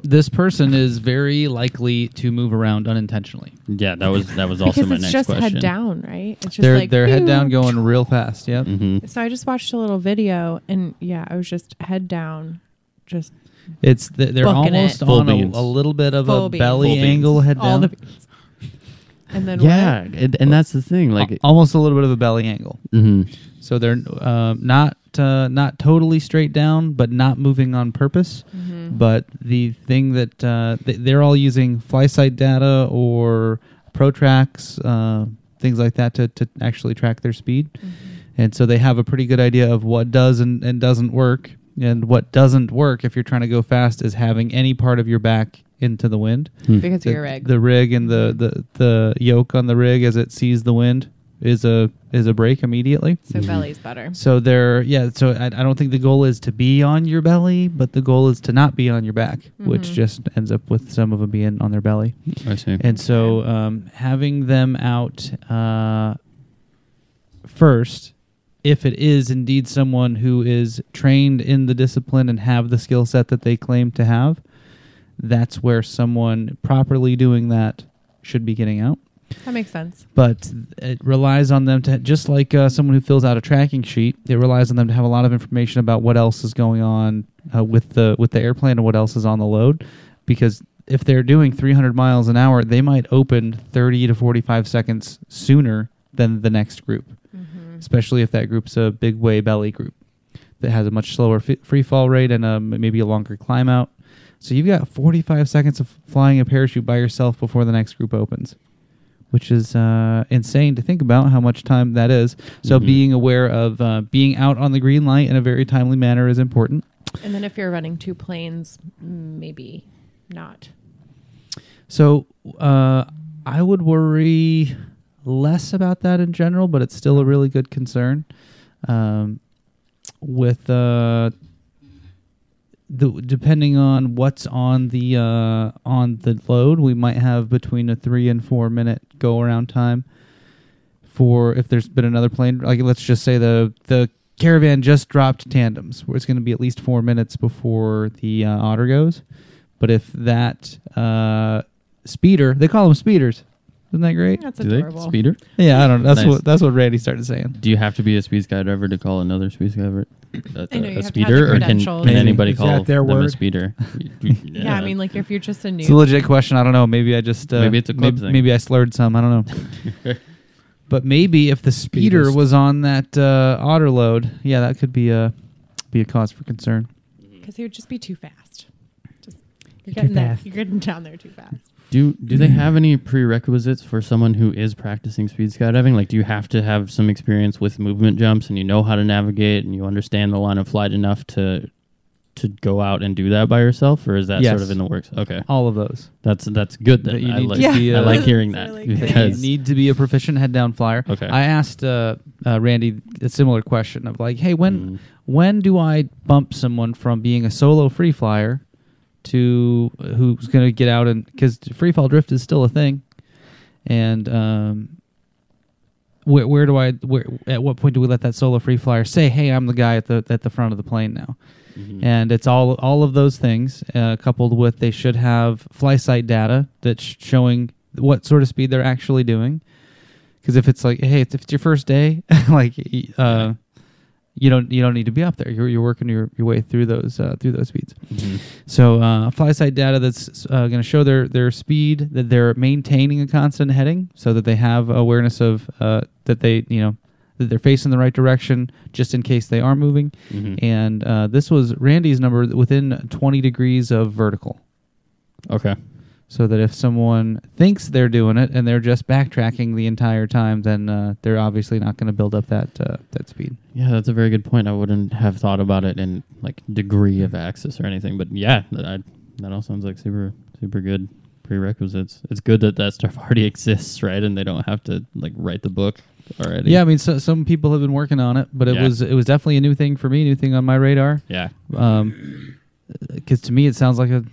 Speaker 9: So-
Speaker 5: this person is very likely to move around unintentionally.
Speaker 6: Yeah, that was that was also
Speaker 8: because
Speaker 6: my
Speaker 8: it's
Speaker 6: next
Speaker 8: just
Speaker 6: question.
Speaker 8: head down, right? It's just
Speaker 5: they're
Speaker 8: like
Speaker 5: they're head down
Speaker 8: pew.
Speaker 5: going real fast. Yep.
Speaker 6: hmm
Speaker 8: So I just watched a little video, and yeah, I was just head down, just
Speaker 5: It's th- they're
Speaker 8: Bucking it.
Speaker 5: almost
Speaker 6: Full
Speaker 5: on a,
Speaker 6: beans.
Speaker 5: a little bit of a
Speaker 8: Full beans.
Speaker 5: belly
Speaker 6: Full beans.
Speaker 5: angle head
Speaker 8: all
Speaker 5: down.
Speaker 8: the beats. And then
Speaker 6: Yeah,
Speaker 8: what?
Speaker 6: and, and that's the thing. Like,
Speaker 8: Oh,
Speaker 5: Al- almost a little bit of a belly angle.
Speaker 6: mhm.
Speaker 5: So they're um, not uh, not totally straight down, but not moving on purpose.
Speaker 8: Mm-hmm.
Speaker 5: But the thing that uh, th- they're all using FlySight data or ProTrax, uh, things like that, to, to actually track their speed. And so they have a pretty good idea of what does and, and doesn't work. And what doesn't work if you're trying to go fast is having any part of your back into the wind
Speaker 8: because
Speaker 5: the,
Speaker 8: of your egg.
Speaker 5: the rig and the, the the yoke on the rig as it sees the wind is a is a break immediately.
Speaker 8: so belly's better.
Speaker 5: So they're yeah. So I, I don't think the goal is to be on your belly, but the goal is to not be on your back,
Speaker 8: Mm-hmm.
Speaker 5: which just ends up with some of them being on their belly.
Speaker 6: I see.
Speaker 5: And so um, having them out uh, first, if it is indeed someone who is trained in the discipline and have the skill set that they claim to have, that's where someone properly doing that should be getting out
Speaker 8: That makes sense.
Speaker 5: but it relies on them to just like uh, someone who fills out a tracking sheet it relies on them to have a lot of information about what else is going on uh, with the with the airplane and what else is on the load because if they're doing 300 miles an hour they might open 30 to 45 seconds sooner than the next group especially if that group's a big way belly group that has a much slower f- free fall rate and um, maybe a longer climb out so you've got 45 seconds of flying a parachute by yourself before the next group opens which is uh, insane to think about how much time that is. So
Speaker 6: Mhm.
Speaker 5: being aware of uh, being out on the green light in a very timely manner is important.
Speaker 8: And then if you're running two planes, maybe not.
Speaker 5: So uh, I would worry less about that in general, but it's still a really good concern. Um, with uh, the depending on what's on the uh, on the load, we might have between a three and four minute go around time for if there's been another plane. Like let's just say the the caravan just dropped tandems, where it's going to be at least four minutes before the uh, otter goes. But if that uh, speeder, they call them speeders, Isn't that great?
Speaker 8: That's
Speaker 6: Do they
Speaker 8: adorable.
Speaker 6: speeder?
Speaker 5: Yeah, I don't. know. That's
Speaker 6: Nice.
Speaker 5: what that's what Randy started saying.
Speaker 6: Do you have to be a speed skydiver to call another speed skydiver a,
Speaker 8: I know,
Speaker 6: Uh, a
Speaker 8: you have to have the
Speaker 6: speeder, or can,
Speaker 8: credentials.
Speaker 6: can anybody
Speaker 7: Is
Speaker 6: call
Speaker 7: that their
Speaker 6: them a
Speaker 7: word?
Speaker 6: speeder?
Speaker 8: Yeah. I mean, like if you're just a
Speaker 5: It's a
Speaker 8: new,
Speaker 5: legit question. I don't know. Maybe I just uh,
Speaker 6: Maybe it's a club
Speaker 5: maybe,
Speaker 6: thing.
Speaker 5: maybe I slurred some. I don't know. but maybe if the speeder
Speaker 7: Speedist.
Speaker 5: was on that uh, otter load, yeah, that could be a be a cause for concern.
Speaker 8: because he would just be too fast. Just, you're
Speaker 7: Too
Speaker 8: getting that,
Speaker 7: fast.
Speaker 8: You're getting down there too fast.
Speaker 6: do do they have any prerequisites for someone who is practicing speed skydiving? Like, do you have to have some experience with movement jumps and you know how to navigate and you understand the line of flight enough to to go out and do that by yourself, or is that
Speaker 5: Yes.
Speaker 6: sort of in the works? Okay,
Speaker 5: All of those.
Speaker 6: that's that's good.
Speaker 5: That
Speaker 6: Then
Speaker 5: you
Speaker 6: I
Speaker 5: need to
Speaker 6: like
Speaker 5: be,
Speaker 6: I
Speaker 5: uh,
Speaker 6: like hearing
Speaker 8: That's
Speaker 6: that
Speaker 8: really good.
Speaker 5: You
Speaker 6: because
Speaker 5: need to be a proficient head down flyer.
Speaker 6: Okay.
Speaker 5: I asked uh, uh, Randy a similar question of like, hey, when
Speaker 6: Mm.
Speaker 5: when do I bump someone from being a solo free flyer to uh, who's going to get out and because free fall drift is still a thing, and um, where where do I where at what point do we let that solo free flyer say, hey, I'm the guy at the at the front of the plane now?
Speaker 6: Mm-hmm.
Speaker 5: and it's all all of those things uh, coupled with they should have fly sight data that's showing what sort of speed they're actually doing because if it's like hey if it's your first day like y- uh, you don't you don't need to be up there you're, you're working your, your way through those uh, through those speeds
Speaker 6: Mm-hmm.
Speaker 5: so uh, fly sight data that's uh, going to show their their speed that they're maintaining a constant heading so that they have awareness of uh, that they you know that they're facing the right direction just in case they are moving
Speaker 6: Mhm.
Speaker 5: and uh, this was Randy's number within 20 degrees of vertical.
Speaker 6: okay,
Speaker 5: So that if someone thinks they're doing it and they're just backtracking the entire time, then uh, they're obviously not going to build up that uh, that speed.
Speaker 6: yeah, that's a very good point. I wouldn't have thought about it in like degree of access or anything, but yeah, that I, that all sounds like super super good prerequisites. It's good that that stuff already exists, right? And they don't have to like write the book already.
Speaker 5: Yeah, I mean, so, some people have been working on it, but it
Speaker 6: Yeah.
Speaker 5: was it was definitely a new thing for me, new thing on my radar.
Speaker 6: yeah.
Speaker 5: Because to me, it sounds like a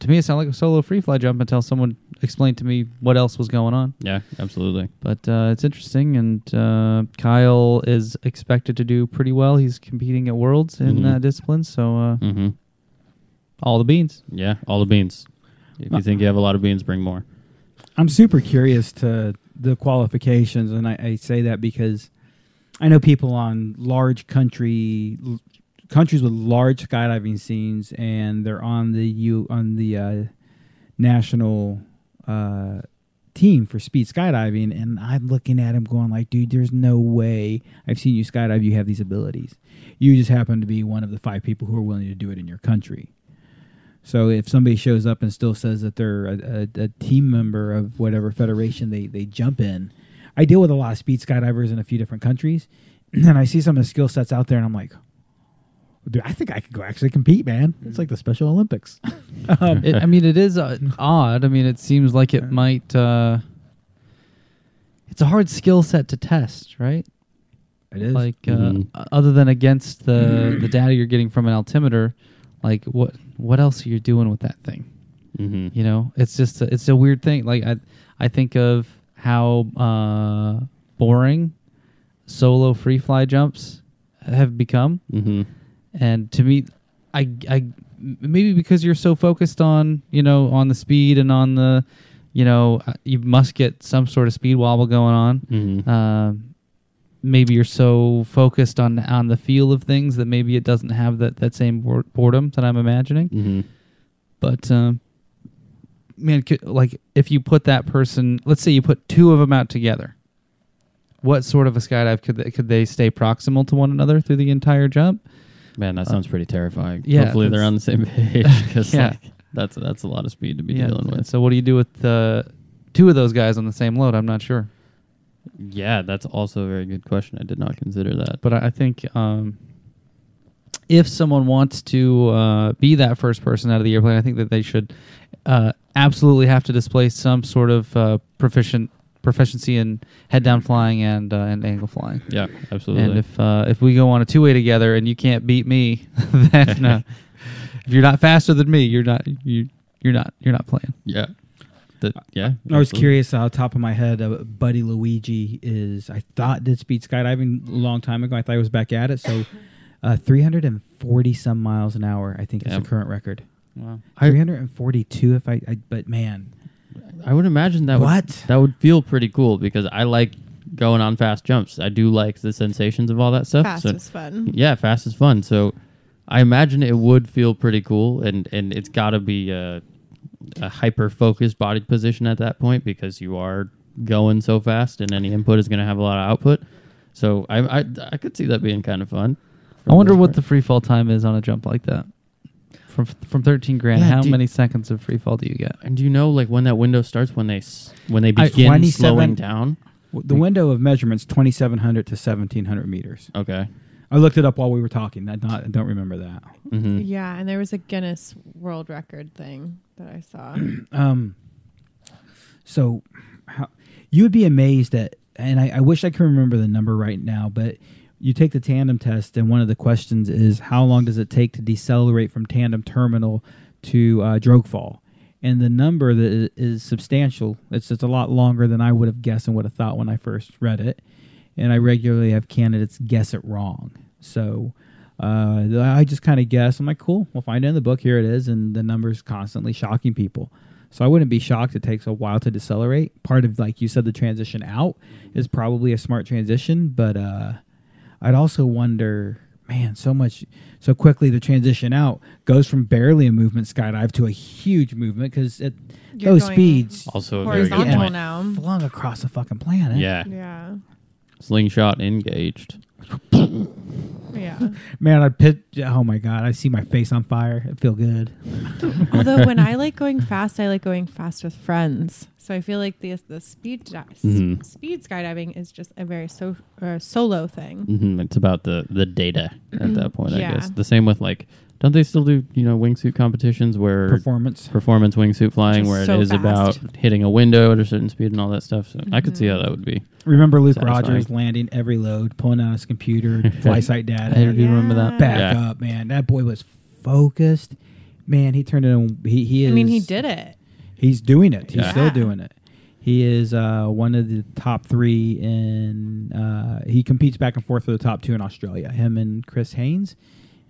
Speaker 5: to me it sounded like a solo free fly jump until someone explained to me what else was going on.
Speaker 6: Yeah, absolutely.
Speaker 5: But uh, it's interesting, and uh, Kyle is expected to do pretty well. He's competing at Worlds in
Speaker 6: Mhm.
Speaker 5: that discipline, so uh,
Speaker 6: Mm-hmm.
Speaker 5: all the beans.
Speaker 6: Yeah, all the beans. If
Speaker 5: Uh,
Speaker 6: you think you have a lot of beans, bring more.
Speaker 7: I'm super curious to the qualifications, and I, I say that because I know people on large country l- countries with large skydiving scenes, and they're on the U on the uh, national uh, team for speed skydiving, and I'm looking at them going like, dude, there's no way I've seen you skydive. You have these abilities. You just happen to be one of the five people who are willing to do it in your country. So if somebody shows up and still says that they're a, a, a team member of whatever federation they, they jump in, I deal with a lot of speed skydivers in a few different countries, and I see some of the skill sets out there, and I'm like, dude, I think I could go actually compete, man. It's like the Special Olympics. um,
Speaker 5: It, I mean, it is uh, odd. I mean, it seems like it might. Uh, it's a hard skill set to test, right?
Speaker 7: it is.
Speaker 5: Like, uh,
Speaker 6: Mhm.
Speaker 5: o- other than against the the data you're getting from an altimeter, like what what else are you doing with that thing?
Speaker 6: Mm-hmm.
Speaker 5: You know, it's just a, it's a weird thing. Like I I think of how uh, boring solo free fly jumps have become,
Speaker 6: Mm-hmm.
Speaker 5: and to me, I I maybe because you're so focused on you know on the speed and on the you know uh, you must get some sort of speed wobble going on.
Speaker 6: Mm-hmm.
Speaker 5: Um, maybe you're so focused on on the feel of things that maybe it doesn't have that that same bor- boredom that I'm imagining.
Speaker 6: mm-hmm.
Speaker 5: But um, man, c- like if you put that person, let's say you put two of them out together, what sort of a skydive could they, could they stay proximal to one another through the entire jump?
Speaker 6: Man, that sounds pretty terrifying.
Speaker 5: yeah,
Speaker 6: Hopefully they're
Speaker 5: that's-
Speaker 6: on the same page because
Speaker 5: Yeah.
Speaker 6: like, that's that's a lot of speed to be dealing with.
Speaker 5: So what do you do with uh, two of those guys on the same load? I'm not sure,
Speaker 6: Yeah, that's also a very good question. I did not consider that.
Speaker 5: but I, I think um, if someone wants to uh, be that first person out of the airplane, I think that they should uh, absolutely have to display some sort of uh, proficient proficiency in head down flying and uh, and angle flying.
Speaker 6: yeah, absolutely.
Speaker 5: And if uh, if we go on a two way together and you can't beat me, then uh, if you're not faster than me, you're not you you're not you're not playing.
Speaker 6: yeah. That- yeah.
Speaker 7: I was
Speaker 6: absolutely.
Speaker 7: curious out top of my head. Uh, Buddy Luigi is I thought did speed skydiving a long time ago. I thought he was back at it. So, uh, 340 some miles an hour. I think is
Speaker 6: Damn.
Speaker 7: the current record.
Speaker 5: Wow.
Speaker 6: I-
Speaker 7: 342 if I, I but man
Speaker 6: I would imagine that
Speaker 7: What?
Speaker 6: would that would feel pretty cool because I like going on fast jumps. I do like the sensations of all that stuff.
Speaker 8: Fast
Speaker 6: Oh, so-
Speaker 8: is fun.
Speaker 6: Yeah, fast is fun. So I imagine it would feel pretty cool, and and it's got to be a, a hyper focused body position at that point because you are going so fast, and any input is going to have a lot of output. So I I, I could see that being kind of fun.
Speaker 5: I wonder what the free fall time is on a jump like that. From from 13 grand,
Speaker 6: Yeah,
Speaker 5: how
Speaker 6: dude.
Speaker 5: many seconds of free fall do you get?
Speaker 6: and do you know like when that window starts when they s- when they
Speaker 7: I-
Speaker 6: begin
Speaker 7: 27
Speaker 6: slowing down?
Speaker 7: The window of measurement's 2,700 to 1,700 meters.
Speaker 6: Okay.
Speaker 7: I looked it up while we were talking. I not, I don't remember that.
Speaker 6: Mm-hmm.
Speaker 8: Yeah, and there was a Guinness World Record thing that I saw.
Speaker 7: Um, so how, you would be amazed at, and I, I wish I could remember the number right now, but you take the tandem test, and one of the questions is how long does it take to decelerate from tandem terminal to uh, drogue fall? And the number that i- is substantial. It's it's a lot longer than I would have guessed and would have thought when I first read it. And I regularly have candidates guess it wrong. So uh, I just kind of guess. I'm like, cool, we'll find it in the book. Here it is. And the number's constantly shocking people. So I wouldn't be shocked it takes a while to decelerate. Part of, like you said, the transition out is probably a smart transition. But uh, I'd also wonder, man, so much, so quickly the transition out goes from barely a movement skydive to a huge movement because at
Speaker 8: You're
Speaker 7: those
Speaker 8: going
Speaker 7: speeds,
Speaker 6: Also a very good
Speaker 8: Horizontal
Speaker 7: Yeah.
Speaker 6: point.
Speaker 8: now.
Speaker 7: flung across the fucking planet.
Speaker 6: Yeah.
Speaker 8: Yeah.
Speaker 6: Slingshot engaged.
Speaker 8: Yeah.
Speaker 7: Man, I pit. Oh my god, I see my face on fire. It feel good.
Speaker 8: Although when I like going fast, I like going fast with friends. So I feel like the the speed di- s-
Speaker 6: Mhm.
Speaker 8: speed skydiving is just a very so uh, solo thing.
Speaker 6: hmm It's about the the data at that point, I
Speaker 8: Mm-hmm. Yeah.
Speaker 6: guess. The same with like, don't they still do you know wingsuit competitions where
Speaker 7: Performance.
Speaker 6: performance wingsuit flying,
Speaker 8: Just
Speaker 6: where
Speaker 8: so
Speaker 6: it is
Speaker 8: fast. Mm-hmm.
Speaker 6: about hitting a window at a certain speed and all that stuff? So I could see how that would be.
Speaker 7: Remember Luke
Speaker 6: Satisfying.
Speaker 7: Rogers landing every load, pulling out his computer, fly sight
Speaker 5: I do
Speaker 7: data,
Speaker 5: remember that.
Speaker 7: back
Speaker 6: Yeah.
Speaker 7: up. Man, that boy was focused. Man, he turned it on. He, he
Speaker 8: I
Speaker 7: is.
Speaker 8: mean, he did it.
Speaker 7: He's doing it. He's
Speaker 6: Yeah.
Speaker 7: still
Speaker 8: Yeah.
Speaker 7: doing it. He is uh, one of the top three in. Uh, he competes back and forth for the top two in Australia. Him and Chris Haynes,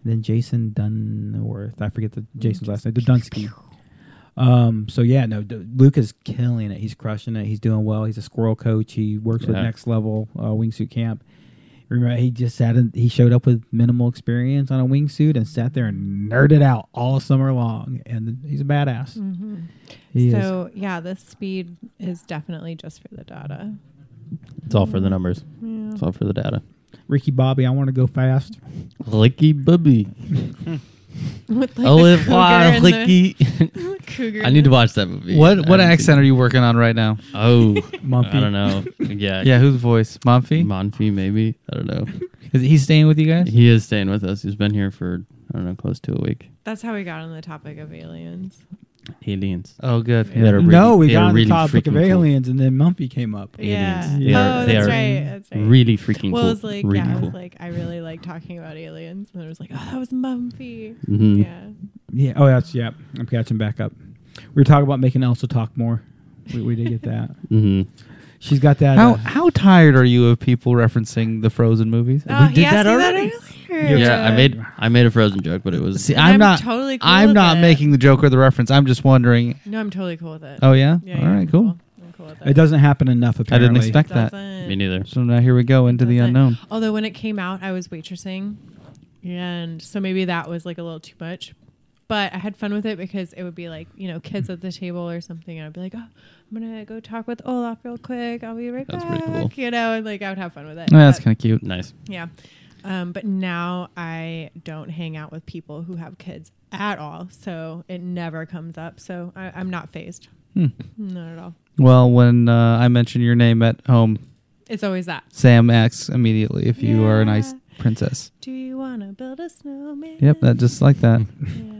Speaker 7: and then Jason Dunworth. I forget the Jason's last name. The Dunsky. Um, so yeah, no, D- Luke is killing it. He's crushing it. He's doing well. He's a squirrel coach. He works with
Speaker 6: Yeah.
Speaker 7: Next Level uh, Wingsuit Camp. Remember, he just sat in. He showed up with minimal experience on a wingsuit and sat there and nerded out all summer long. And he's a badass. He is.
Speaker 8: so yeah, the speed is definitely just for the data.
Speaker 6: It's all for the numbers. It's all for the data.
Speaker 7: Ricky Bobby, I want to go fast.
Speaker 6: Licky bubby,
Speaker 8: With like
Speaker 5: Oh,
Speaker 6: au revoir,
Speaker 8: the cougar and the-
Speaker 6: Licky.
Speaker 8: cougar
Speaker 6: I
Speaker 8: and
Speaker 6: need to
Speaker 8: the-
Speaker 6: watch that movie.
Speaker 5: What what
Speaker 6: I haven't seen
Speaker 5: accent are you working on right now?
Speaker 6: it. Oh,
Speaker 7: Mumpy.
Speaker 6: I don't know. Yeah,
Speaker 5: Yeah, whose voice? Monfi?
Speaker 6: Monfi maybe. I don't know.
Speaker 5: Is he staying with you guys?
Speaker 6: He is staying with us. He's been here for I don't know, close to a week.
Speaker 8: That's how we got on the topic of aliens.
Speaker 6: Aliens.
Speaker 5: Oh, good.
Speaker 6: They are
Speaker 7: no,
Speaker 6: really-
Speaker 7: we
Speaker 6: they
Speaker 7: got
Speaker 6: are
Speaker 7: on
Speaker 6: really
Speaker 7: the topic
Speaker 6: freaking
Speaker 7: of
Speaker 6: cool.
Speaker 7: aliens, and then Mumpy came up.
Speaker 8: Yeah.
Speaker 6: They are-
Speaker 8: oh,
Speaker 6: they
Speaker 8: that's
Speaker 6: are
Speaker 8: right. That's right.
Speaker 6: Really freaking
Speaker 8: well,
Speaker 6: cool.
Speaker 8: it was like,
Speaker 6: really
Speaker 8: yeah, I
Speaker 6: cool.
Speaker 8: was like, I really like talking about aliens, and I was like, oh, that was Mumpy.
Speaker 6: Mhm.
Speaker 8: Yeah.
Speaker 7: Yeah. Oh, that's yeah. I'm catching back up. We were talking about making Elsa talk more. We, we did get that.
Speaker 6: hmm
Speaker 7: She's got that.
Speaker 5: How
Speaker 7: uh,
Speaker 5: how tired are you of people referencing the Frozen movies?
Speaker 8: Oh,
Speaker 5: we
Speaker 8: he
Speaker 5: did
Speaker 8: asked
Speaker 5: that
Speaker 8: me
Speaker 5: already.
Speaker 8: that earlier.
Speaker 6: Yeah, I made I made a frozen joke, but it was
Speaker 5: See,
Speaker 8: And
Speaker 5: I'm,
Speaker 8: I'm
Speaker 5: not
Speaker 8: totally cool
Speaker 5: I'm
Speaker 8: with
Speaker 5: not
Speaker 8: it.
Speaker 5: making the joke or the reference. I'm just wondering.
Speaker 8: No, I'm totally cool with it.
Speaker 5: Oh yeah.
Speaker 8: yeah,
Speaker 5: All
Speaker 8: yeah,
Speaker 5: right.
Speaker 8: I'm
Speaker 5: Cool.
Speaker 8: I'm cool with
Speaker 7: it doesn't happen enough.
Speaker 5: I
Speaker 7: Apparently,
Speaker 5: didn't expect that.
Speaker 8: Doesn't-
Speaker 6: me neither.
Speaker 5: So now here we go into the
Speaker 8: doesn't.
Speaker 5: unknown.
Speaker 8: Although when it Oh, came out, I was waitressing, and so maybe that was like a little too much. But I had fun with it because it would be like you know kids at the table or something, and I'd be like, oh, I'm gonna go talk with Olaf real quick. I'll be right
Speaker 6: That's
Speaker 8: back.
Speaker 6: pretty cool.
Speaker 8: You know, and like I would have fun with it.
Speaker 5: Oh, that's
Speaker 8: But-
Speaker 5: kind of cute.
Speaker 6: Nice.
Speaker 8: Yeah. Um, but now I don't hang out with people who have kids at all. So it never comes up. So I, I'm not phased.
Speaker 6: Hmm.
Speaker 8: Not at all.
Speaker 5: Well, when uh, I mention your name at home,
Speaker 8: It's always that.
Speaker 5: Sam acts immediately if you are an ice
Speaker 8: Yeah.
Speaker 5: princess.
Speaker 8: Do you want to build a snowman?
Speaker 5: Yep, that just like that.
Speaker 6: Hmm.
Speaker 8: Yeah.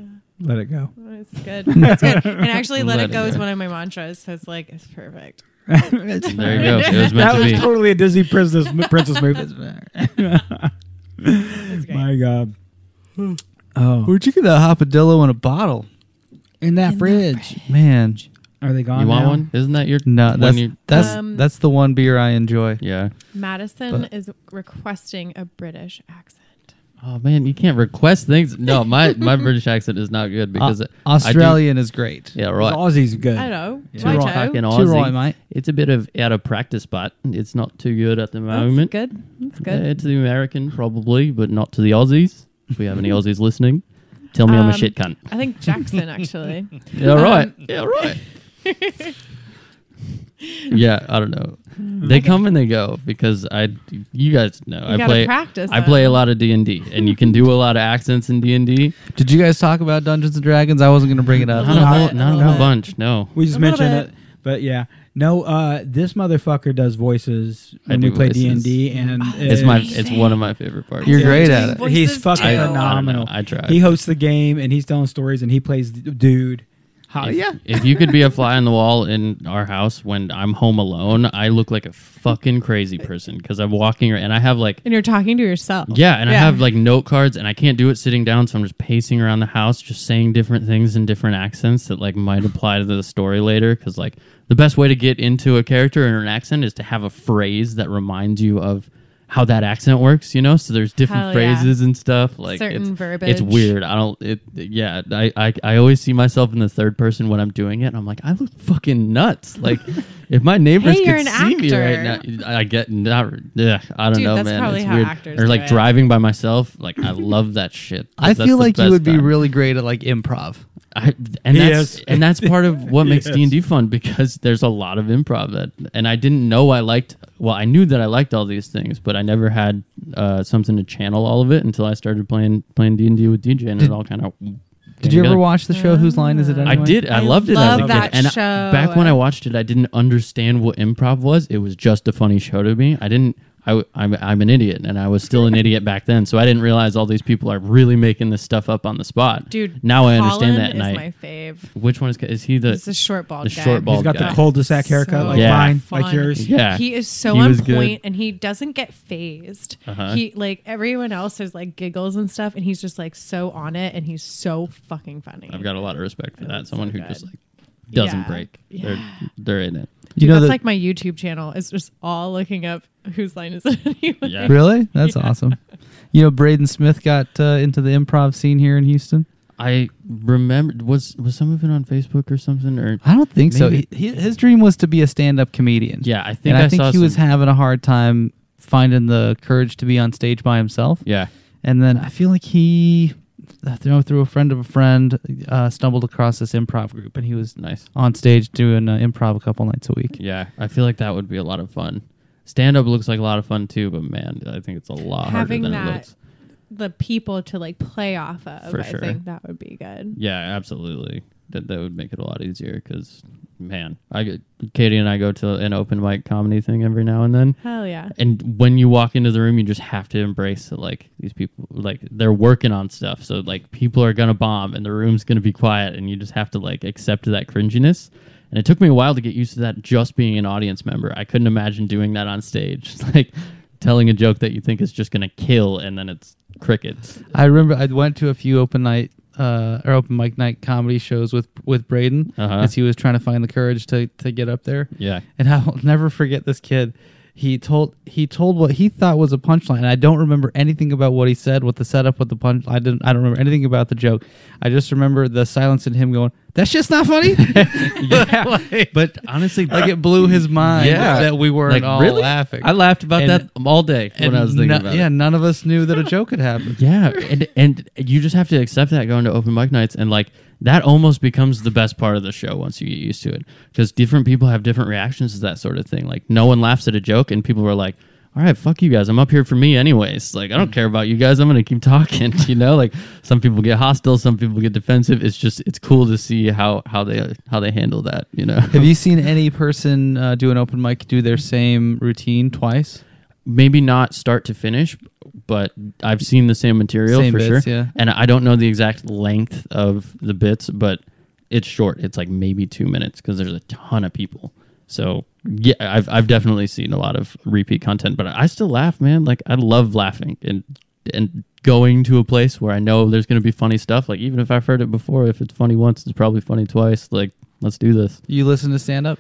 Speaker 7: Let it go.
Speaker 8: It's good. It's good. And actually, let,
Speaker 6: Let
Speaker 8: it
Speaker 6: it
Speaker 8: go is
Speaker 6: go.
Speaker 8: one of my mantras. So it's like, it's perfect.
Speaker 6: There you go. It was meant
Speaker 7: that
Speaker 6: to
Speaker 7: was
Speaker 6: be.
Speaker 7: totally a Disney princess princess movie.
Speaker 8: It's great.
Speaker 7: My God. Oh,
Speaker 5: Where'd you get that hopadillo in a bottle?
Speaker 7: in that fridge.
Speaker 5: Man,
Speaker 7: Are they gone?
Speaker 6: You want
Speaker 7: now?
Speaker 6: one? Isn't that your
Speaker 5: no,
Speaker 6: one
Speaker 5: that's
Speaker 6: you-
Speaker 5: that's
Speaker 8: Um,
Speaker 5: that's the one beer I enjoy.
Speaker 6: yeah.
Speaker 8: Madison
Speaker 5: But-
Speaker 8: is requesting a British accent.
Speaker 6: Oh man, you can't request things. No, my my British accent is not good because
Speaker 5: Uh,
Speaker 6: I do-
Speaker 5: Australian is great.
Speaker 6: yeah, right.
Speaker 10: Aussie's good.
Speaker 8: I know.
Speaker 6: Too
Speaker 8: Why,
Speaker 6: right,
Speaker 8: Joe?
Speaker 6: fucking
Speaker 5: Too
Speaker 6: Aussie.
Speaker 5: right, mate.
Speaker 6: It's a bit of out of practice, but it's not too good at the moment.
Speaker 9: That's good. That's
Speaker 6: Yeah,
Speaker 9: good.
Speaker 6: it's the American probably, but not to the Aussies. If we have any Aussies listening, tell me I'm a
Speaker 8: Um,
Speaker 6: shit cunt.
Speaker 8: I think Jackson actually.
Speaker 6: Yeah, right. yeah, right. yeah, I don't know. They come and they go because I, you guys know, I
Speaker 8: gotta
Speaker 6: play
Speaker 8: practice
Speaker 6: I play a
Speaker 8: them.
Speaker 6: lot of D and D, and you can do a lot of accents in D and D.
Speaker 5: Did you guys talk about Dungeons and Dragons? I wasn't going to bring it up.
Speaker 6: Not a whole,
Speaker 8: bit,
Speaker 6: not a
Speaker 8: a little
Speaker 6: whole
Speaker 8: bit.
Speaker 6: bunch. No,
Speaker 10: We just
Speaker 8: A little
Speaker 10: mentioned it.
Speaker 8: bit.
Speaker 10: But yeah. No, uh, this motherfucker does voices
Speaker 6: I
Speaker 10: when we
Speaker 6: do
Speaker 10: play D and
Speaker 6: voices.
Speaker 10: D, and
Speaker 6: it's my, it's
Speaker 8: Amazing.
Speaker 6: one of my favorite parts.
Speaker 5: You're great at it.
Speaker 8: Voices
Speaker 10: He's fucking
Speaker 8: too.
Speaker 6: I- I don't know.
Speaker 10: phenomenal.
Speaker 6: I tried.
Speaker 10: He hosts the game and he's telling stories and he plays the dude.
Speaker 6: If, if you could be a fly on the wall in our house when I'm home alone, I look like a fucking crazy person because I'm walking around and I have like
Speaker 8: And you're talking to yourself.
Speaker 6: Yeah, and I have like note cards, and I can't do it sitting down, so I'm just pacing around the house, just saying different things in different accents that like might apply to the story later. Because like the best way to get into a character or an accent is to have a phrase that reminds you of how that accent works. You know, so there's different
Speaker 8: Hell yeah.
Speaker 6: phrases and stuff. Like
Speaker 8: Certain
Speaker 6: it's, It's
Speaker 8: verbiage.
Speaker 6: weird. I don't. It yeah. I, I I always see myself in the third person when I'm doing it. And I'm like, I look fucking nuts. Like. If my neighbors
Speaker 8: Hey,
Speaker 6: could
Speaker 8: you're
Speaker 6: see
Speaker 8: an
Speaker 6: me right
Speaker 8: actor.
Speaker 6: now, I get not. Yeah, I don't
Speaker 8: Dude,
Speaker 6: know,
Speaker 8: that's
Speaker 6: man.
Speaker 8: probably
Speaker 6: it's
Speaker 8: how
Speaker 6: weird.
Speaker 8: actors
Speaker 6: or
Speaker 8: do
Speaker 6: like
Speaker 8: it.
Speaker 6: driving by myself. Like I love that shit.
Speaker 5: I
Speaker 6: 'cause that's
Speaker 5: feel
Speaker 6: the
Speaker 5: like you
Speaker 6: best
Speaker 5: would be
Speaker 6: time.
Speaker 5: really great at like improv.
Speaker 6: I, and
Speaker 10: He
Speaker 6: that's
Speaker 10: is.
Speaker 6: and that's part of what makes D and D fun because there's a lot of improv that, and I didn't know I liked. Well, I knew that I liked all these things, but I never had uh, something to channel all of it until I started playing playing D and D with DJ, and it all kind of.
Speaker 5: Did you ever watch the show Whose Line
Speaker 8: Uh,
Speaker 5: Is It Anyway?
Speaker 6: I did. I,
Speaker 8: I
Speaker 6: loved it
Speaker 8: love
Speaker 6: as a
Speaker 8: that
Speaker 6: kid. And I-
Speaker 8: show.
Speaker 6: back when I watched it, I didn't understand what improv was. It was just a funny show to me. I didn't. I, w- I'm, I'm an idiot, and I was still an idiot back then. So I didn't realize all these people are really making this stuff up on the spot.
Speaker 8: Dude,
Speaker 6: now I understand
Speaker 8: Colin
Speaker 6: that. And
Speaker 8: is
Speaker 6: I,
Speaker 8: my fave.
Speaker 6: which one is is he the?
Speaker 8: He's a short bald
Speaker 6: the
Speaker 8: guy.
Speaker 6: short bald
Speaker 10: He's got
Speaker 6: guy.
Speaker 10: the cul-de-sac haircut like
Speaker 6: Yeah.
Speaker 10: mine,
Speaker 8: fun.
Speaker 10: like yours.
Speaker 6: Yeah.
Speaker 8: He is so
Speaker 6: He
Speaker 8: on
Speaker 6: was good.
Speaker 8: point and he doesn't get phased.
Speaker 6: Uh-huh.
Speaker 8: He like everyone else is like giggles and stuff and he's just like so on it and he's so fucking funny.
Speaker 6: I've got a lot of respect for that.
Speaker 8: was
Speaker 6: Someone
Speaker 8: so
Speaker 6: who
Speaker 8: good.
Speaker 6: just like doesn't
Speaker 8: Yeah.
Speaker 6: break.
Speaker 8: Yeah.
Speaker 6: They're they're in it.
Speaker 8: Dude,
Speaker 5: You know
Speaker 8: that's
Speaker 5: the-
Speaker 8: like my YouTube channel. It's just all looking up whose line is it anyway.
Speaker 6: Yeah.
Speaker 5: Really? That's awesome. You know, Braden Smith got uh, into the improv scene here in Houston.
Speaker 6: I remember was was some of it on Facebook or something or
Speaker 5: I don't think so.
Speaker 6: Maybe-
Speaker 5: He, his dream was to be a stand-up comedian.
Speaker 6: yeah. I think
Speaker 5: and I,
Speaker 6: I,
Speaker 5: think
Speaker 6: saw
Speaker 5: he was
Speaker 6: some-
Speaker 5: having a hard time finding the courage to be on stage by himself.
Speaker 6: yeah.
Speaker 5: And then I feel like he, you know, through a friend of a friend, uh, stumbled across this improv group, and he was
Speaker 6: Nice.
Speaker 5: on stage doing uh, improv a couple nights a week.
Speaker 6: Yeah, I feel like that would be a lot of fun. Stand up looks like a lot of fun too, but man, I think it's a lot
Speaker 8: Having
Speaker 6: harder than it
Speaker 8: that-
Speaker 6: looks.
Speaker 8: The people to like play off of.
Speaker 6: For
Speaker 8: I
Speaker 6: sure.
Speaker 8: think that would be good.
Speaker 6: Yeah, absolutely. That that would make it a lot easier because man, I get- Katie and I go to an open mic comedy thing every now and then.
Speaker 8: Hell yeah.
Speaker 6: And when you walk into the room, you just have to embrace that, like these people, like they're working on stuff. So like people are gonna bomb, and the room's gonna be quiet, and you just have to like accept that cringiness. And it took me a while to get used to that, just being an audience member. I couldn't imagine doing that on stage, like telling a joke that you think is just gonna kill, and then it's crickets.
Speaker 5: I remember I went to a few open night uh, or open mic night comedy shows with with Braden
Speaker 6: Uh-huh.
Speaker 5: as he was trying to find the courage to to get up there.
Speaker 6: Yeah.
Speaker 5: and I will never forget this kid. He told he told what he thought was a punchline. I don't remember anything about what he said, what the setup, what the punch. I didn't. I don't remember anything about the joke. I just remember the silence and him going, "That shit's not funny." yeah, but
Speaker 6: Honestly,
Speaker 5: like it blew his mind.
Speaker 6: Yeah.
Speaker 5: that we weren't
Speaker 6: Like,
Speaker 5: all
Speaker 6: really?
Speaker 5: laughing.
Speaker 6: I laughed about
Speaker 5: And-
Speaker 6: that all day when
Speaker 5: And
Speaker 6: I was thinking
Speaker 5: no-
Speaker 6: about it.
Speaker 5: yeah, none of us knew that a joke had happened.
Speaker 6: Yeah, and and you just have to accept that going to open mic nights, and like that almost becomes the best part of the show once you get used to it, because different people have different reactions to that sort of thing. Like no one laughs at a joke, and people are like, "All right, fuck you guys, I'm up here for me anyways. Like I don't care about you guys, I'm gonna keep talking." You know, like some people get hostile, some people get defensive. It's just it's cool to see how how they how they handle that. You know,
Speaker 5: Have you seen any person uh, do an open mic do their same routine twice?
Speaker 6: maybe not start to finish, but I've seen the same material
Speaker 5: Same
Speaker 6: for
Speaker 5: bits,
Speaker 6: sure.
Speaker 5: yeah.
Speaker 6: And I don't know the exact length of the bits, but it's short. It's like maybe two minutes because there's a ton of people. So yeah, I've I've definitely seen a lot of repeat content, but I still laugh, man. Like I love laughing and and going to a place where I know there's gonna be funny stuff. Like even if I've heard it before, if it's funny once, it's probably funny twice. Like let's do this.
Speaker 5: You listen to stand up?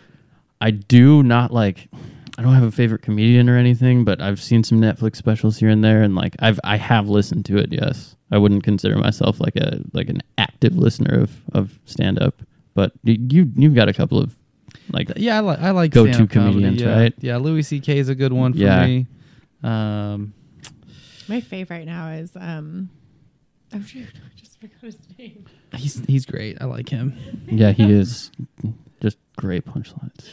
Speaker 6: I do not like. I don't have a favorite comedian or anything, but I've seen some Netflix specials here and there, and like I've I have listened to it. Yes, I wouldn't consider myself like a like an active listener of of stand up, but y- you you've got a couple of like
Speaker 5: Th- yeah, I, li- I like
Speaker 6: Go-to
Speaker 5: stand-up comedy,
Speaker 6: comedians,
Speaker 5: yeah.
Speaker 6: right?
Speaker 5: Yeah, Louis C.K. is a good one for
Speaker 6: Yeah.
Speaker 5: me. Um,
Speaker 8: My fave right now is um. Oh shoot! I just forgot his name.
Speaker 5: he's he's great. I like him.
Speaker 6: yeah, he is just great punchlines.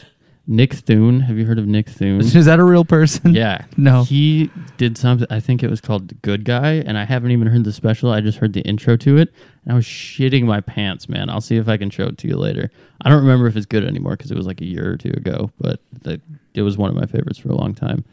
Speaker 6: Nick Thune, have you heard of Nick Thune?
Speaker 5: Is that a real person?
Speaker 6: Yeah.
Speaker 5: No.
Speaker 6: He did something. I think it was called The Good Guy, and I haven't even heard the special. I just heard the intro to it, and I was shitting my pants, man. I'll see if I can show it to you later. I don't remember if it's good anymore because it was like a year or two ago, but the, it was one of my favorites for a long time.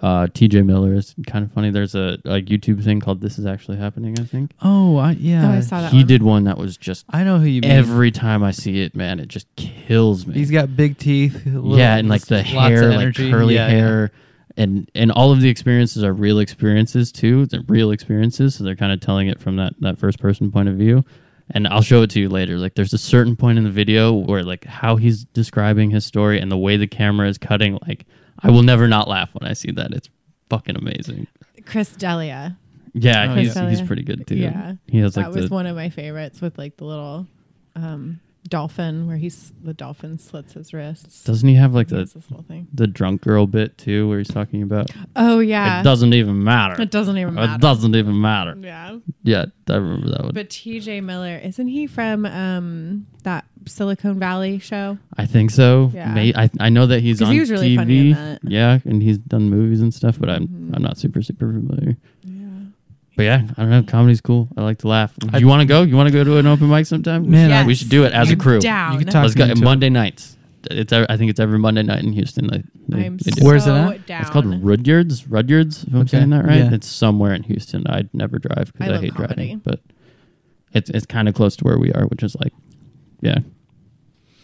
Speaker 6: Uh, TJ Miller is kind of funny. There's a, a YouTube thing called "This Is Actually Happening." I think
Speaker 5: Oh, I, yeah.
Speaker 8: Oh, I saw that.
Speaker 6: he
Speaker 8: one.
Speaker 6: did one that was just
Speaker 5: I know who you mean.
Speaker 6: every time I see it, man, it just kills me
Speaker 5: he's got big teeth. little-
Speaker 6: yeah, and like the
Speaker 5: lots of
Speaker 6: hair, like
Speaker 5: energy.
Speaker 6: curly
Speaker 5: Yeah, yeah.
Speaker 6: hair, and and all of the experiences are real experiences too. They're real experiences, so they're kind of telling it from that that first person point of view. And I'll show it to you later. Like there's a certain point in the video where like how he's describing his story and the way the camera is cutting. Like I will never not laugh when I see that. It's fucking amazing.
Speaker 8: Chris Delia.
Speaker 6: Yeah,
Speaker 8: Oh,
Speaker 6: he's
Speaker 8: yeah.
Speaker 6: he's pretty good too.
Speaker 8: Yeah,
Speaker 6: he has like
Speaker 8: that was
Speaker 6: the,
Speaker 8: one of my favorites with like the little um, dolphin where he's the dolphin slits his wrists.
Speaker 6: doesn't he have like
Speaker 8: He
Speaker 6: the
Speaker 8: has this little thing.
Speaker 6: the drunk girl bit too, where he's talking about
Speaker 8: Oh yeah,
Speaker 6: it doesn't even matter.
Speaker 8: It doesn't even matter.
Speaker 6: It doesn't even matter.
Speaker 8: Yeah,
Speaker 6: Yeah, I remember that one.
Speaker 8: but T.J. Miller isn't he from um, that Silicon Valley show?
Speaker 6: I think so.
Speaker 8: Yeah.
Speaker 6: May, I I know that he's
Speaker 8: 'Cause
Speaker 6: on
Speaker 8: he was really
Speaker 6: TV.
Speaker 8: funny in that. Mm-hmm.
Speaker 6: Yeah, and he's done movies and stuff, but I'm I'm not super super familiar. But yeah, I don't know. Comedy's cool. I like to laugh. Do you want to go? You want to go to an open mic sometime?
Speaker 5: Man,
Speaker 8: Yes.
Speaker 6: we should do it as a
Speaker 8: I'm
Speaker 6: crew.
Speaker 8: Down.
Speaker 5: You could talk
Speaker 6: Let's go
Speaker 5: me into it.
Speaker 6: Monday nights. It's ev- I think it's every Monday night in Houston. They, they,
Speaker 8: I'm
Speaker 6: they do.
Speaker 8: so
Speaker 5: Where's it at?
Speaker 8: Down.
Speaker 6: It's called Rudyard's. Rudyard's, if I'm
Speaker 5: Okay,
Speaker 6: saying that right.
Speaker 5: yeah.
Speaker 6: It's somewhere in Houston. I'd never drive
Speaker 8: I
Speaker 6: because I,
Speaker 8: love
Speaker 6: hate
Speaker 8: comedy.
Speaker 6: driving, but it's it's kind of close to where we are, which is like, yeah,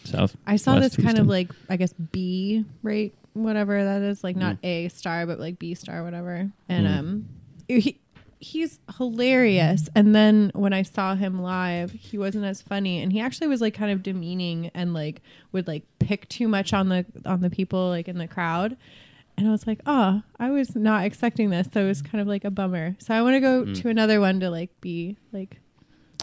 Speaker 6: south.
Speaker 8: I saw
Speaker 6: west
Speaker 8: this kind of
Speaker 6: Houston.
Speaker 8: like I guess B rate whatever that is like not A star but like B star whatever and um he he's hilarious and then when I saw him live he wasn't as funny and he actually was like kind of demeaning and like would like pick too much on the on the people like in the crowd and I was like oh I was not expecting this so it was kind of like a bummer so I want to go to another one to like be like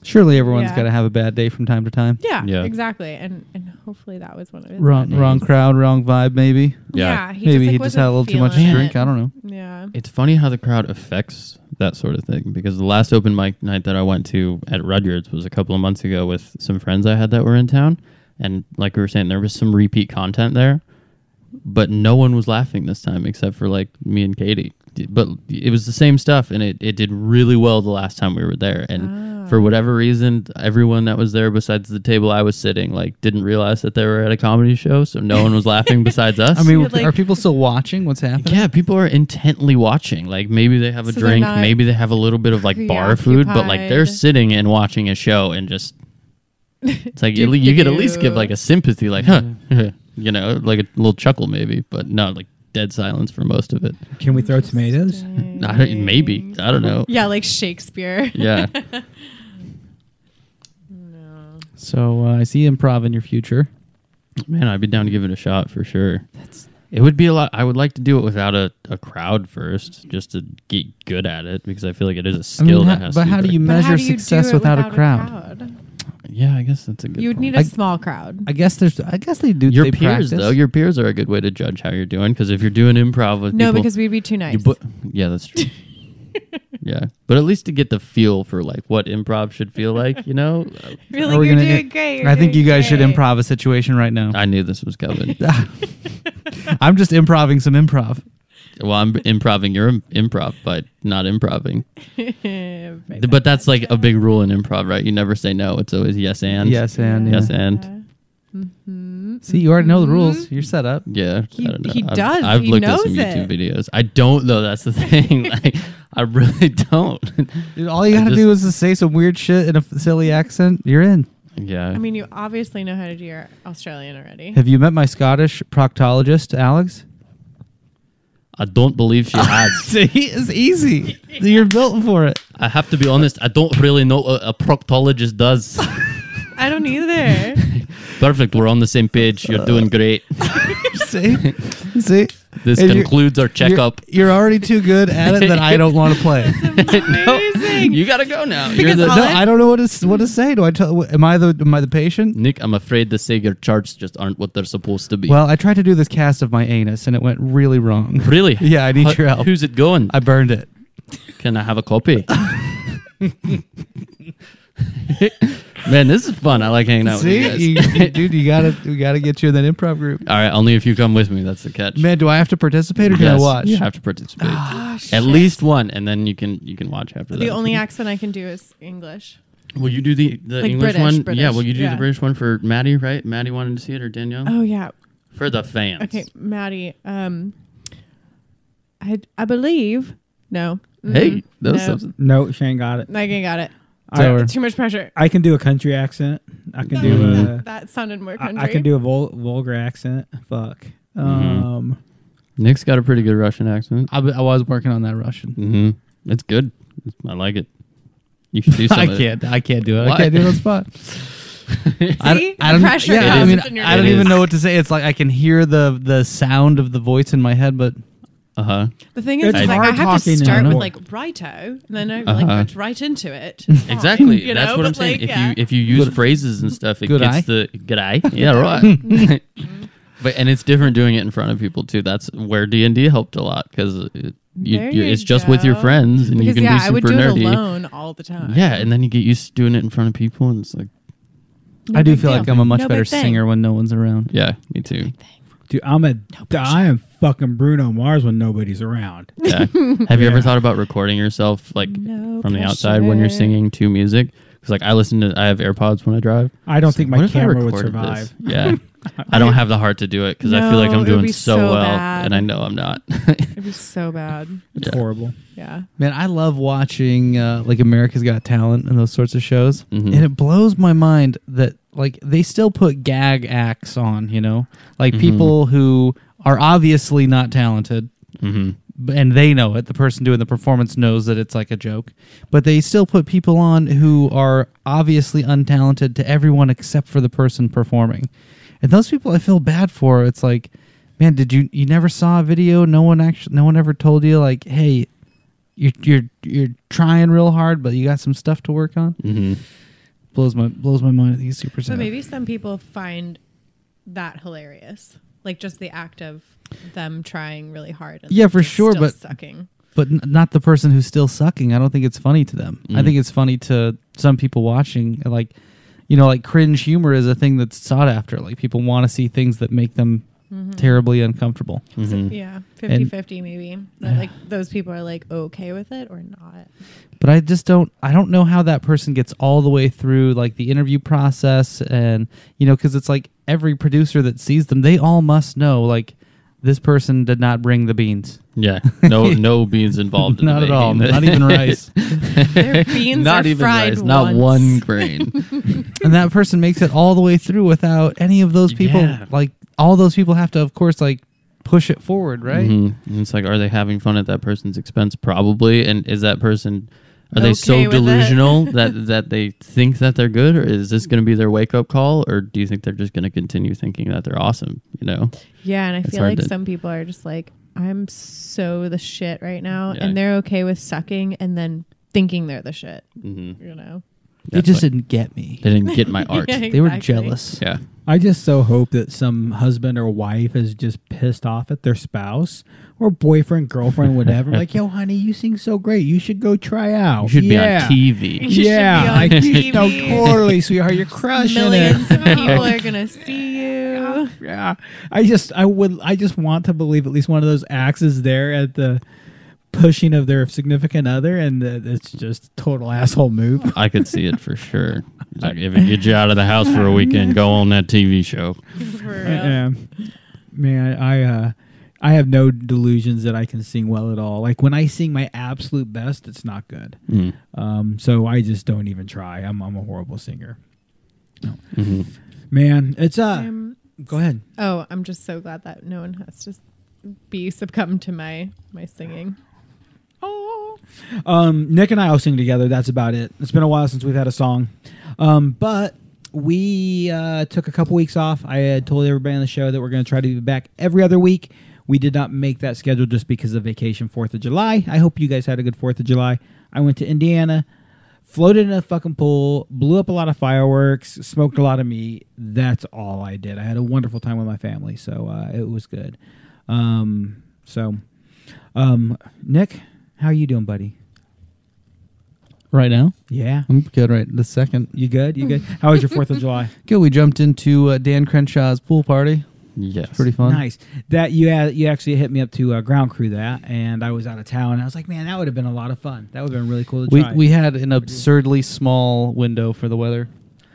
Speaker 5: Surely everyone's
Speaker 8: Yeah.
Speaker 5: got to have a bad day from time to time.
Speaker 8: yeah,
Speaker 6: Yeah.
Speaker 8: exactly and and hopefully that was one of his
Speaker 5: Wrong,
Speaker 8: bad
Speaker 5: wrong
Speaker 8: days.
Speaker 5: crowd, wrong vibe. Maybe.
Speaker 6: Yeah.
Speaker 8: Yeah,
Speaker 5: maybe he
Speaker 8: like,
Speaker 5: just had a little
Speaker 8: wasn't
Speaker 5: too much to
Speaker 8: feeling
Speaker 5: drink.
Speaker 8: it.
Speaker 5: I don't know.
Speaker 8: Yeah.
Speaker 6: It's funny how the crowd affects that sort of thing because the last open mic night that I went to at Rudyard's was a couple of months ago with some friends I had that were in town. And like we were saying, there was some repeat content there, but no one was laughing this time except for like me and Katie. But it was the same stuff and it, it did really well the last time we were there. And for whatever reason, everyone that was there besides the table I was sitting, like didn't realize that they were at a comedy show. So no one was laughing besides us.
Speaker 5: I mean,
Speaker 8: had, like-
Speaker 5: are people still watching? What's happening?
Speaker 6: Yeah, people are intently watching. Like maybe they have a
Speaker 8: So they're
Speaker 6: drink,
Speaker 8: not
Speaker 6: maybe they have a little bit of like bar food, but like they're
Speaker 8: preoccupied.
Speaker 6: sitting and watching a show and just it's like at le- you could at least give like a sympathy, like huh, you know, like a little chuckle maybe, but no, like dead silence for most of it.
Speaker 10: Can we throw tomatoes?
Speaker 6: I don't- maybe I don't know.
Speaker 8: Yeah, like Shakespeare.
Speaker 6: Yeah,
Speaker 5: So uh, I see improv in your future.
Speaker 6: man, I'd be down to give it a shot for sure. That's it would be a lot. I would like to do it without a, a crowd first, just to get good at it because I feel like it is a
Speaker 5: I
Speaker 6: skill
Speaker 5: mean,
Speaker 6: that
Speaker 5: ha-
Speaker 6: has.
Speaker 5: but
Speaker 6: to
Speaker 5: how
Speaker 6: be
Speaker 5: do you
Speaker 6: practiced.
Speaker 8: But
Speaker 5: measure
Speaker 8: how do you do
Speaker 5: success
Speaker 8: it
Speaker 5: without, a crowd?
Speaker 6: Yeah, I guess that's a good.
Speaker 8: You would
Speaker 6: point.
Speaker 8: need a
Speaker 5: I-
Speaker 8: small crowd.
Speaker 5: I guess there's. I guess they do.
Speaker 6: Your
Speaker 5: they
Speaker 6: peers,
Speaker 5: practice.
Speaker 6: though, your peers are a good way to judge how you're doing because if you're doing improv with
Speaker 8: no,
Speaker 6: people,
Speaker 8: because we'd be too nice.
Speaker 6: you bu- yeah, that's true. yeah, but at least to get the feel for like what improv should feel like, you know.
Speaker 8: really,
Speaker 5: Are we
Speaker 8: you're
Speaker 5: gonna
Speaker 8: doing
Speaker 5: do-
Speaker 8: great.
Speaker 5: I think you guys should improv a situation right now.
Speaker 6: I knew this was coming.
Speaker 5: I'm just improving some improv.
Speaker 6: well, I'm improving your im- improv, but not improving.
Speaker 8: improv.
Speaker 6: But that's like a big rule in improv, right? You never say no. It's always yes and.
Speaker 5: yes, and
Speaker 6: Yes
Speaker 5: yeah.
Speaker 6: and.
Speaker 5: see, you already know
Speaker 8: Mm-hmm.
Speaker 5: the rules. You're set up.
Speaker 6: Yeah,
Speaker 8: He-
Speaker 6: I don't know.
Speaker 8: he
Speaker 6: I've-
Speaker 8: does.
Speaker 6: I've
Speaker 8: He
Speaker 6: looked at
Speaker 8: knows
Speaker 6: some YouTube
Speaker 8: it.
Speaker 6: videos. I don't though. That's the thing. like, I really don't.
Speaker 5: Dude, all you
Speaker 6: I
Speaker 5: gotta
Speaker 6: just-
Speaker 5: do is just say some weird shit in a f- silly accent. You're in.
Speaker 6: yeah.
Speaker 8: I mean, you obviously know how to do your Australian already.
Speaker 5: Have you met my Scottish proctologist, Alex?
Speaker 6: I don't believe she has.
Speaker 5: See, it's easy. You're built for it.
Speaker 6: I have to be honest. I don't really know what a proctologist does.
Speaker 8: I don't either.
Speaker 6: Perfect. We're on the same page. You're doing great.
Speaker 5: See, see.
Speaker 6: This
Speaker 5: And you're-
Speaker 6: concludes our
Speaker 5: you're-
Speaker 6: checkup.
Speaker 5: You're, already too good at it that I don't want to play.
Speaker 8: Amazing.
Speaker 6: You gotta go now. You're
Speaker 8: Because
Speaker 6: the,
Speaker 5: No,
Speaker 8: all I-
Speaker 5: I don't know what to what to say. Do I tell? Am I the am I the patient?
Speaker 6: Nick, I'm afraid the Sega charts just aren't what they're supposed to be.
Speaker 5: Well, I tried to do this cast of my anus and it went really wrong.
Speaker 6: really?
Speaker 5: Yeah, I need
Speaker 6: Hu-
Speaker 5: your help.
Speaker 6: Who's it going?
Speaker 5: I burned it.
Speaker 6: Can I have a copy? Man, this is fun. I like hanging out
Speaker 5: See,
Speaker 6: with you
Speaker 5: you,
Speaker 6: guys.
Speaker 5: you- dude, you gotta we gotta get you in that improv group.
Speaker 6: All right, only if you come with me. That's the catch.
Speaker 5: Man, do I have to participate or can
Speaker 6: Yes,
Speaker 5: I watch?
Speaker 6: You have to participate. At least one, and then you can you can watch after that.
Speaker 8: Ah, The only accent I can do is English.
Speaker 6: Will you do the, the
Speaker 8: Like
Speaker 6: English
Speaker 8: British,
Speaker 6: one? Yeah,
Speaker 8: British,
Speaker 6: will you do
Speaker 8: yeah.
Speaker 6: the British one for Maddie, right? Maddie wanted to see it or Danielle?
Speaker 8: Oh yeah.
Speaker 6: For the fans.
Speaker 8: Okay, Maddie. Um, I I believe no.
Speaker 6: Hey,
Speaker 8: Mm-mm.
Speaker 6: those
Speaker 8: Mm-hmm. no.
Speaker 6: subs-
Speaker 7: No, Shane got it.
Speaker 8: Like I got it.
Speaker 7: I-
Speaker 5: over.
Speaker 8: Too much pressure.
Speaker 7: I can do a country accent. I can
Speaker 8: That,
Speaker 7: do a.
Speaker 6: Mm-hmm.
Speaker 8: that, that sounded more
Speaker 7: I,
Speaker 8: country.
Speaker 7: I can do a vul- vulgar accent. Fuck.
Speaker 6: Mm-hmm.
Speaker 7: Um,
Speaker 6: Nick's got a pretty good Russian accent.
Speaker 11: I, I was working on that Russian.
Speaker 6: hmm It's good. I like it. You should do
Speaker 5: I
Speaker 6: something.
Speaker 5: can't. I can't do it.
Speaker 6: Why?
Speaker 5: I can't do it on the spot. I don't-
Speaker 8: See?
Speaker 5: I don't,
Speaker 8: Pressure
Speaker 5: yeah,
Speaker 6: is
Speaker 5: I mean,
Speaker 8: just in your
Speaker 5: I don't
Speaker 6: nose.
Speaker 5: even know what to say. It's like I can hear the the sound of the voice in my head, but
Speaker 6: Uh huh.
Speaker 8: The thing is,
Speaker 7: It's
Speaker 8: is like
Speaker 7: hard
Speaker 8: I have
Speaker 7: talking
Speaker 8: to
Speaker 7: in
Speaker 8: start with
Speaker 7: North.
Speaker 8: like righto, and then I like
Speaker 6: Uh-huh.
Speaker 8: punch right into it. It's fine,
Speaker 6: Exactly.
Speaker 8: you
Speaker 6: That's
Speaker 8: know,
Speaker 6: what I'm
Speaker 8: but,
Speaker 6: saying.
Speaker 8: like,
Speaker 6: if
Speaker 8: yeah.
Speaker 6: you if you use phrases and stuff, it
Speaker 5: good
Speaker 6: gets
Speaker 5: eye.
Speaker 6: the good eye. Yeah, right.
Speaker 8: Mm-hmm.
Speaker 6: but and it's different doing it in front of people too. That's where D and D helped a lot because you,
Speaker 8: There
Speaker 6: you,
Speaker 8: you
Speaker 6: it's just with your
Speaker 8: go.
Speaker 6: friends and you
Speaker 8: because
Speaker 6: can
Speaker 8: yeah,
Speaker 6: be super
Speaker 8: I would do
Speaker 6: nerdy.
Speaker 8: it alone all the time.
Speaker 6: Yeah, and then you get used to doing it in front of people, and it's like,
Speaker 8: No
Speaker 5: I do
Speaker 8: big
Speaker 5: feel
Speaker 8: deal.
Speaker 5: like I'm a much
Speaker 8: No big
Speaker 5: better
Speaker 8: thing.
Speaker 5: singer when no one's around.
Speaker 6: yeah, me too.
Speaker 7: dude, I'm a. I am fucking Bruno Mars when nobody's around.
Speaker 6: Yeah. Have you ever thought about recording yourself like
Speaker 8: No
Speaker 6: from the outside when you're
Speaker 8: pressure.
Speaker 6: singing to music? Because like I listen to, I have AirPods when I drive.
Speaker 7: I don't
Speaker 6: So
Speaker 7: think
Speaker 6: what
Speaker 7: my
Speaker 6: if I
Speaker 7: camera would
Speaker 6: recorded
Speaker 7: survive.
Speaker 6: this? Yeah, I don't have the heart to do it because I feel like I'm
Speaker 8: No, it would
Speaker 6: doing
Speaker 8: be
Speaker 6: so,
Speaker 8: so
Speaker 6: well,
Speaker 8: bad.
Speaker 6: and I know I'm not. Mm-hmm.
Speaker 8: It'd be so bad.
Speaker 7: It's
Speaker 6: Yeah.
Speaker 7: horrible.
Speaker 8: Yeah.
Speaker 5: Man, I love watching uh, like America's Got Talent and those sorts of shows,
Speaker 6: Mhm.
Speaker 5: and it blows my mind that like they still put gag acts on. You know, like people who are obviously not talented,
Speaker 6: hmm
Speaker 5: b- and they know it. The person doing the performance knows that it's like a joke, but they still put people on who are obviously untalented to everyone except for the person performing. And those people, I feel bad for. It's like, man, did you you never saw a video? No one actually, no one ever told you like, hey, you're you're you're trying real hard, but you got some stuff to work on.
Speaker 6: hmm
Speaker 5: Blows my blows my mind. He's super
Speaker 8: So
Speaker 5: sad.
Speaker 8: maybe some people find that hilarious, like just the act of them trying really hard. And
Speaker 5: Yeah, for
Speaker 8: just
Speaker 5: sure,
Speaker 8: still
Speaker 5: but-
Speaker 8: sucking.
Speaker 5: but n- not the person who's still sucking. I don't think it's funny to them. I think it's funny to some people watching. Like, you know, like cringe humor is a thing that's sought after. Like people want to see things that make them
Speaker 8: Mm-hmm.
Speaker 5: terribly uncomfortable.
Speaker 8: So,
Speaker 6: Mm-hmm.
Speaker 8: yeah, 50 50 maybe. But like those people are like okay with it or not.
Speaker 5: But I just don't. I don't know how that person gets all the way through like the interview process, and you know, because it's like every producer that sees them, they all must know like this person did not bring the beans.
Speaker 6: Yeah, no, no beans involved. In the
Speaker 5: Not at all.
Speaker 6: making.
Speaker 5: Not even rice.
Speaker 8: Their beans
Speaker 6: not
Speaker 8: are
Speaker 6: even
Speaker 8: fried
Speaker 6: rice. Not
Speaker 8: once.
Speaker 6: one grain.
Speaker 5: and that person makes it all the way through without any of those people
Speaker 6: Yeah.
Speaker 5: like all those people have to of course like push it forward right
Speaker 6: Mhm. And it's like, are they having fun at that person's expense? Probably. And is that person? Are they
Speaker 8: Okay
Speaker 6: so
Speaker 8: with it.
Speaker 6: delusional that that they think that they're good, or is this going to be their wake up call, or do you think they're just going to continue thinking that they're awesome? You know,
Speaker 8: Yeah, and I
Speaker 6: It's
Speaker 8: feel
Speaker 6: hard
Speaker 8: like
Speaker 6: to-
Speaker 8: some people are just like, I'm so the shit right now,
Speaker 6: Yeah.
Speaker 8: and they're okay with sucking and then thinking they're the shit.
Speaker 6: mm-hmm.
Speaker 8: You know,
Speaker 5: they just didn't get me
Speaker 6: they didn't get my art.
Speaker 8: Yeah,
Speaker 6: yeah.
Speaker 5: they were
Speaker 8: exactly.
Speaker 5: jealous
Speaker 7: I just so hope that some husband or wife is just pissed off at their spouse or boyfriend, girlfriend, whatever. like, yo, honey, you sing so great. You should go try out.
Speaker 6: You should
Speaker 7: yeah.
Speaker 6: be on TV.
Speaker 8: You should
Speaker 7: yeah,
Speaker 8: be on
Speaker 7: like, you know,
Speaker 8: TV.
Speaker 7: totally, sweetheart. You're crushing
Speaker 8: Millions
Speaker 7: it.
Speaker 8: of people are gonna see you.
Speaker 7: Yeah, I just, I would, I just want to believe at least one of those axes there at the pushing of their significant other, and that it's just total asshole move.
Speaker 6: I could see it for sure. It's like, if it gets you out of the house for a weekend, go on that TV show.
Speaker 8: For real.
Speaker 7: Yeah. Man, I uh I have no delusions that I can sing well at all. Like when I sing my absolute best, it's not good.
Speaker 6: Mm.
Speaker 7: Um so I just don't even try. I'm I'm a horrible singer.
Speaker 6: Mhm.
Speaker 7: Man, it's uh
Speaker 8: I'm-
Speaker 7: go ahead.
Speaker 8: oh, I'm just so glad that no one has to be succumbed to my my singing.
Speaker 7: Oh. Um Nick and I all sing together. That's about it. It's been a while since we've had a song. Um but we uh, took a couple weeks off. I had told everybody on the show that we're going to try to be back every other week. We did not make that schedule just because of vacation, 4th of July. I hope you guys had a good 4th of July. I went to Indiana, floated in a fucking pool, blew up a lot of fireworks, smoked a lot of meat. That's all I did. I had a wonderful time with my family, so uh, it was good. Um, so, um, Nick, how you doing, buddy?
Speaker 5: Right now?
Speaker 7: Yeah.
Speaker 5: I'm good right the second.
Speaker 7: You good? You good? How was your 4th of July?
Speaker 5: Good. We jumped into uh, Dan Crenshaw's pool party.
Speaker 6: Yes.
Speaker 5: It's pretty fun.
Speaker 7: Nice. That you had, you actually hit me up to uh, ground crew that, and I was out of town. And I was like, man, that would have been a lot of fun. That would have been really cool to
Speaker 5: We,
Speaker 7: try.
Speaker 5: we had an absurdly small window for the weather.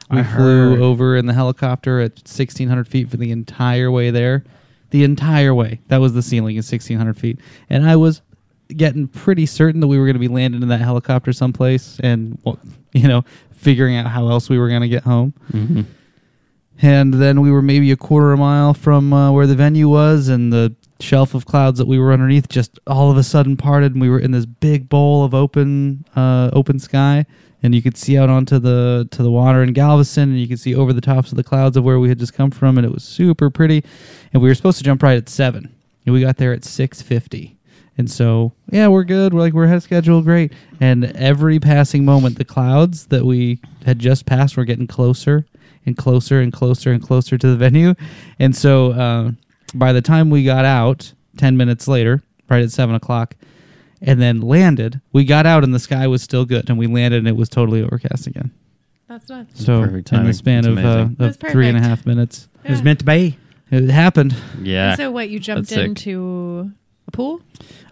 Speaker 5: We
Speaker 7: I
Speaker 5: flew
Speaker 7: heard.
Speaker 5: over in the helicopter at 1,600 feet for the entire way there. The entire way. That was the ceiling at 1,600 feet. And I was getting pretty certain that we were going to be landing in that helicopter someplace and, well, you know, figuring out how else we were going to get home.
Speaker 6: Mhm.
Speaker 5: And then we were maybe a quarter of a mile from uh, where the venue was, and the shelf of clouds that we were underneath just all of a sudden parted, and we were in this big bowl of open uh, open sky, and you could see out onto the to the water in Galveston, and you could see over the tops of the clouds of where we had just come from, and it was super pretty. And we were supposed to jump right at seven, and we got there at six fifty. And so, yeah, we're good. We're like we're ahead of schedule, great. And every passing moment, the clouds that we had just passed were getting closer and closer and closer and closer to the venue. And so, uh, by the time we got out, ten minutes later, right at seven o'clock, and then landed, we got out and the sky was still good, and we landed and it was totally overcast again.
Speaker 12: That's nuts.
Speaker 5: So,
Speaker 6: perfect
Speaker 5: in
Speaker 6: timing.
Speaker 5: the span
Speaker 6: It's
Speaker 5: of, uh,
Speaker 6: amazing.
Speaker 5: of
Speaker 12: That's
Speaker 5: three and a
Speaker 12: perfect.
Speaker 5: half minutes,
Speaker 7: it was meant to be.
Speaker 5: it happened.
Speaker 6: Yeah.
Speaker 8: So what? You
Speaker 6: That's
Speaker 8: jumped
Speaker 6: sick.
Speaker 8: into a pool?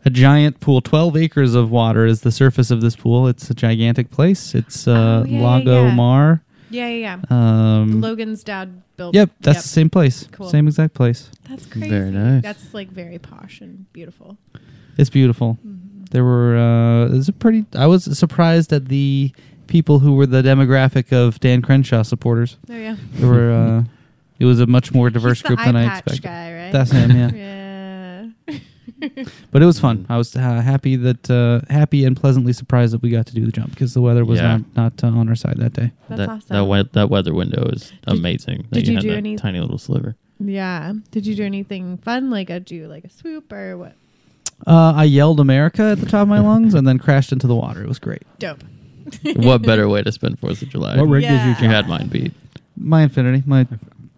Speaker 5: a giant pool. Twelve acres of water is the surface of this pool. It's a gigantic place. It's uh,
Speaker 8: Oh, yeah, yeah,
Speaker 5: Lago
Speaker 8: yeah.
Speaker 5: Mar.
Speaker 8: Yeah, yeah, yeah.
Speaker 6: Mm.
Speaker 5: Um,
Speaker 8: Logan's dad built.
Speaker 5: yep, that's the same place.
Speaker 8: Cool.
Speaker 5: Same exact place.
Speaker 8: That's crazy.
Speaker 6: Very nice.
Speaker 8: That's like very posh and beautiful.
Speaker 5: It's beautiful.
Speaker 8: Mm-hmm.
Speaker 5: There were. Uh, it's a pretty. I was surprised at the people who were the demographic of Dan Crenshaw supporters.
Speaker 8: Oh yeah.
Speaker 5: There were. Uh, it was a much more diverse
Speaker 8: He's the
Speaker 5: group
Speaker 8: eye
Speaker 5: than I
Speaker 8: patch
Speaker 5: expected.
Speaker 8: Guy, right?
Speaker 5: That's him. Yeah.
Speaker 8: yeah.
Speaker 5: But it was fun. I was uh, happy that uh, happy and pleasantly surprised that we got to do the jump because the weather was
Speaker 6: Yeah.
Speaker 5: not not uh, on our side that day.
Speaker 8: That's
Speaker 6: that,
Speaker 8: awesome.
Speaker 6: That, we- that weather window is amazing. that
Speaker 8: did you
Speaker 6: had
Speaker 8: do
Speaker 6: that
Speaker 8: any-
Speaker 6: tiny little sliver?
Speaker 8: yeah. Did you do anything fun? Like, uh, do you like a swoop or what?
Speaker 5: Uh, I yelled America at the top of my lungs and then crashed into the water. It was great.
Speaker 8: Dope.
Speaker 6: what better way to spend Fourth of July?
Speaker 7: What rig
Speaker 8: Yeah.
Speaker 7: did you
Speaker 6: you
Speaker 7: try?
Speaker 6: had mine beat.
Speaker 5: My Infinity, my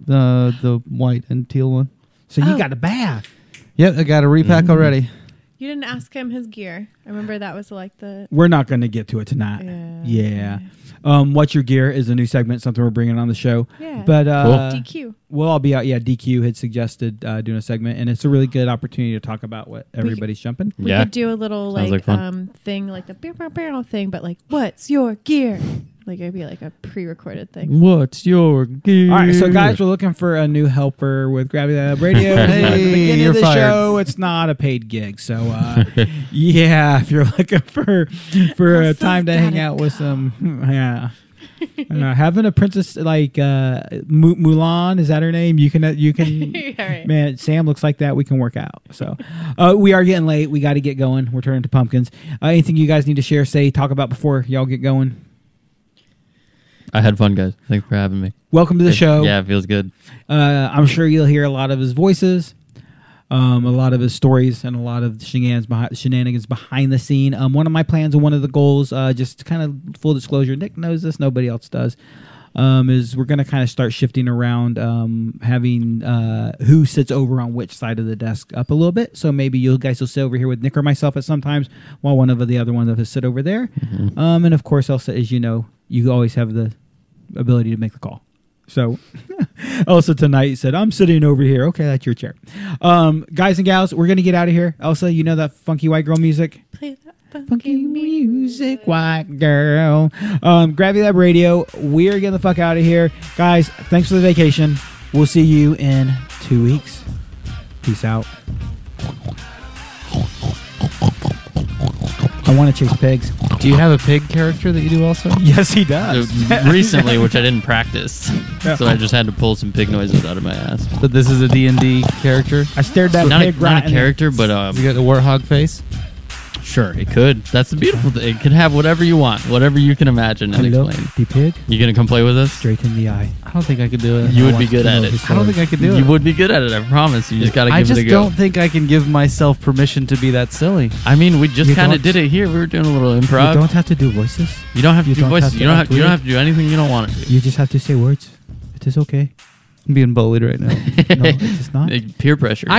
Speaker 5: uh, the white and teal one. Mm-hmm.
Speaker 7: So you
Speaker 8: Oh.
Speaker 7: got a bath.
Speaker 5: Yep, I got a repack already.
Speaker 8: You didn't ask him his gear. I remember that was like the
Speaker 7: We're not going to get to it tonight.
Speaker 8: Yeah.
Speaker 7: Yeah. Um, What's your gear is a new segment, something we're bringing on the show.
Speaker 8: Yeah.
Speaker 7: But uh,
Speaker 8: DQ.
Speaker 7: we'll all be out. Yeah, DQ had suggested uh, doing a segment, and it's a really good opportunity to talk about what everybody's jumping.
Speaker 8: We
Speaker 6: yeah.
Speaker 8: could do a little
Speaker 6: Sounds
Speaker 8: like,
Speaker 6: like fun.
Speaker 8: um thing like the beer barrel thing, but like what's your gear? Like it'd be like a pre-recorded thing.
Speaker 6: What's your gear?
Speaker 7: All right, so
Speaker 5: Mm.
Speaker 7: guys, we're looking for a new helper with Gravity Lab Radio.
Speaker 5: Hey,
Speaker 7: At the beginning
Speaker 5: you're
Speaker 7: of the
Speaker 5: fired.
Speaker 7: show, it's not a paid gig, so uh, yeah, if you're looking for for a
Speaker 8: Elsa's
Speaker 7: time to hang
Speaker 8: gotta
Speaker 7: out with some, yeah, I don't know, having a princess like uh, Mu- Mulan is that her name? You can uh, you can.
Speaker 8: Yeah, right.
Speaker 7: Man, Sam looks like that. We can work out. So, uh, we are getting late. We got to get going. We're turning to pumpkins. Uh, anything you guys need to share, say, talk about before y'all get going?
Speaker 6: I had fun, guys. Thanks for having me.
Speaker 7: Welcome to the
Speaker 6: It-
Speaker 7: show.
Speaker 6: Yeah, it feels good.
Speaker 7: Uh, I'm sure you'll hear a lot of his voices, um, a lot of his stories, and a lot of shenanigans behind, shenanigans behind the scene. Um, one of my plans and one of the goals, uh, just kind of full disclosure, Nick knows this, nobody else does, um, is we're going to kind of start shifting around um, having uh, who sits over on which side of the desk up a little bit. So maybe you guys will sit over here with Nick or myself at sometimes, while one of the other ones of us sit over there. Um, and of course, Elsa, as you know, you always have the ability to make the call. So Elsa Oh, tonight said, I'm sitting over here. Okay, that's your chair. Um, guys and gals, we're going to get out of here. Elsa, you know that funky white girl music?
Speaker 8: Play that funky,
Speaker 7: Funky music, white girl. Um, Gravity Lab Radio, we're getting the fuck out of here. Guys, thanks for the vacation. We'll see you in two weeks. Peace out. I want to chase pigs.
Speaker 5: Do you have a pig character that you do also?
Speaker 7: Yes, he
Speaker 6: Uh,
Speaker 7: does.
Speaker 6: Recently, which I didn't practice, so I just had to pull some pig noises out of my ass.
Speaker 5: But this is a D and D character.
Speaker 7: I stared that
Speaker 6: Not a,
Speaker 7: pig right
Speaker 6: not a
Speaker 7: in the-
Speaker 6: character, but um,
Speaker 5: You got the warthog face.
Speaker 6: Sure, it could. That's the beautiful thing. It could have whatever you want, whatever you can imagine and
Speaker 7: Hello,
Speaker 6: explain.
Speaker 7: the pig,
Speaker 6: You gonna come play with us?
Speaker 7: straight in the eye.
Speaker 5: I don't think I could do it.
Speaker 6: You
Speaker 7: I
Speaker 6: would be
Speaker 7: want
Speaker 6: good
Speaker 7: to
Speaker 6: at
Speaker 7: know
Speaker 6: it.
Speaker 7: his
Speaker 5: I don't think I could do it.
Speaker 6: You would be good at it. I promise. You just gotta give
Speaker 5: I just
Speaker 6: it a go.
Speaker 5: don't think I can give myself permission to be that silly.
Speaker 6: I mean, we just
Speaker 7: You
Speaker 6: kind of
Speaker 7: don't-
Speaker 6: did it here. We were doing a little
Speaker 7: You
Speaker 6: improv.
Speaker 7: don't have to do voices.
Speaker 6: You don't have to
Speaker 7: you
Speaker 6: do
Speaker 7: don't have
Speaker 6: voices. You
Speaker 7: to
Speaker 6: don't have.
Speaker 7: act
Speaker 6: You don't
Speaker 7: weird.
Speaker 6: have to do anything you don't want to do.
Speaker 7: You just have to say words. It is okay.
Speaker 5: I'm being bullied right now.
Speaker 7: No, it is not.
Speaker 6: Like, Peer pressure.
Speaker 5: I